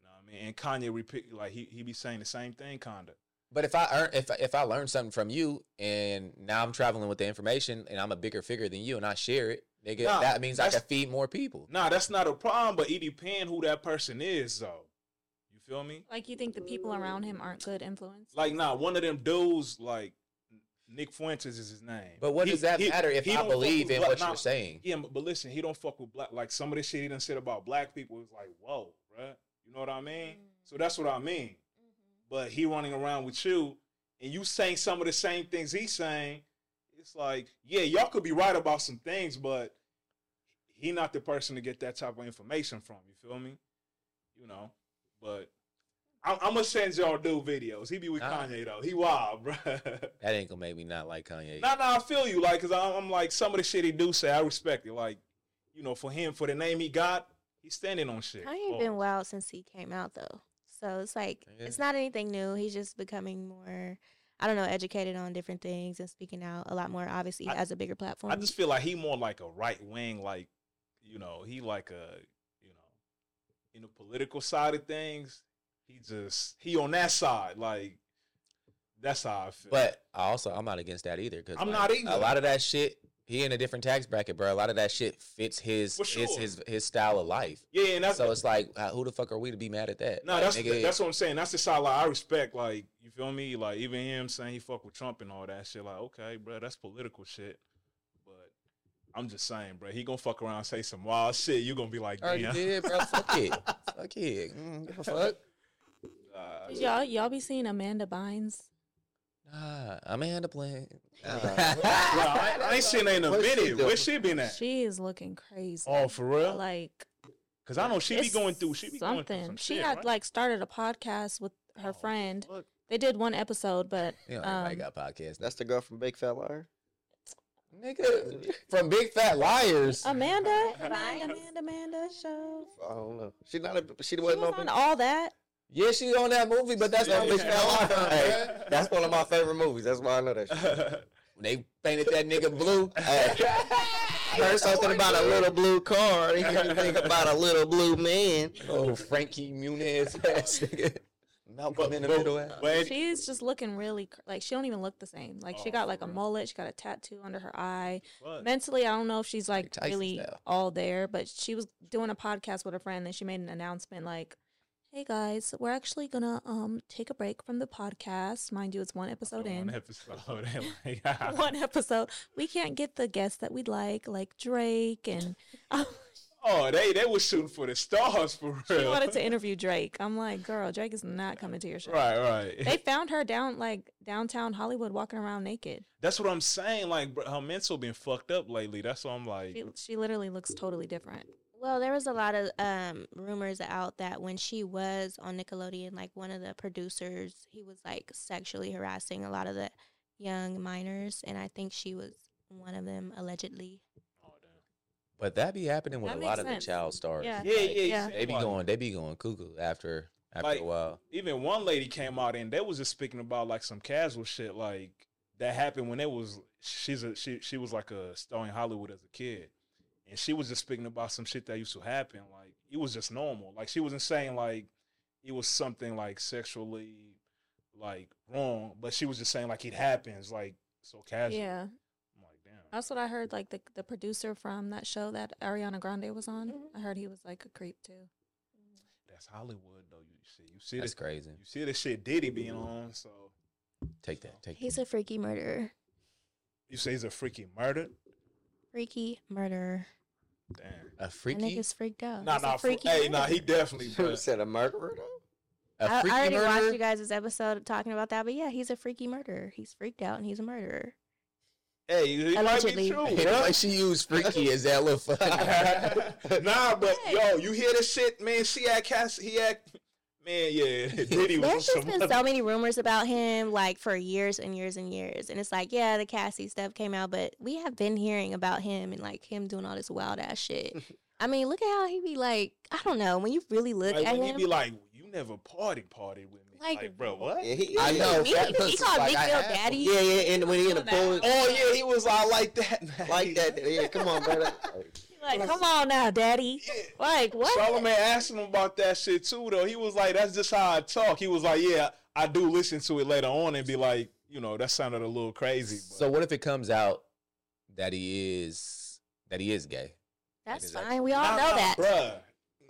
You know what I mean? And Kanye repeat like he he be saying the same thing, kinda. But if I earn, if if I learn something from you, and now I'm traveling with the information, and I'm a bigger figure than you, and I share it, nigga, Nah, that means I that's- can feed more people. Nah, that's not a problem, but it depend who that person is, though. You feel me? Like you think the people around him aren't good influence. Like, nah, one of them dudes, like Nick Fuentes is his name. But what He- does that he- matter if he I don't fuck believe with in black- what nah, you're saying? Yeah, but but listen, he don't fuck with black. Like some of the shit he done said about black people is like, whoa, bruh. You know what I mean? So that's what I mean. But he running around with you, and you saying some of the same things he's saying. It's like, yeah, y'all could be right about some things, but he not the person to get that type of information from. You feel me? You know, but. I'm, I'm gonna send y'all dude videos. He be with Nah. Kanye though. He wild, bruh. That ain't gonna make me not like Kanye. No, no, I feel you. Like, cause I'm, I'm like some of the shit he do say, I respect it. Like, you know, for him, for the name he got, he's standing on shit. Kanye Oh. been wild since he came out, though. So it's like Yeah. it's not anything new. He's just becoming more, I don't know, educated on different things and speaking out a lot more. Obviously, he I- has a bigger platform. I just feel like he more like a right wing, like, you know, he like a, you know, in the political side of things, he just he on that side. Like, that's how I feel. But I also I'm not against that either. Cause I'm like, not either. A lot of that shit, he in a different tax bracket, bro. A lot of that shit fits his For his sure. his his style of life. yeah, and that's So it's like, uh, who the fuck are we to be mad at that? No, Like, that's nigga, that's what I'm saying. That's the side like I respect. Like you feel me? Like even him saying he fuck with Trump and all that shit. Like okay, bro, that's political shit. But I'm just saying, bro. He gonna fuck around, and say some wild shit. You gonna be like, Already damn. did, bro. Fuck it. Fuck it. Mm-hmm. Mm, give a fuck. Uh, Did y'all y'all be seeing Amanda Bynes? Nah, I'm in the plan. Oh. bro, I, I ain't seen her in a What's she minute. doing? Where she been at? She is looking crazy. Oh, for real? Like Cause I know she be it's going through. She be going through something. some she shit, had right? like started a podcast with her friend. fuck. They did one episode, but You know, everybody um, got podcasts. That's the girl from Big Fat Liar. Nigga, from Big Fat Liars. Um, Amanda, Amanda, Amanda, Amanda show. I don't know. She not a. She She wasn't was on. on all that. Yeah, she's on that movie, but that's Yeah, not Big yeah. Fat Liars. Hey, that's one of my favorite movies. That's why I know that. Shit. They painted that nigga blue. Hey, heard something about a little blue car. He made me think about a little blue man. Oh, Frankie Muniz ass nigga. Malcolm in the middle ass. But it- She's just looking really cr- like she don't even look the same. Like she Oh, got for like a real? mullet. She got a tattoo under her eye. fuck. Mentally, I don't know if she's like Tyson really style. all there, but she was doing a podcast with her friend and she made an announcement like, "Hey guys, we're actually gonna um take a break from the podcast. Mind you, it's one episode in. One episode. and, like, one episode. We can't get the guests that we'd like, like Drake, and Oh, they they was shooting for the stars for real. she wanted to interview Drake. I'm like, girl, Drake is not coming to your show. Right, right. They found her down like downtown Hollywood, walking around naked. That's what I'm saying. Like bro, her mental been fucked up lately. That's why I'm like. She, she literally looks totally different. Well, there was a lot of um, rumors out that when she was on Nickelodeon, like one of the producers, he was like sexually harassing a lot of the young minors, and I think she was one of them allegedly. But that be happening with That a lot makes of sense. the child stars. Yeah. Yeah, Like, yeah, Yeah. They be Like, going, they be going cuckoo after after Like- a while. Even one lady came out and they was just speaking about like some casual shit like that happened when it was she's a she she was like a star in Hollywood as a kid, and she was just speaking about some shit that used to happen. Like it was just normal. Like she wasn't saying like it was something like sexually like wrong, but she was just saying like it happens like so casual. Yeah, I'm like damn. that's what I heard. Like the the producer from that show that Ariana Grande was on, Mm-hmm. I heard he was like a creep too. That's Hollywood though. You see, you see this, That's crazy. you see this shit Diddy being on. So Take that. Take that. He's a freaky murderer. you say he's a freaking murder? Freaky murderer. Damn. A I freaky, nigga's freaked out. Nah, Uh, He's a nah, fr- freaky hey, nah, murderer. he definitely. Who bruh. said a murderer though? a I, freaky I already watched murderer? you guys' episode talking about that, but yeah, he's a freaky murderer. He's freaked out and he's a murderer. Hey, it Allegedly. might be true. like she used freaky as that little fucking. bruh. nah, but yo, you hear this shit, man? She had Cass, he had, man, yeah, Diddy There's was on just some been other- so many rumors about him, like for years and years and years. And it's like, yeah, the Cassie stuff came out, but we have been hearing about him and like him doing all this wild ass shit. I mean, look at how he be like, I don't know, when you really look Like at when he him. be like, "You never party, party with me." Like, Like, bro, what? Yeah, he, I know. he, fat he pussy, called like, Big I Bill have- daddy. Yeah, yeah, and when he in the pool, Oh yeah, he was all like that, like that. Yeah, come on, brother. Like, come on now, Daddy. Like what? Solomon asked him about that shit too, though. He was like, "That's just how I talk." He was like, "Yeah, I do listen to it later on and be like, you know, that sounded a little crazy." But So what if it comes out that he is that he is gay? That's Like, fine. We all Nah, know nah, that. bruh.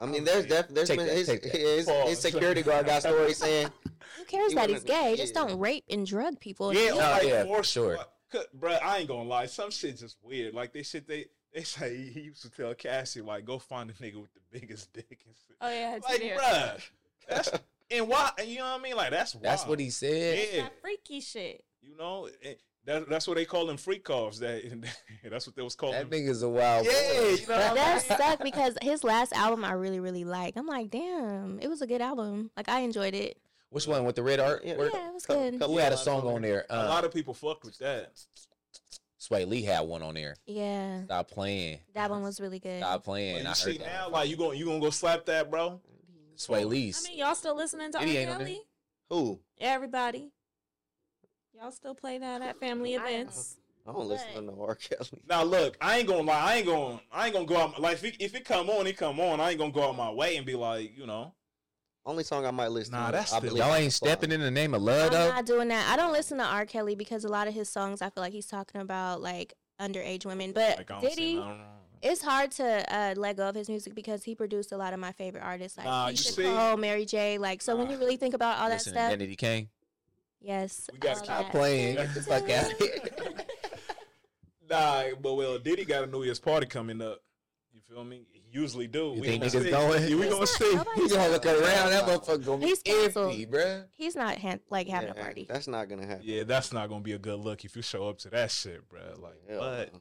I mean, there's def- there's Take been that, his, take that. his, his Pause. security guard got stories saying Who cares You that wanna- he's gay? Just yeah. don't rape and drug people. Yeah, No, like, Oh, yeah, for for sure. sure. Bro, I ain't gonna lie. Some shit just weird. Like they shit they they say he, he used to tell Cassie like go find a nigga with the biggest dick and shit. Oh yeah, like bruh, that's and why and you know what I mean? Like that's That's wild. what he said. Yeah, freaky shit. you know and that, that's what they call them freak offs. That that's what they was calling. That them. nigga's a wild Yeah, boy. you know what I'm That sucked because his last album I really, really liked. I'm like, damn, it was a good album. Like I enjoyed it. Which one with the red art? Yeah. Where- Yeah, it was Couple- good. couple Who had a lines song on there? Uh, a lot Um, of people fucked with that. Sway Lee had one on there. Yeah, Stop playing. that one was really good. Stop Like, playing. you I see heard now, that. like you gonna you gonna go slap that, bro? Sway I Lee's. mean, y'all still listening to R. Diddy ain't on there. Kelly? Who? Everybody, y'all still play that at family I don't know. events? I don't listen to no R. Kelly. Now look, I ain't gonna lie. I ain't gonna I ain't gonna go out. Like if it, if it come on, it come on. I ain't gonna go out my way and be like, you know. Only song I might listen Nah, to. that's I the- believe Y'all I'm ain't fly. stepping in the name of I'm love uh, though. not doing that. I don't listen to R. Kelly because a lot of his songs, I feel like he's talking about like underage women. But Like I don't see Diddy, nothing wrong. it's hard to uh, let go of his music because he produced a lot of my favorite artists, like Nah, you Keisha see- Cole, Mary J. Like, so when Nah. you really think about all that Listen, stuff, Danny Kane. yes, We gotta all stop that. Playing. Get the fuck out of here. Nah, but well, Diddy got a New Year's party coming up. You feel me? He usually do. You think gonna niggas see. going? Yeah, we He's gonna not- see. nobody- He's gonna look around. That motherfucker gonna be He's canceled. empty, bruh. He's not han- like having a Yeah, party. That's not gonna happen. Yeah, that's not gonna be a good look if you show up to that shit, bro. Like, Hell but no.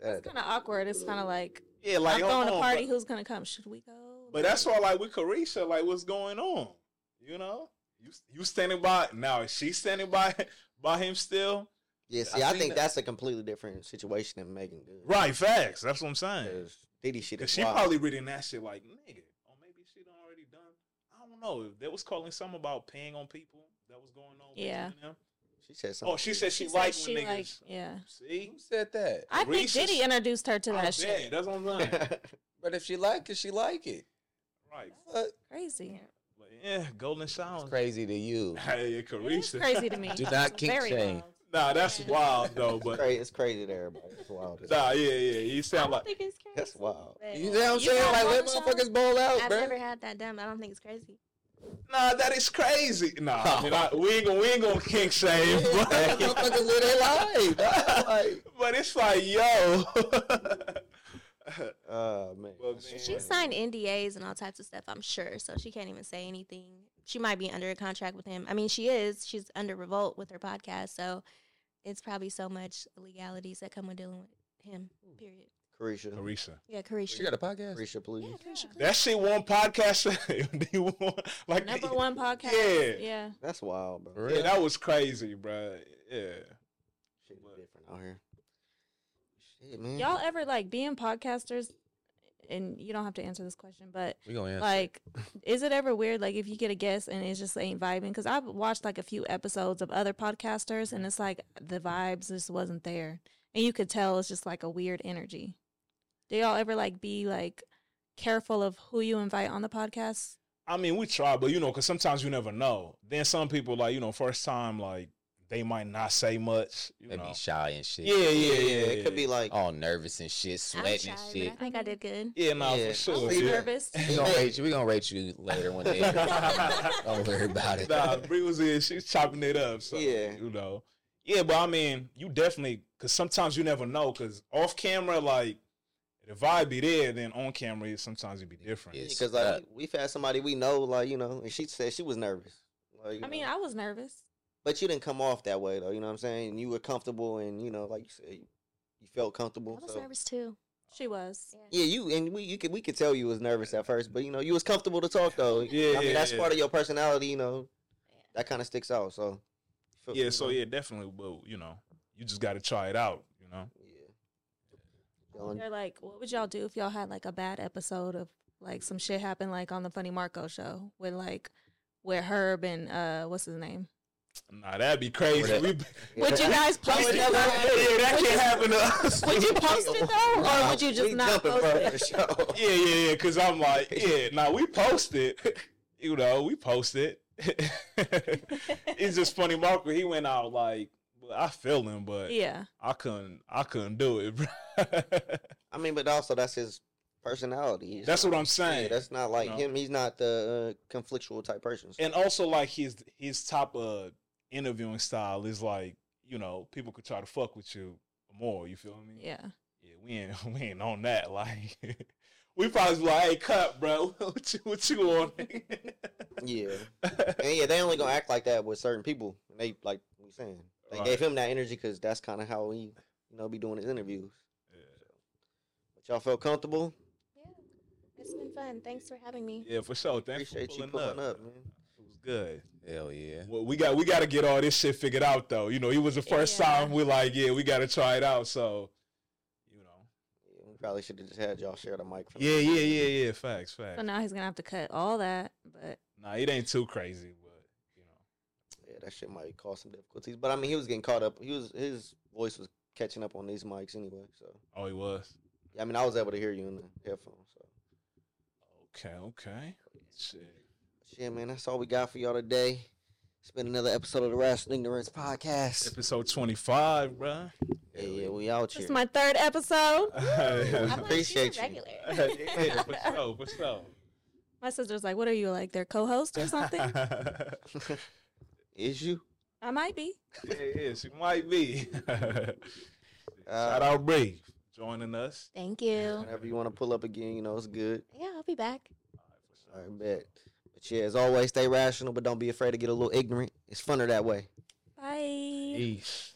That- It's kind of awkward. It's kind of like, yeah, like I'm throwing hold a on, party. But, Who's gonna come? Should we go? but that's why, like with Carisha, like what's going on? You know, you you standing by now? Is she standing by by him still? yeah, see, I I, seen think that. that's a completely different situation than Megan Good. Right, facts. That's what I'm saying. 'Cause Diddy shit Cause is she wild. probably reading that shit like nigga, or maybe she done already done. I don't know. They was calling something about paying on people that was going on. between Yeah. them. She said something. Oh, she said she, said liked she when niggas. like- yeah. See, Who said that? I think Reese's- Diddy introduced her to I that bet. shit. That's what I'm saying. But if she like it, she like it. right. Fuck. Crazy. But yeah, Golden Shower. It's crazy to you. Hey, It is Carisha. crazy to me. Do not It's kink very shame. wild. Nah, that's wild though. it's, But crazy, it's crazy to everybody. It's wild. as- nah, yeah, yeah. You I sound don't like think it's crazy. That's wild. but You know what I'm You saying? got Like let one shot? motherfuckers bowl out, I've bruh. never had that done. but I don't think it's crazy. nah, that is crazy. Nah, I mean, I, we ain't gonna we ain't gonna kink shame, Yeah, but, motherfuckers live their life. dawg. Like, but it's like yo. Oh man. Well, That's man. She crazy. signed NDAs and all types of stuff, I'm sure, so she can't even say anything. She might be under a contract with him. I mean, she is. She's under revolt with her podcast, so it's probably so much legalities that come with dealing with him. Period. Carisha. Carisha, Yeah, Carisha. she got a podcast. Carisha, please. yeah, Carisha. Clear. that shit one podcast. do you want like Number one podcast. Yeah. Yeah. That's wild, bro. For Yeah, real. that was crazy, bro. Yeah. Shit is different out here. Shit, man. Y'all ever like being podcasters? And you don't have to answer this question, but We gonna answer. like, is it ever weird? Like, if you get a guest and it just ain't vibing? Because I've watched like a few episodes of other podcasters, and it's like the vibes just wasn't there, and you could tell it's just like a weird energy. Do y'all ever like be like careful of who you invite on the podcast? I mean, we try, but you know, because sometimes you never know. Then some people, like you know, first time, like they might not say much. You They know. be shy and shit. Yeah, yeah, yeah, It could be like Oh, All nervous and shit, sweating and shy, shit. but I think I did good. Yeah, nah, Yeah. for sure. See, yeah. Nervous. We gonna rate you. Oh, We gonna rate you later one day. Don't worry about it. nah, Bree was in. She's chopping it up. So, Yeah. you know. Yeah, but I mean, you definitely because sometimes you never know. Because off camera, like the vibe be there, then on camera, it- sometimes it be different. Yes. because like we- we've had somebody we know, like you know, and she said she was nervous. Like, you I mean, know. I was nervous. but you didn't come off that way though. You know what I'm saying? You were comfortable, and you know, like you said, you, you felt I comfortable. was So nervous too. She was. yeah, you and we you could we could tell you was nervous at first, but you know you was comfortable to talk though. Yeah, I mean yeah, that's yeah. part of your personality. You know, that kind of sticks out. So feel- Yeah, you so know, yeah, definitely. But you know, you just got to try it out. You know. yeah. Y'all- They're like, what would y'all do if y'all had like a bad episode of like some shit happened like on the Funny Marco show with like with Herb and uh what's his name? Nah, that'd be crazy. Where We, Would you guys post yeah, it? that can't happen to us. Would you post it though, or would you just We not jumping post for it? the show. Yeah, yeah, yeah. Cause I'm like, yeah. Now we post it. you know, we post it. it's just funny, Marco. He went out like, well, I feel him, but Yeah, I couldn't, I couldn't do it. Bro. I mean, but also that's his personality. It's That's what not- I'm saying. Yeah, that's not like No. him. He's not the uh, conflictual type person. So, and also, like his his type of interviewing style is like, you know, people could try to fuck with you more. You feel me? yeah. Yeah, we ain't we ain't on that. Like, we probably be like, hey, cut, bro. what you what you on? yeah, and yeah, they only gonna act like that with certain people. And they like we saying they Right. gave him that energy because that's kind of how he, you know, be doing his interviews. But y'all felt comfortable. It's been fun. Thanks for having me. Yeah, for sure. Thanks Appreciate for you pulling, pulling up. up, man. It was good. Hell yeah. Well, we got we got to get all this shit figured out though. You know, it was the first Yeah. time we like, yeah, we got to try it out. So, you know, Yeah, we probably should have just had y'all share the mic. from- yeah, yeah, yeah, yeah. Facts, facts. So now he's gonna have to cut all that, but Nah, it ain't too crazy, but you know, yeah, that shit might cause some difficulties. But I mean, he was getting caught up. He was his voice was catching up on these mics anyway. So oh, he was. yeah, I mean, I was able to hear you in the headphones. So. Okay, okay. Shit. Shit, man, that's all we got for y'all today. It's been another episode of the Rational Ignorance Podcast. Episode twenty five, bro. Yeah, yeah, we out this here. is my third episode. yeah, I'm like, Appreciate she's a you. regular. yeah, for sure, for sure. My sister's like, what are you like their co-host or something? Is you? I might be. Uh, yeah, yeah, she might be. Shout out Brave joining us. Thank you. Whenever you want to pull up again, you know it's good. Yeah, I'll be back. I bet. But yeah, as always, stay rational, but don't be afraid to get a little ignorant. It's funner that way. Bye. Peace.